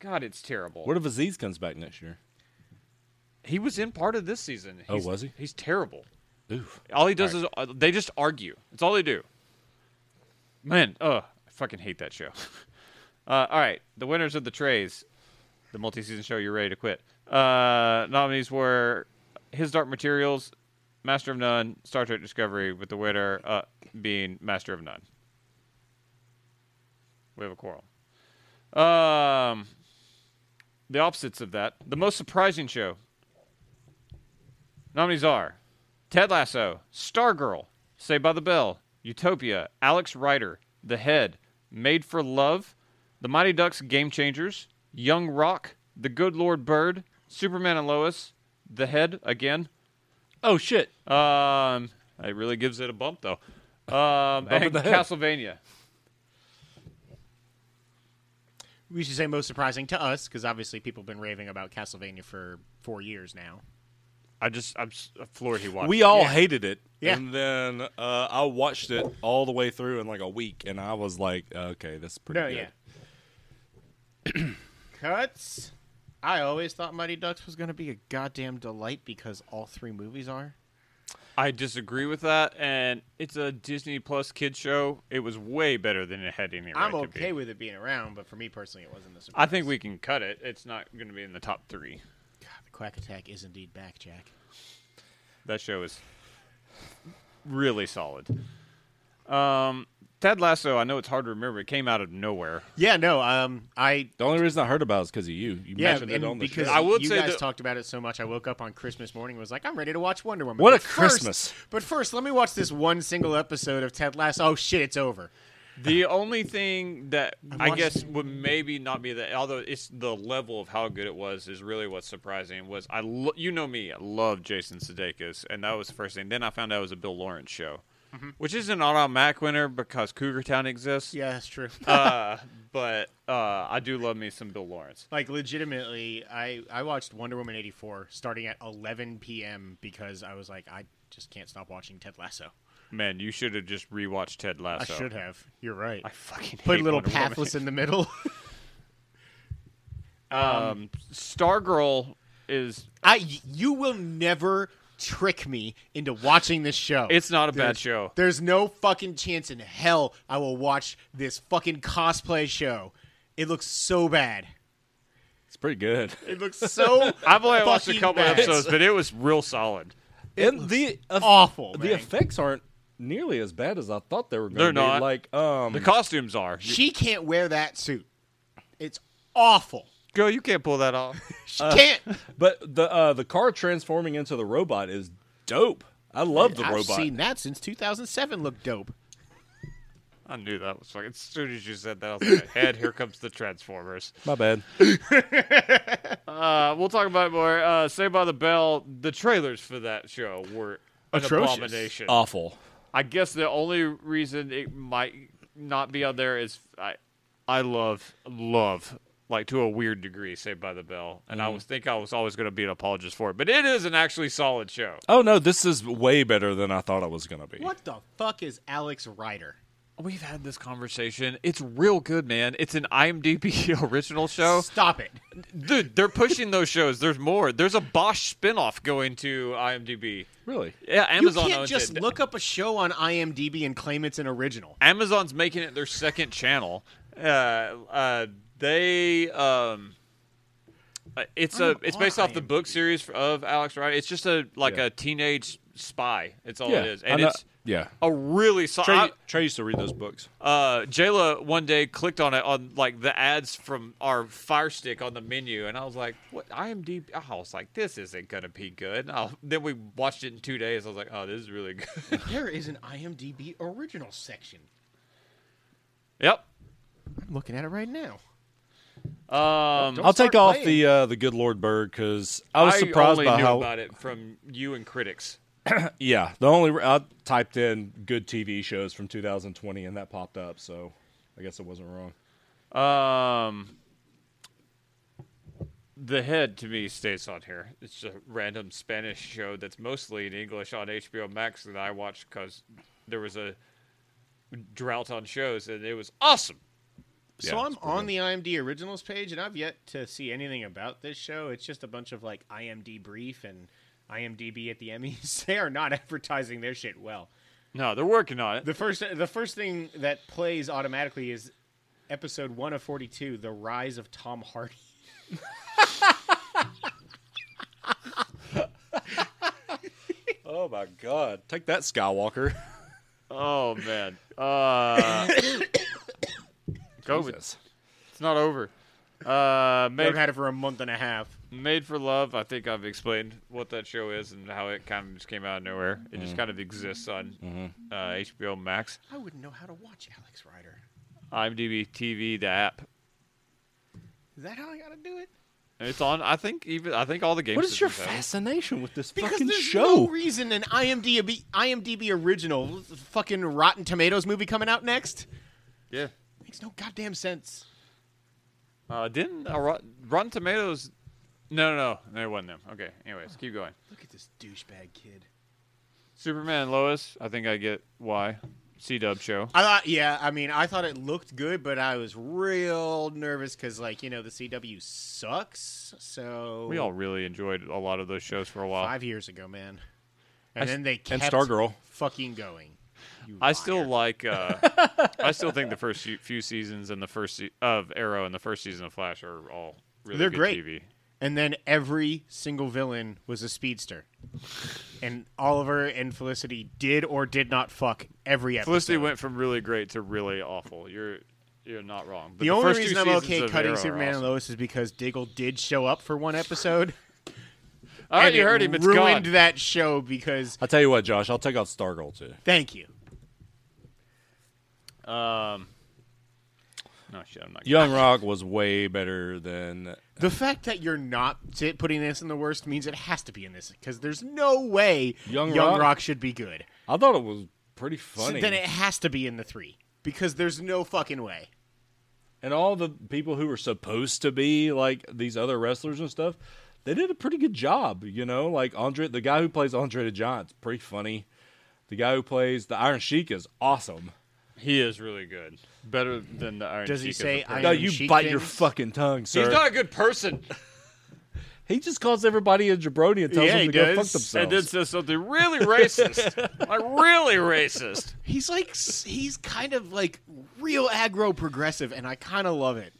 Speaker 1: God, it's terrible.
Speaker 4: What if Aziz comes back next year?
Speaker 1: he was in part of this season.
Speaker 4: Oh,
Speaker 1: He's-
Speaker 4: was he?
Speaker 1: He's terrible.
Speaker 4: Ooh.
Speaker 1: All he does is uh, they just argue. That's all they do. Man, uh, I fucking hate that show. Uh, all right, the winners of the trays, the multi-season show. You're ready to quit. Uh, nominees were His Dark Materials, Master of None, Star Trek Discovery, with the winner uh, being Master of None. We have a quarrel. Um, the opposites of that. The most surprising show. Nominees are Ted Lasso, Stargirl, Saved by the Bell, Utopia, Alex Rider, The Head, Made for Love, The Mighty Ducks Game Changers, Young Rock, The Good Lord Bird, Superman and Lois, The Head again.
Speaker 4: Oh, shit.
Speaker 1: Um, it really gives it a bump though. Um,
Speaker 4: in
Speaker 1: and
Speaker 4: the head.
Speaker 1: Castlevania.
Speaker 2: We should say most surprising to us because obviously people have been raving about Castlevania for four years now.
Speaker 1: I just I'm s- floored he watched.
Speaker 4: We all
Speaker 2: Uh, Yeah.
Speaker 4: hated it.
Speaker 2: Yeah.
Speaker 4: And then uh, I watched it all the way through in like a week, and I was like, okay, this is pretty
Speaker 2: No,
Speaker 4: good.
Speaker 2: yeah. Cuts. I always thought Mighty Ducks was going to be a goddamn delight because all three movies are.
Speaker 1: I disagree with that, and it's a Disney Plus kids show. It was way better than it had any right
Speaker 2: I'm
Speaker 1: to be.
Speaker 2: okay with it being around, but for me personally, it wasn't the surprise.
Speaker 1: I think we can cut it. It's not going to be in the top three.
Speaker 2: God, the Quack Attack is indeed back, Jack.
Speaker 1: That show is really solid. Um, Ted Lasso, I know it's hard to remember. It came out of nowhere.
Speaker 2: Yeah, no, um, I
Speaker 4: The only reason I heard about it is because of you. You
Speaker 2: yeah,
Speaker 4: mentioned it
Speaker 2: and
Speaker 4: on the
Speaker 2: because
Speaker 4: show.
Speaker 1: I will
Speaker 2: you
Speaker 1: say
Speaker 2: guys
Speaker 1: that-
Speaker 2: talked about it so much, I woke up on Christmas morning and was like, I'm ready to watch Wonder Woman.
Speaker 4: What
Speaker 2: But
Speaker 4: a
Speaker 2: first-
Speaker 4: Christmas.
Speaker 2: but first, let me watch this one single episode of Ted Lasso. Oh shit, it's over.
Speaker 1: The only thing that I,
Speaker 2: watched-
Speaker 1: guess would maybe not be that, although it's the level of how good it was, is really what's surprising. Was I? Lo- you know me, I love Jason Sudeikis, and that was the first thing. Then I found out it was a Bill Lawrence show, which is an automatic winner because Cougar Town exists.
Speaker 2: Mm-hmm. Yeah, that's true.
Speaker 1: Uh, but uh, I do love me some Bill Lawrence.
Speaker 2: Like legitimately, I I watched Wonder Woman eighty four starting at eleven p.m. because I was like, I just can't stop watching Ted Lasso.
Speaker 1: Man, you should have just rewatched Ted
Speaker 2: I
Speaker 1: Lasso.
Speaker 2: should have. You're right.
Speaker 1: I fucking
Speaker 2: Put
Speaker 1: hate
Speaker 2: a little
Speaker 1: Wonder Woman.
Speaker 2: pathless in the middle.
Speaker 1: Um, Stargirl is
Speaker 2: I you will never trick me into watching this show.
Speaker 1: it's not a bad
Speaker 2: There's-
Speaker 1: show.
Speaker 2: There's no fucking chance in hell I will watch this fucking cosplay show. It looks so bad.
Speaker 4: It's pretty good.
Speaker 2: It looks so.
Speaker 1: I've only watched a
Speaker 2: fucking
Speaker 1: couple
Speaker 2: bad.
Speaker 1: episodes, but it was real solid.
Speaker 4: and the
Speaker 2: awful,
Speaker 4: The
Speaker 2: man.
Speaker 4: effects aren't nearly as bad as I thought they were going to
Speaker 1: They're
Speaker 4: be.
Speaker 1: not.
Speaker 4: Like um,
Speaker 1: The costumes are.
Speaker 2: She can't wear that suit. It's awful.
Speaker 1: Girl, you can't pull that off.
Speaker 2: She can't.
Speaker 4: but the uh, the car transforming into the robot is dope. I love the
Speaker 2: I've
Speaker 4: robot.
Speaker 2: seen that since 2007. Look dope.
Speaker 1: I knew that was like as soon as you said that, I was like, "Head, here comes the Transformers."
Speaker 4: My bad.
Speaker 1: Uh, we'll talk about it more. Uh, Say by the Bell. The trailers for that show were an
Speaker 2: Atrocious.
Speaker 1: abomination.
Speaker 4: Awful.
Speaker 1: I guess the only reason it might not be on there is I, I love love like to a weird degree Saved by the Bell, and I was think I was always going to be an apologist for it, but it is an actually solid show.
Speaker 4: Oh no, this is way better than I thought it was going to be.
Speaker 2: What the fuck is Alex Ryder?
Speaker 1: We've had this conversation. It's real good, man. It's an IMDb original show.
Speaker 2: Stop it.
Speaker 1: Dude, they're pushing those shows. There's more. There's a Bosch spinoff going to IMDb.
Speaker 4: Really?
Speaker 1: Yeah, Amazon
Speaker 2: you can't
Speaker 1: owns
Speaker 2: just
Speaker 1: it.
Speaker 2: look up a show on IMDb and claim it's an original.
Speaker 1: Amazon's making it their second channel. Uh, uh, they um, uh, it's a
Speaker 2: I'm
Speaker 1: it's based
Speaker 2: on
Speaker 1: off the book series of Alex Wright. It's just a like
Speaker 4: Yeah.
Speaker 1: a teenage spy. It's all
Speaker 4: Yeah.
Speaker 1: it is,
Speaker 4: I
Speaker 1: and
Speaker 4: know-
Speaker 1: it's
Speaker 4: yeah.
Speaker 1: a really so-
Speaker 4: Trey,
Speaker 1: I-
Speaker 4: Trey used to read those books.
Speaker 1: uh, Jayla one day clicked on it on like the ads from our Fire Stick on the menu, and I was like, "What IMDb?" I was like, "This isn't gonna be good." And I'll, then we watched it in two days. I was like, "Oh, this is really good."
Speaker 2: There is an IMDb original section.
Speaker 1: yep.
Speaker 2: I'm looking at it right now.
Speaker 1: Um,
Speaker 2: Don't
Speaker 4: I'll take
Speaker 2: start
Speaker 4: off the uh, the good Lord Bird because I was surprised
Speaker 1: only
Speaker 4: by
Speaker 1: knew
Speaker 4: how.
Speaker 1: about it from you and critics.
Speaker 4: Yeah, the only re- I typed in good TV shows from 2020 and that popped up, so I guess I wasn't wrong.
Speaker 1: Um, the head to me stays on here. It's a random Spanish show that's mostly in English on HBO Max that I watched because there was a drought on shows and it was awesome.
Speaker 2: So
Speaker 4: Yeah,
Speaker 2: I'm
Speaker 4: it's pretty
Speaker 2: on the IMDb originals page, and I've yet to see anything about this show. It's just a bunch of like IMDb brief and IMDb at the Emmys. They are not advertising their shit well.
Speaker 1: No, they're working on it.
Speaker 2: The first, the first thing that plays automatically is episode one of forty-two, "The Rise of Tom Hardy."
Speaker 4: Oh my God! Take that, Skywalker.
Speaker 1: Oh man, uh, COVID.
Speaker 4: Jesus.
Speaker 1: It's not over. Uh,
Speaker 2: They've
Speaker 1: made,
Speaker 2: had it for a month and a half.
Speaker 1: made for Love. I think I've explained what that show is and how it kind of just came out of nowhere. It
Speaker 4: Mm-hmm.
Speaker 1: just kind of exists on uh, HBO Max.
Speaker 2: I wouldn't know how to watch Alex Ryder.
Speaker 1: IMDb TV, the app.
Speaker 2: Is that how I gotta do it?
Speaker 1: And It's on. I think even. I think all the games.
Speaker 4: What is your
Speaker 1: systems have it.
Speaker 4: fascination with this
Speaker 2: Because
Speaker 4: fucking
Speaker 2: there's
Speaker 4: show?
Speaker 2: no reason an IMDb IMDb original fucking Rotten Tomatoes movie coming out next
Speaker 1: Yeah.
Speaker 2: makes no goddamn sense.
Speaker 1: Uh, didn't uh, Rot- Rotten Tomatoes? No, no, no. It wasn't them. Okay. Anyways, keep going.
Speaker 2: Look at this douchebag kid.
Speaker 1: Superman and Lois. I think I get why. C Dub show.
Speaker 2: I thought, yeah, I mean, I thought it looked good, but I was real nervous because, like, you know, the CW sucks. So
Speaker 1: We all really enjoyed a lot of those shows for a while.
Speaker 2: five years ago, man, and
Speaker 1: I
Speaker 2: then they
Speaker 4: and
Speaker 2: kept
Speaker 4: Stargirl.
Speaker 2: fucking going. You
Speaker 1: I still
Speaker 2: liar.
Speaker 1: like. Uh, I still think the first few- few seasons and the first se- of Arrow and the first season of Flash are all really
Speaker 2: They're
Speaker 1: good
Speaker 2: great.
Speaker 1: TV.
Speaker 2: And then every single villain was a speedster, and Oliver and Felicity did or did not fuck every episode.
Speaker 1: Felicity went from really great to really awful. You're you're not wrong. But
Speaker 2: The, only
Speaker 1: first two
Speaker 2: reason I'm
Speaker 1: seasons
Speaker 2: okay
Speaker 1: of
Speaker 2: cutting
Speaker 1: Arrow are
Speaker 2: Superman
Speaker 1: awesome.
Speaker 2: and Lois is because Diggle did show up for one episode.
Speaker 1: All right,
Speaker 2: and
Speaker 1: you
Speaker 2: it
Speaker 1: heard him. It's gone.
Speaker 2: ruined that show because
Speaker 4: I tell you what, Josh, I'll take off Stargirl too.
Speaker 2: thank you.
Speaker 1: Um, no shit, I'm not.
Speaker 4: Young Rock was way better than
Speaker 2: The fact that you're not t- putting this in the worst means it has to be in this because there's no way
Speaker 4: Young Rock?
Speaker 2: Rock? should be good.
Speaker 4: I thought it was pretty
Speaker 2: So
Speaker 4: funny.
Speaker 2: then it has to be in the three because there's no fucking way.
Speaker 4: and all the people who were supposed to be like these other wrestlers and stuff, they did a pretty good job, you know. Like Andre, the guy who plays Andre the Giant's pretty funny. The guy who plays the Iron Sheik is awesome.
Speaker 1: He is really good. Better than the Iron
Speaker 2: Does he
Speaker 1: Sheik as
Speaker 2: say
Speaker 1: a person.
Speaker 2: Iron
Speaker 4: No, you
Speaker 2: Sheik
Speaker 4: bite
Speaker 2: things?
Speaker 4: your fucking tongue, sir.
Speaker 1: He's not a good person.
Speaker 4: he just calls everybody a jabroni and tells
Speaker 2: Yeah,
Speaker 4: them
Speaker 2: he
Speaker 4: to go fuck
Speaker 1: And
Speaker 2: does.
Speaker 4: themselves.
Speaker 1: then says something really racist. like, really racist.
Speaker 2: He's like s- he's kind of like real aggro progressive, and I kind of love it.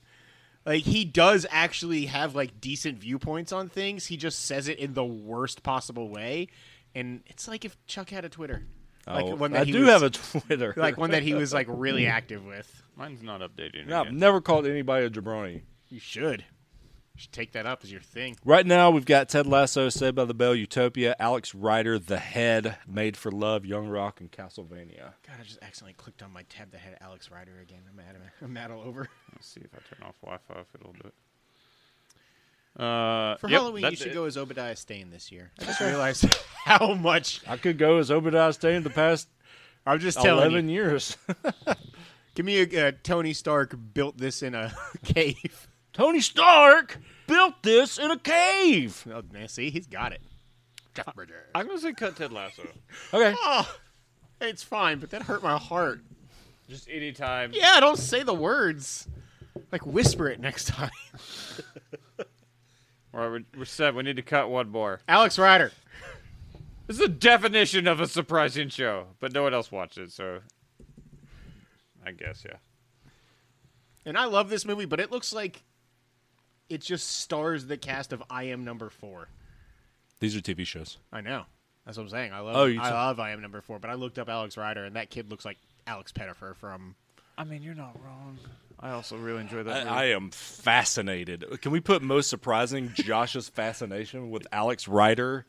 Speaker 2: Like he does actually have like decent viewpoints on things. He just says it in the worst possible way, and it's like if Chuck had a Twitter, like
Speaker 4: Oh,
Speaker 2: one that
Speaker 4: I
Speaker 2: he
Speaker 4: do
Speaker 2: was,
Speaker 4: have a Twitter.
Speaker 2: like one that he was like really active with.
Speaker 1: Mine's not updated.
Speaker 4: No, I've never called anybody a jabroni.
Speaker 2: You should. You should take that up as your thing.
Speaker 4: Right now, we've got Ted Lasso, Saved by the Bell, Utopia, Alex Ryder, The Head, Made for Love, Young Rock, and Castlevania.
Speaker 2: God, I just accidentally clicked on my tab that had Alex Ryder again. I'm mad. I'm mad all over.
Speaker 1: Let's see if I turn off Wi-Fi if it'll do it. Uh,
Speaker 2: For
Speaker 1: yep,
Speaker 2: Halloween, you
Speaker 1: that's
Speaker 2: should
Speaker 1: it.
Speaker 2: go as Obadiah Stane this year. I just realized how much.
Speaker 4: I could go as Obadiah Stane the past
Speaker 2: I'm just telling you.
Speaker 4: 11 years.
Speaker 2: Give me a uh, Tony Stark built this in a cave.
Speaker 4: Tony Stark built this in a cave.
Speaker 2: Oh, man, see, he's got it. Jeff Bridger.
Speaker 1: I'm gonna say cut Ted Lasso.
Speaker 4: Okay.
Speaker 2: Oh, it's fine, but that hurt my heart.
Speaker 1: Just anytime.
Speaker 2: Yeah, don't say the words. Like whisper it next time.
Speaker 1: All right, we're, we're set. We need to cut one more.
Speaker 2: Alex Ryder.
Speaker 1: This is the definition of a surprising show, but no one else watched it, so I guess yeah.
Speaker 2: And I love this movie, but it looks like it just stars the cast of I Am Number Four.
Speaker 4: These are TV shows.
Speaker 2: I know. That's what I'm saying. I love.
Speaker 4: Oh, you
Speaker 2: I
Speaker 4: took-
Speaker 2: love I Am Number Four. But I looked up Alex Ryder, and that kid looks like Alex Pettifer from.
Speaker 1: I mean, you're not wrong. I also really enjoy that.
Speaker 4: I,
Speaker 1: movie.
Speaker 4: I am fascinated. Can we put most surprising Josh's fascination with Alex Ryder?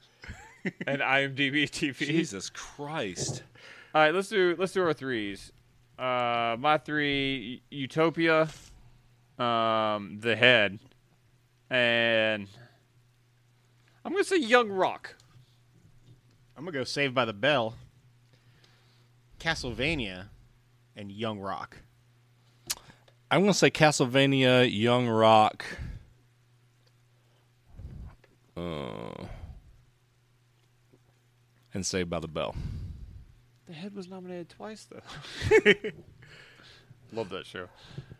Speaker 1: and IMDb TV.
Speaker 4: Jesus Christ.
Speaker 1: All right, let's do let's do our threes. Uh, my three: U- Utopia, um, The Head, and I'm gonna say Young Rock.
Speaker 2: I'm gonna go Saved by the Bell, Castlevania, and Young Rock.
Speaker 4: I'm going to say Castlevania, Young Rock. Uh, and Saved by the Bell.
Speaker 1: The Head was nominated twice though. Love that show.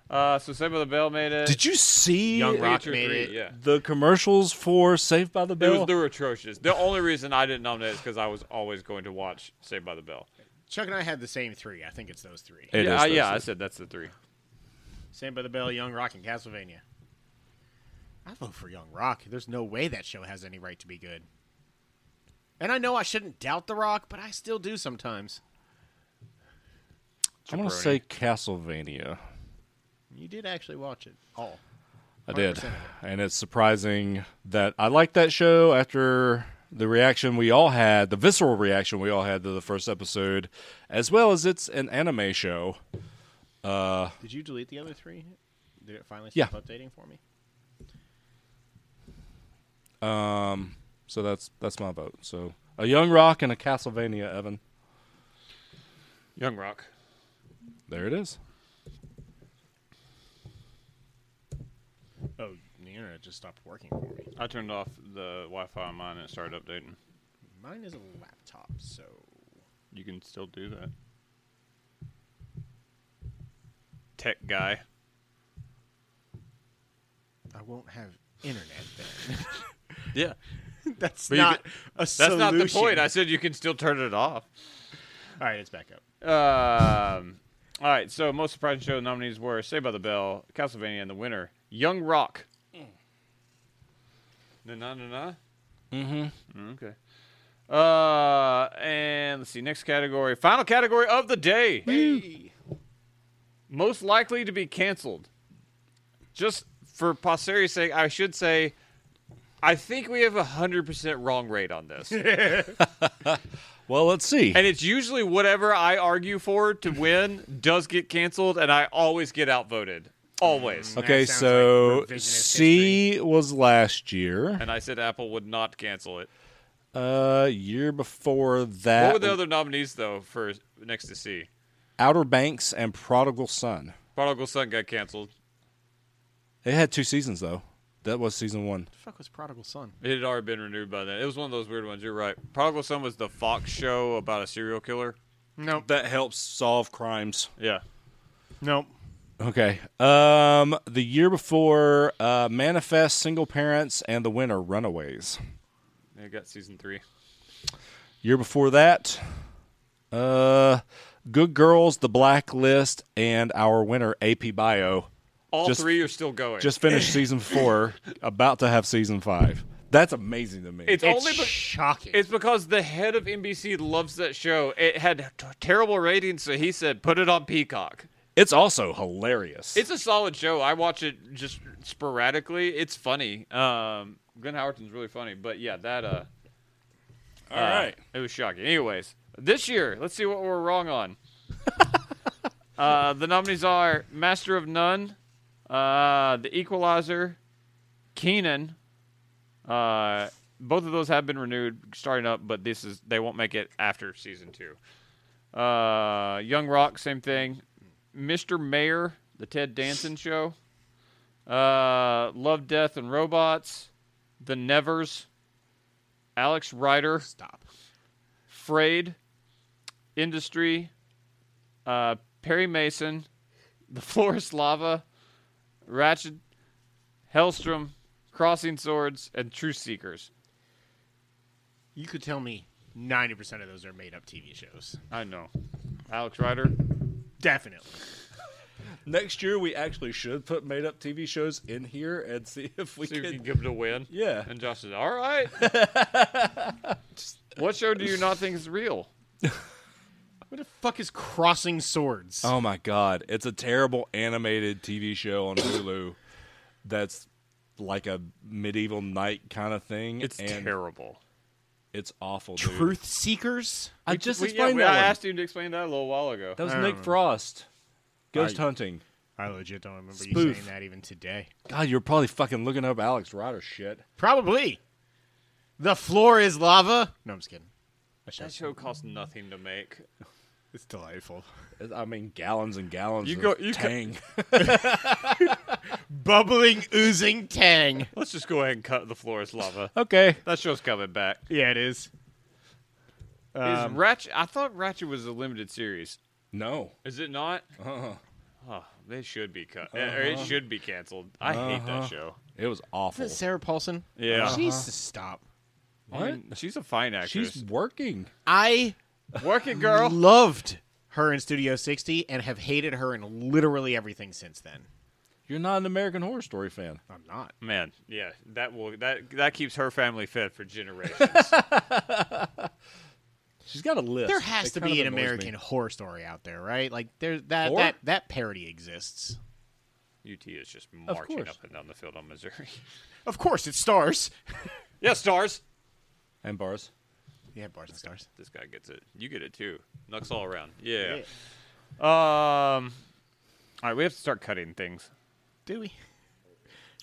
Speaker 1: Uh, so Saved by the Bell made it.
Speaker 4: Did you see
Speaker 2: Young Rock
Speaker 1: Feature
Speaker 2: made
Speaker 1: three,
Speaker 2: it.
Speaker 1: Yeah.
Speaker 4: the commercials for Saved by the
Speaker 1: It
Speaker 4: Bell?
Speaker 1: was, they were atrocious. The only reason I didn't nominate is because I was always going to watch Saved by the Bell.
Speaker 2: Chuck and I had the same three. I think it's those three.
Speaker 4: It
Speaker 1: yeah,
Speaker 4: is
Speaker 1: I, yeah, I
Speaker 4: those-
Speaker 1: said that's the three.
Speaker 2: Saved by the Bell, Young Rock, and Castlevania. I vote for Young Rock. There's no way that show has any right to be good. And I know I shouldn't doubt The Rock, but I still do sometimes.
Speaker 4: I want to say Castlevania.
Speaker 2: You did actually watch it all.
Speaker 4: I did,
Speaker 2: 100% of it.
Speaker 4: and it's surprising that I liked that show after the reaction we all had, the visceral reaction we all had to the first episode, as well as it's an anime show. Uh,
Speaker 2: Did you delete the other three? Did it finally
Speaker 4: Yeah.
Speaker 2: stop updating for me?
Speaker 4: um, so that's that's my vote. So a Young Rock and a Castlevania, Evan.
Speaker 1: Young Rock.
Speaker 4: There it is.
Speaker 2: Oh, the internet just stopped working for me.
Speaker 1: I turned off the Wi-Fi on mine and it started updating.
Speaker 2: Mine is a laptop, so
Speaker 1: You can still do that. Tech guy.
Speaker 2: I won't have internet then.
Speaker 1: Yeah.
Speaker 2: that's
Speaker 1: But you
Speaker 2: not
Speaker 1: could-
Speaker 2: a
Speaker 1: That's
Speaker 2: solution.
Speaker 1: not the point. I said you can still turn it off.
Speaker 2: All right, it's back up.
Speaker 1: Um, all right. So most surprising show nominees were Saved by the Bell, Castlevania, and the winner, Young Rock. Na na na na. Mm-hmm. Okay. Uh, and let's see. Next category, final category of the day. Most likely to be canceled. Just for posterity's sake, I should say I think we have a hundred percent wrong rate on this,
Speaker 4: Well, let's see.
Speaker 1: and it's usually whatever I argue for to win does get canceled, and I always get outvoted, always.
Speaker 4: Mm. okay,
Speaker 2: That sounds
Speaker 4: so
Speaker 2: like revisionist
Speaker 4: C was last year.
Speaker 1: And I said Apple would not cancel it.
Speaker 4: Uh, year before that,
Speaker 1: What were the other nominees though for next to C?
Speaker 4: Outer Banks and Prodigal Son.
Speaker 1: Prodigal Son got canceled.
Speaker 4: It had two seasons though. That was season one.
Speaker 2: the fuck was Prodigal Son?
Speaker 1: It had already been renewed by then. It was one of those weird ones. You're right. Prodigal Son was the Fox show about a serial killer.
Speaker 2: Nope.
Speaker 4: That helps solve crimes.
Speaker 1: Yeah.
Speaker 2: Nope.
Speaker 4: Okay. Um, the year before, uh, Manifest, Single Parents, and the winner, Runaways.
Speaker 1: It got season three.
Speaker 4: Year before that, uh, Good Girls, The Blacklist, and our winner, AP Bio.
Speaker 1: All
Speaker 4: Just-
Speaker 1: three are still going.
Speaker 4: Just finished season four, about to have season five. That's amazing to me.
Speaker 1: it's,
Speaker 2: It's
Speaker 1: only be-
Speaker 2: shocking.
Speaker 1: it's because the head of NBC loves that show. It had t- terrible ratings, so he said put it on Peacock.
Speaker 4: It's also hilarious.
Speaker 1: It's a solid show. I watch it just sporadically. It's funny. Um, Glenn Howerton's really funny, but yeah, that uh,
Speaker 4: All right.
Speaker 1: It was shocking. Anyways, this year, let's see what we're wrong on. uh, the nominees are Master of None, uh, The Equalizer, Keenan. Uh, both of those have been renewed, starting up, but this is they won't make it after season two. Uh, Young Rock, same thing. Mr. Mayor, the Ted Danson show. Uh, Love, Death, and Robots, The Nevers, Alex Ryder.
Speaker 2: Stop.
Speaker 1: Frayed, Industry, uh, Perry Mason, The Forest Lava, Ratchet, Hellstrom, Crossing Swords, and Truth Seekers.
Speaker 2: You could tell me 90% of those are made up TV shows.
Speaker 1: I know. Alex Ryder.
Speaker 2: Definitely.
Speaker 4: Next year, we actually should put made up TV shows in here and see if we
Speaker 1: See if you
Speaker 4: can.
Speaker 1: can give it a win.
Speaker 4: Yeah.
Speaker 1: And Josh says, all right. what show do you not think is real?
Speaker 2: What the fuck is Crossing Swords?
Speaker 4: Oh my god, it's a terrible animated TV show on Hulu that's like a medieval knight kind of thing.
Speaker 1: It's
Speaker 4: and
Speaker 1: terrible.
Speaker 4: It's awful. Dude.
Speaker 2: Truth Seekers?
Speaker 4: I just
Speaker 1: We- yeah,
Speaker 4: explained
Speaker 1: we-
Speaker 4: that.
Speaker 1: I
Speaker 4: one.
Speaker 1: asked you to explain that a little while ago.
Speaker 4: that was
Speaker 2: I don't
Speaker 4: Nick
Speaker 2: know.
Speaker 4: Frost. Ghost hunting.
Speaker 2: I legit don't remember you
Speaker 4: Spoof.
Speaker 2: saying that even today.
Speaker 4: God, you're probably fucking looking up Alex Ryder shit.
Speaker 2: Probably. The floor is lava. No, I'm just kidding.
Speaker 1: that show costs nothing to make.
Speaker 2: It's delightful.
Speaker 4: I mean, gallons and gallons.
Speaker 1: You
Speaker 4: of
Speaker 1: go- you ca-
Speaker 4: tang.
Speaker 2: Bubbling, oozing tang.
Speaker 1: Let's just go ahead and cut the floor as lava.
Speaker 4: okay.
Speaker 1: That show's coming back.
Speaker 2: Yeah, it is.
Speaker 1: Is
Speaker 4: Um,
Speaker 1: Ratchet? I thought Ratchet was a limited series.
Speaker 4: No.
Speaker 1: Is it not?
Speaker 4: Uh-huh.
Speaker 1: Oh, they should be cut. Eh, or It should be canceled. I hate
Speaker 4: Uh-huh.
Speaker 1: that show.
Speaker 4: It was awful.
Speaker 2: Isn't it Sarah Paulson?
Speaker 1: Yeah.
Speaker 2: Jesus, stop.
Speaker 1: I mean, she's a fine actress.
Speaker 4: She's working.
Speaker 2: I
Speaker 1: Work it, girl.
Speaker 2: loved her in Studio 60 and have hated her in literally everything since then.
Speaker 4: You're not an American Horror Story fan.
Speaker 2: I'm not.
Speaker 1: Man, yeah, that will that that keeps her family fed for generations.
Speaker 4: She's got a list.
Speaker 2: There has
Speaker 4: It
Speaker 2: to
Speaker 4: kind
Speaker 2: be
Speaker 4: of
Speaker 2: an
Speaker 4: annoys me.
Speaker 2: American horror story out there, right? Like there's that
Speaker 4: Horror?
Speaker 2: that that parody exists.
Speaker 1: UT is just marching
Speaker 4: course.
Speaker 1: up and down the field on Missouri.
Speaker 2: Of course, it stars.
Speaker 1: yeah, stars.
Speaker 4: And bars.
Speaker 2: Yeah, bars and stars.
Speaker 1: This guy gets it. You get it too. Nucks all around. Yeah. Um. All right, we have to start cutting things.
Speaker 2: Do we?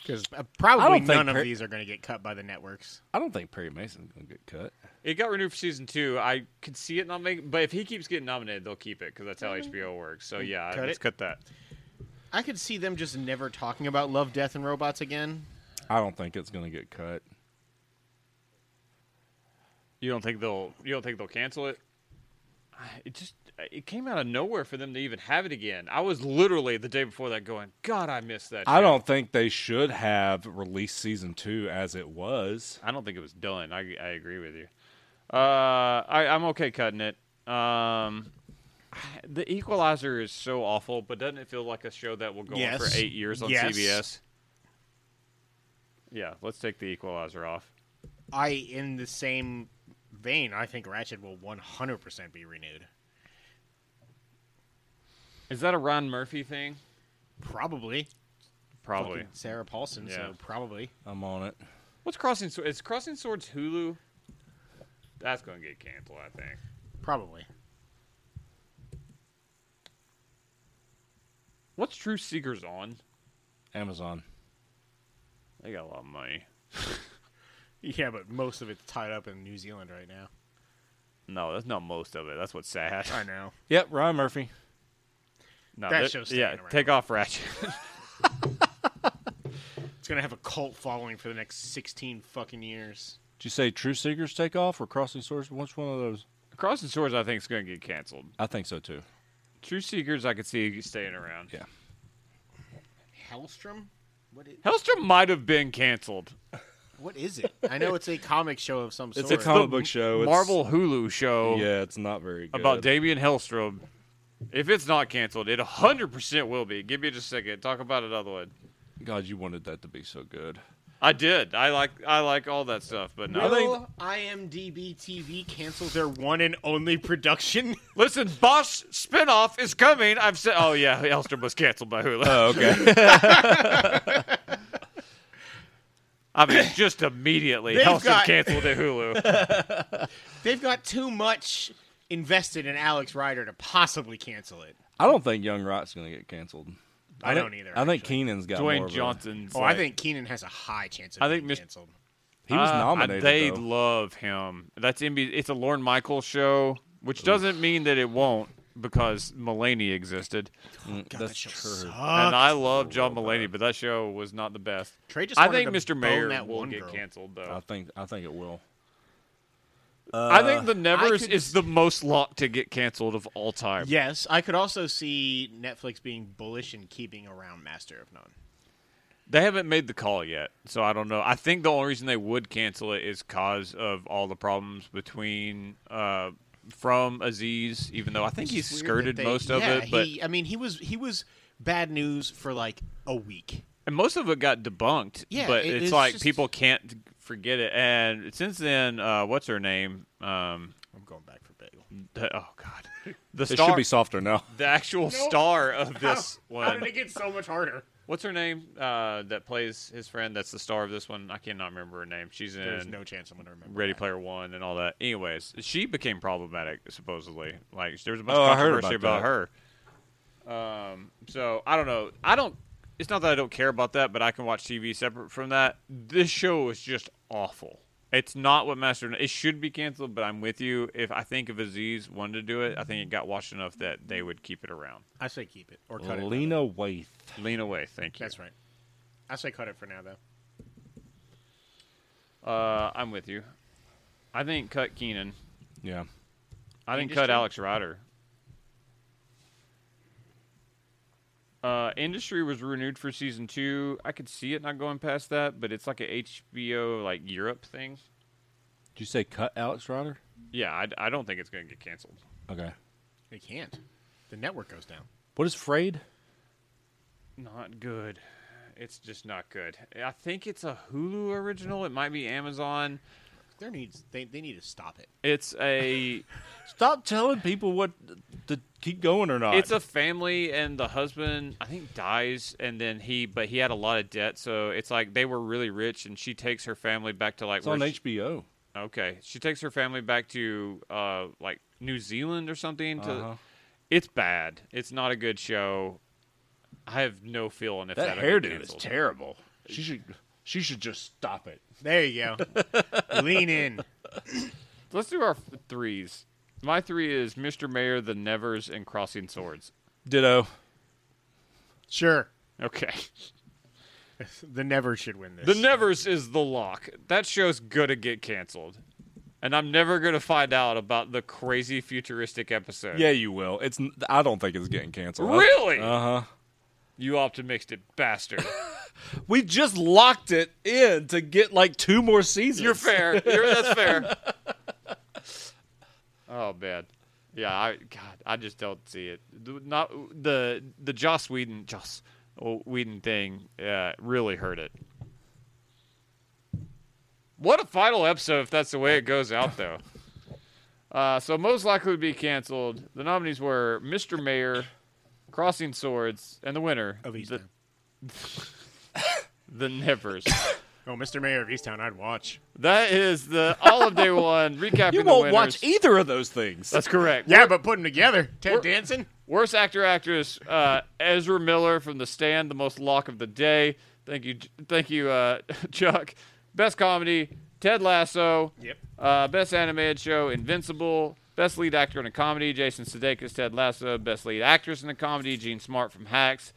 Speaker 2: Because
Speaker 4: I
Speaker 2: probably
Speaker 4: don't think
Speaker 2: none of
Speaker 4: par-
Speaker 2: these are going to get cut by the networks.
Speaker 4: I don't think Perry Mason's gonna get cut.
Speaker 1: It got renewed for season two. I could see it not making, but if he keeps getting nominated, they'll keep it because that's how HBO works. So yeah,
Speaker 2: Mm-hmm. Cut
Speaker 1: let's
Speaker 2: it.
Speaker 1: cut that.
Speaker 2: I could see them just never talking about love, death, and robots again.
Speaker 4: I don't think it's gonna get cut.
Speaker 1: You don't think they'll? You don't think they'll cancel it? I- It just it came out of nowhere for them to even have it again. I was literally the day before that going, God, I missed that.
Speaker 4: I
Speaker 1: shit."
Speaker 4: don't think they should have released season two as it was.
Speaker 1: I don't think it was done. I I agree with you. Uh, I I'm okay cutting it. Um, the Equalizer is so awful, but doesn't it feel like a show that will go on
Speaker 2: Yes.
Speaker 1: for eight years on
Speaker 2: Yes.
Speaker 1: CBS? Yeah, let's take the Equalizer off.
Speaker 2: I, in the same vein, I think Ratchet will 100% be renewed.
Speaker 1: Is that a Ron Murphy thing?
Speaker 2: Probably.
Speaker 1: Probably.
Speaker 2: Sarah Paulson,
Speaker 1: Yeah.
Speaker 2: so probably.
Speaker 4: I'm on it.
Speaker 1: What's Crossing Swords? Is Crossing Swords Hulu? That's going to get canceled, I think.
Speaker 2: Probably.
Speaker 1: What's True Seekers on?
Speaker 4: Amazon.
Speaker 1: They got a lot of money.
Speaker 2: Yeah, but most of it's tied up in New Zealand right now.
Speaker 1: No, that's not most of it. That's what's sad.
Speaker 2: I know.
Speaker 4: Yep, Ryan Murphy.
Speaker 1: No,
Speaker 2: That
Speaker 1: they're-
Speaker 2: show's sticking
Speaker 1: yeah,
Speaker 2: around.
Speaker 1: take off Ratchet.
Speaker 2: It's gonna have a cult following for the next sixteen fucking years.
Speaker 4: Did you say True Seekers take off or Crossing Swords? Which one of those?
Speaker 1: Crossing Swords, I think, is going to get canceled.
Speaker 4: I think so too.
Speaker 1: True Seekers, I could see staying around.
Speaker 4: Yeah.
Speaker 2: Hellstrom? What is,
Speaker 1: Hellstrom might have been canceled.
Speaker 2: what is it? I know it's a comic show of some sort.
Speaker 4: It's a comic book show. It's,
Speaker 1: Marvel Hulu show
Speaker 4: Yeah, it's not very good.
Speaker 1: about Damien Hellstrom. If it's not canceled, it 100% will be. Give me just a second. Talk about another one.
Speaker 4: God, you wanted that to be so good.
Speaker 1: I did. I like I like all that stuff, but no.
Speaker 4: Really?
Speaker 2: Will IMDb TV cancel their one and only production?
Speaker 1: Listen, Bosch spinoff is coming. I've said. Oh yeah, Hellstrom was canceled by Hulu.
Speaker 4: Oh, okay. Oh,
Speaker 1: I mean, just immediately
Speaker 2: They've
Speaker 1: Hellstrom
Speaker 2: got-
Speaker 1: canceled at Hulu.
Speaker 2: They've got too much invested in Alex Ryder to possibly cancel it.
Speaker 4: I don't think Young Rot's going to get canceled.
Speaker 2: I,
Speaker 4: think-
Speaker 2: don't either.
Speaker 4: I think
Speaker 2: actually.
Speaker 4: Keenan's got more
Speaker 1: Dwayne
Speaker 4: of a-
Speaker 1: Johnson.
Speaker 2: Oh, I think Keenan has a high chance of
Speaker 1: I
Speaker 2: being
Speaker 1: think Mr.
Speaker 2: canceled.
Speaker 4: He was
Speaker 1: Uh,
Speaker 4: nominated.
Speaker 1: They
Speaker 4: though.
Speaker 1: love him. That's NBA. It's a Lorne Michaels show, which doesn't mean that it won't because Mulaney existed,
Speaker 4: Mm,
Speaker 2: God,
Speaker 4: that's
Speaker 2: that show
Speaker 4: true.
Speaker 1: and
Speaker 2: sucked.
Speaker 1: I love John Mulaney, but that show was not the best.
Speaker 2: Trey just
Speaker 1: I
Speaker 2: wanted
Speaker 1: think
Speaker 2: to
Speaker 1: Mr.
Speaker 2: bone
Speaker 1: Mayor
Speaker 2: that
Speaker 1: will
Speaker 2: one
Speaker 1: get
Speaker 2: girl.
Speaker 1: canceled
Speaker 4: I
Speaker 1: though.
Speaker 4: think I think it will. Uh,
Speaker 1: I think the Nevers
Speaker 2: could-
Speaker 1: is the most locked to get canceled of all time.
Speaker 2: Yes, I could also see Netflix being bullish and keeping around Master of None.
Speaker 1: They haven't made the call yet, so I don't know. I think the only reason they would cancel it is cause of all the problems between uh, from Aziz, even though I think he
Speaker 2: It's weird that
Speaker 1: skirted
Speaker 2: they-
Speaker 1: most of
Speaker 2: yeah,
Speaker 1: it, but
Speaker 2: he, I mean, he was he was bad news for like a week.
Speaker 1: and most of it got debunked.
Speaker 2: Yeah,
Speaker 1: but
Speaker 2: it-
Speaker 1: it's,
Speaker 2: it's
Speaker 1: like
Speaker 2: just-
Speaker 1: people can't forget it. And since then, uh, what's her name? Um,
Speaker 2: I'm going back for bagel.
Speaker 1: the, oh God, the
Speaker 4: It
Speaker 1: star,
Speaker 4: should be softer now.
Speaker 1: the actual star of this
Speaker 2: How
Speaker 1: one.
Speaker 2: did it get so much harder?
Speaker 1: What's her name? Uh, that plays his friend. That's the star of this one. I cannot remember her name. She's in
Speaker 2: There's no chance I'm going to remember.
Speaker 1: Ready
Speaker 2: that.
Speaker 1: Player One and all that. Anyways, she became problematic supposedly. Like there was a bunch
Speaker 4: Oh,
Speaker 1: of
Speaker 4: I heard
Speaker 1: controversy
Speaker 4: about
Speaker 1: about, her. Um, so I don't know. I don't. It's not that I don't care about that, but I can watch TV separate from that. This show is just awful. It's not what Master. It should be canceled, but I'm with you. If I think if Aziz wanted to do it, I think it got watched enough that they would keep it around.
Speaker 2: I say keep it or cut it.
Speaker 4: Lena Waithe.
Speaker 1: Lean away, thank you.
Speaker 2: That's right. I say cut it for now though.
Speaker 1: Uh, I'm with you. I think cut Keenan.
Speaker 4: Yeah.
Speaker 1: I didn't cut
Speaker 2: Industry?
Speaker 1: Alex Ryder. Uh, Industry was renewed for season two. I could see it not going past that, but it's like a HBO like Europe thing.
Speaker 4: Did you say cut Alex Ryder?
Speaker 1: Yeah, I, I don't think it's going to get canceled.
Speaker 4: Okay.
Speaker 2: They can't. The network goes down.
Speaker 4: What is Frayed?
Speaker 1: Not good. It's just not good. I think it's a Hulu original. It might be Amazon.
Speaker 2: There needs they, they need to stop it.
Speaker 1: It's a
Speaker 4: Stop telling people what to keep going or not.
Speaker 1: it's a family and the husband i think dies and then he but he had a lot of debt so it's like they were really rich and she takes her family back to like
Speaker 4: it's on
Speaker 1: where she-
Speaker 4: HBO.
Speaker 1: okay she takes her family back to uh like new zealand or something to
Speaker 4: Uh-huh.
Speaker 1: it's bad it's not a good show i have no feeling if
Speaker 4: That
Speaker 1: that'll get
Speaker 4: hairdo is
Speaker 1: canceled.
Speaker 4: terrible. She should she should just stop it.
Speaker 2: There you go. Lean in.
Speaker 1: let's do our f- threes my three is mr mayor the nevers and crossing swords
Speaker 4: Ditto.
Speaker 2: Sure.
Speaker 1: okay
Speaker 2: The never should win this.
Speaker 1: The Nevers is the lock. That show's gonna get canceled, and I'm never gonna find out about the crazy futuristic episode.
Speaker 4: Yeah, you will. It's n- I don't think it's getting canceled.
Speaker 1: Really?
Speaker 4: Uh
Speaker 1: you optimistic bastard.
Speaker 4: huh. We just locked it in to get like two more seasons.
Speaker 1: You're fair. You're, that's fair. Oh man, yeah. I God, I just don't see it. The- Not the the Joss Whedon Joss Whedon thing uh, really hurt it. What a final episode if that's the way it goes out though. Uh, so most likely to be canceled. The nominees were Mr. Mayor, Crossing Swords, and the winner
Speaker 2: of East
Speaker 1: the,
Speaker 2: Town.
Speaker 1: the Nevers.
Speaker 2: Oh, Mr. Mayor of Easttown, I'd watch.
Speaker 1: That is the all of day one recapping.
Speaker 5: You
Speaker 1: the
Speaker 5: won't
Speaker 1: winners.
Speaker 5: watch either of those things.
Speaker 1: That's correct.
Speaker 2: Yeah, but put them together. Ted
Speaker 1: we're-
Speaker 2: Danson.
Speaker 1: Worst actor actress uh, Ezra Miller from The Stand, the most lock of the day. Thank you, thank you, uh, Chuck. Best comedy Ted Lasso.
Speaker 2: Yep.
Speaker 1: Uh, best animated show Invincible. Best lead actor in a comedy Jason Sudeikis, Ted Lasso. Best lead actress in a comedy Gene Smart from Hacks.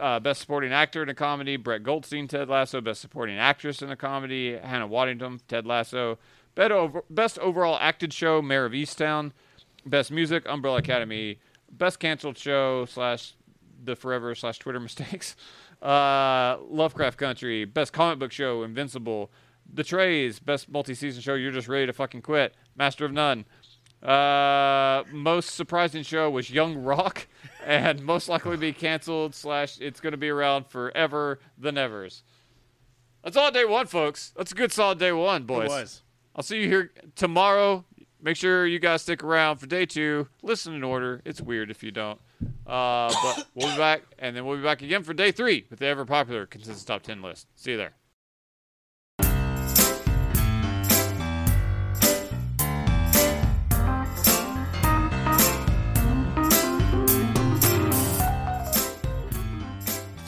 Speaker 1: Uh, best supporting actor in a comedy Brett Goldstein, Ted Lasso. Best supporting actress in a comedy Hannah Waddington, Ted Lasso. Bet over, best overall acted show Mayor of Easttown. Best music Umbrella Academy. Best canceled show slash the forever slash Twitter mistakes. Uh, Lovecraft Country. Best comic book show Invincible. The Trays. Best multi season show You're Just Ready to Fucking Quit. Master of None. Uh, most surprising show was Young Rock, and most likely be canceled slash it's going to be around forever. The Nevers. That's all day one, folks. That's a good solid day one, boys.
Speaker 2: was.
Speaker 1: I'll see you here tomorrow. Make sure you guys stick around for day two. Listen in order. It's weird if you don't. Uh, but we'll be back, and then we'll be back again for day three with the ever popular consensus top ten list. See you there.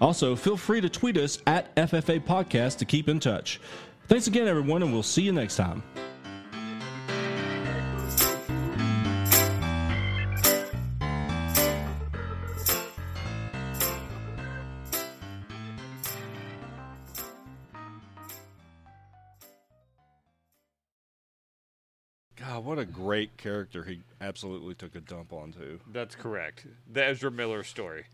Speaker 4: Also, feel free to tweet us at FFA Podcast to keep in touch. Thanks again, everyone, and we'll see you next time.
Speaker 5: God, what a great character he absolutely took a dump onto.
Speaker 1: That's correct. The Ezra Miller story.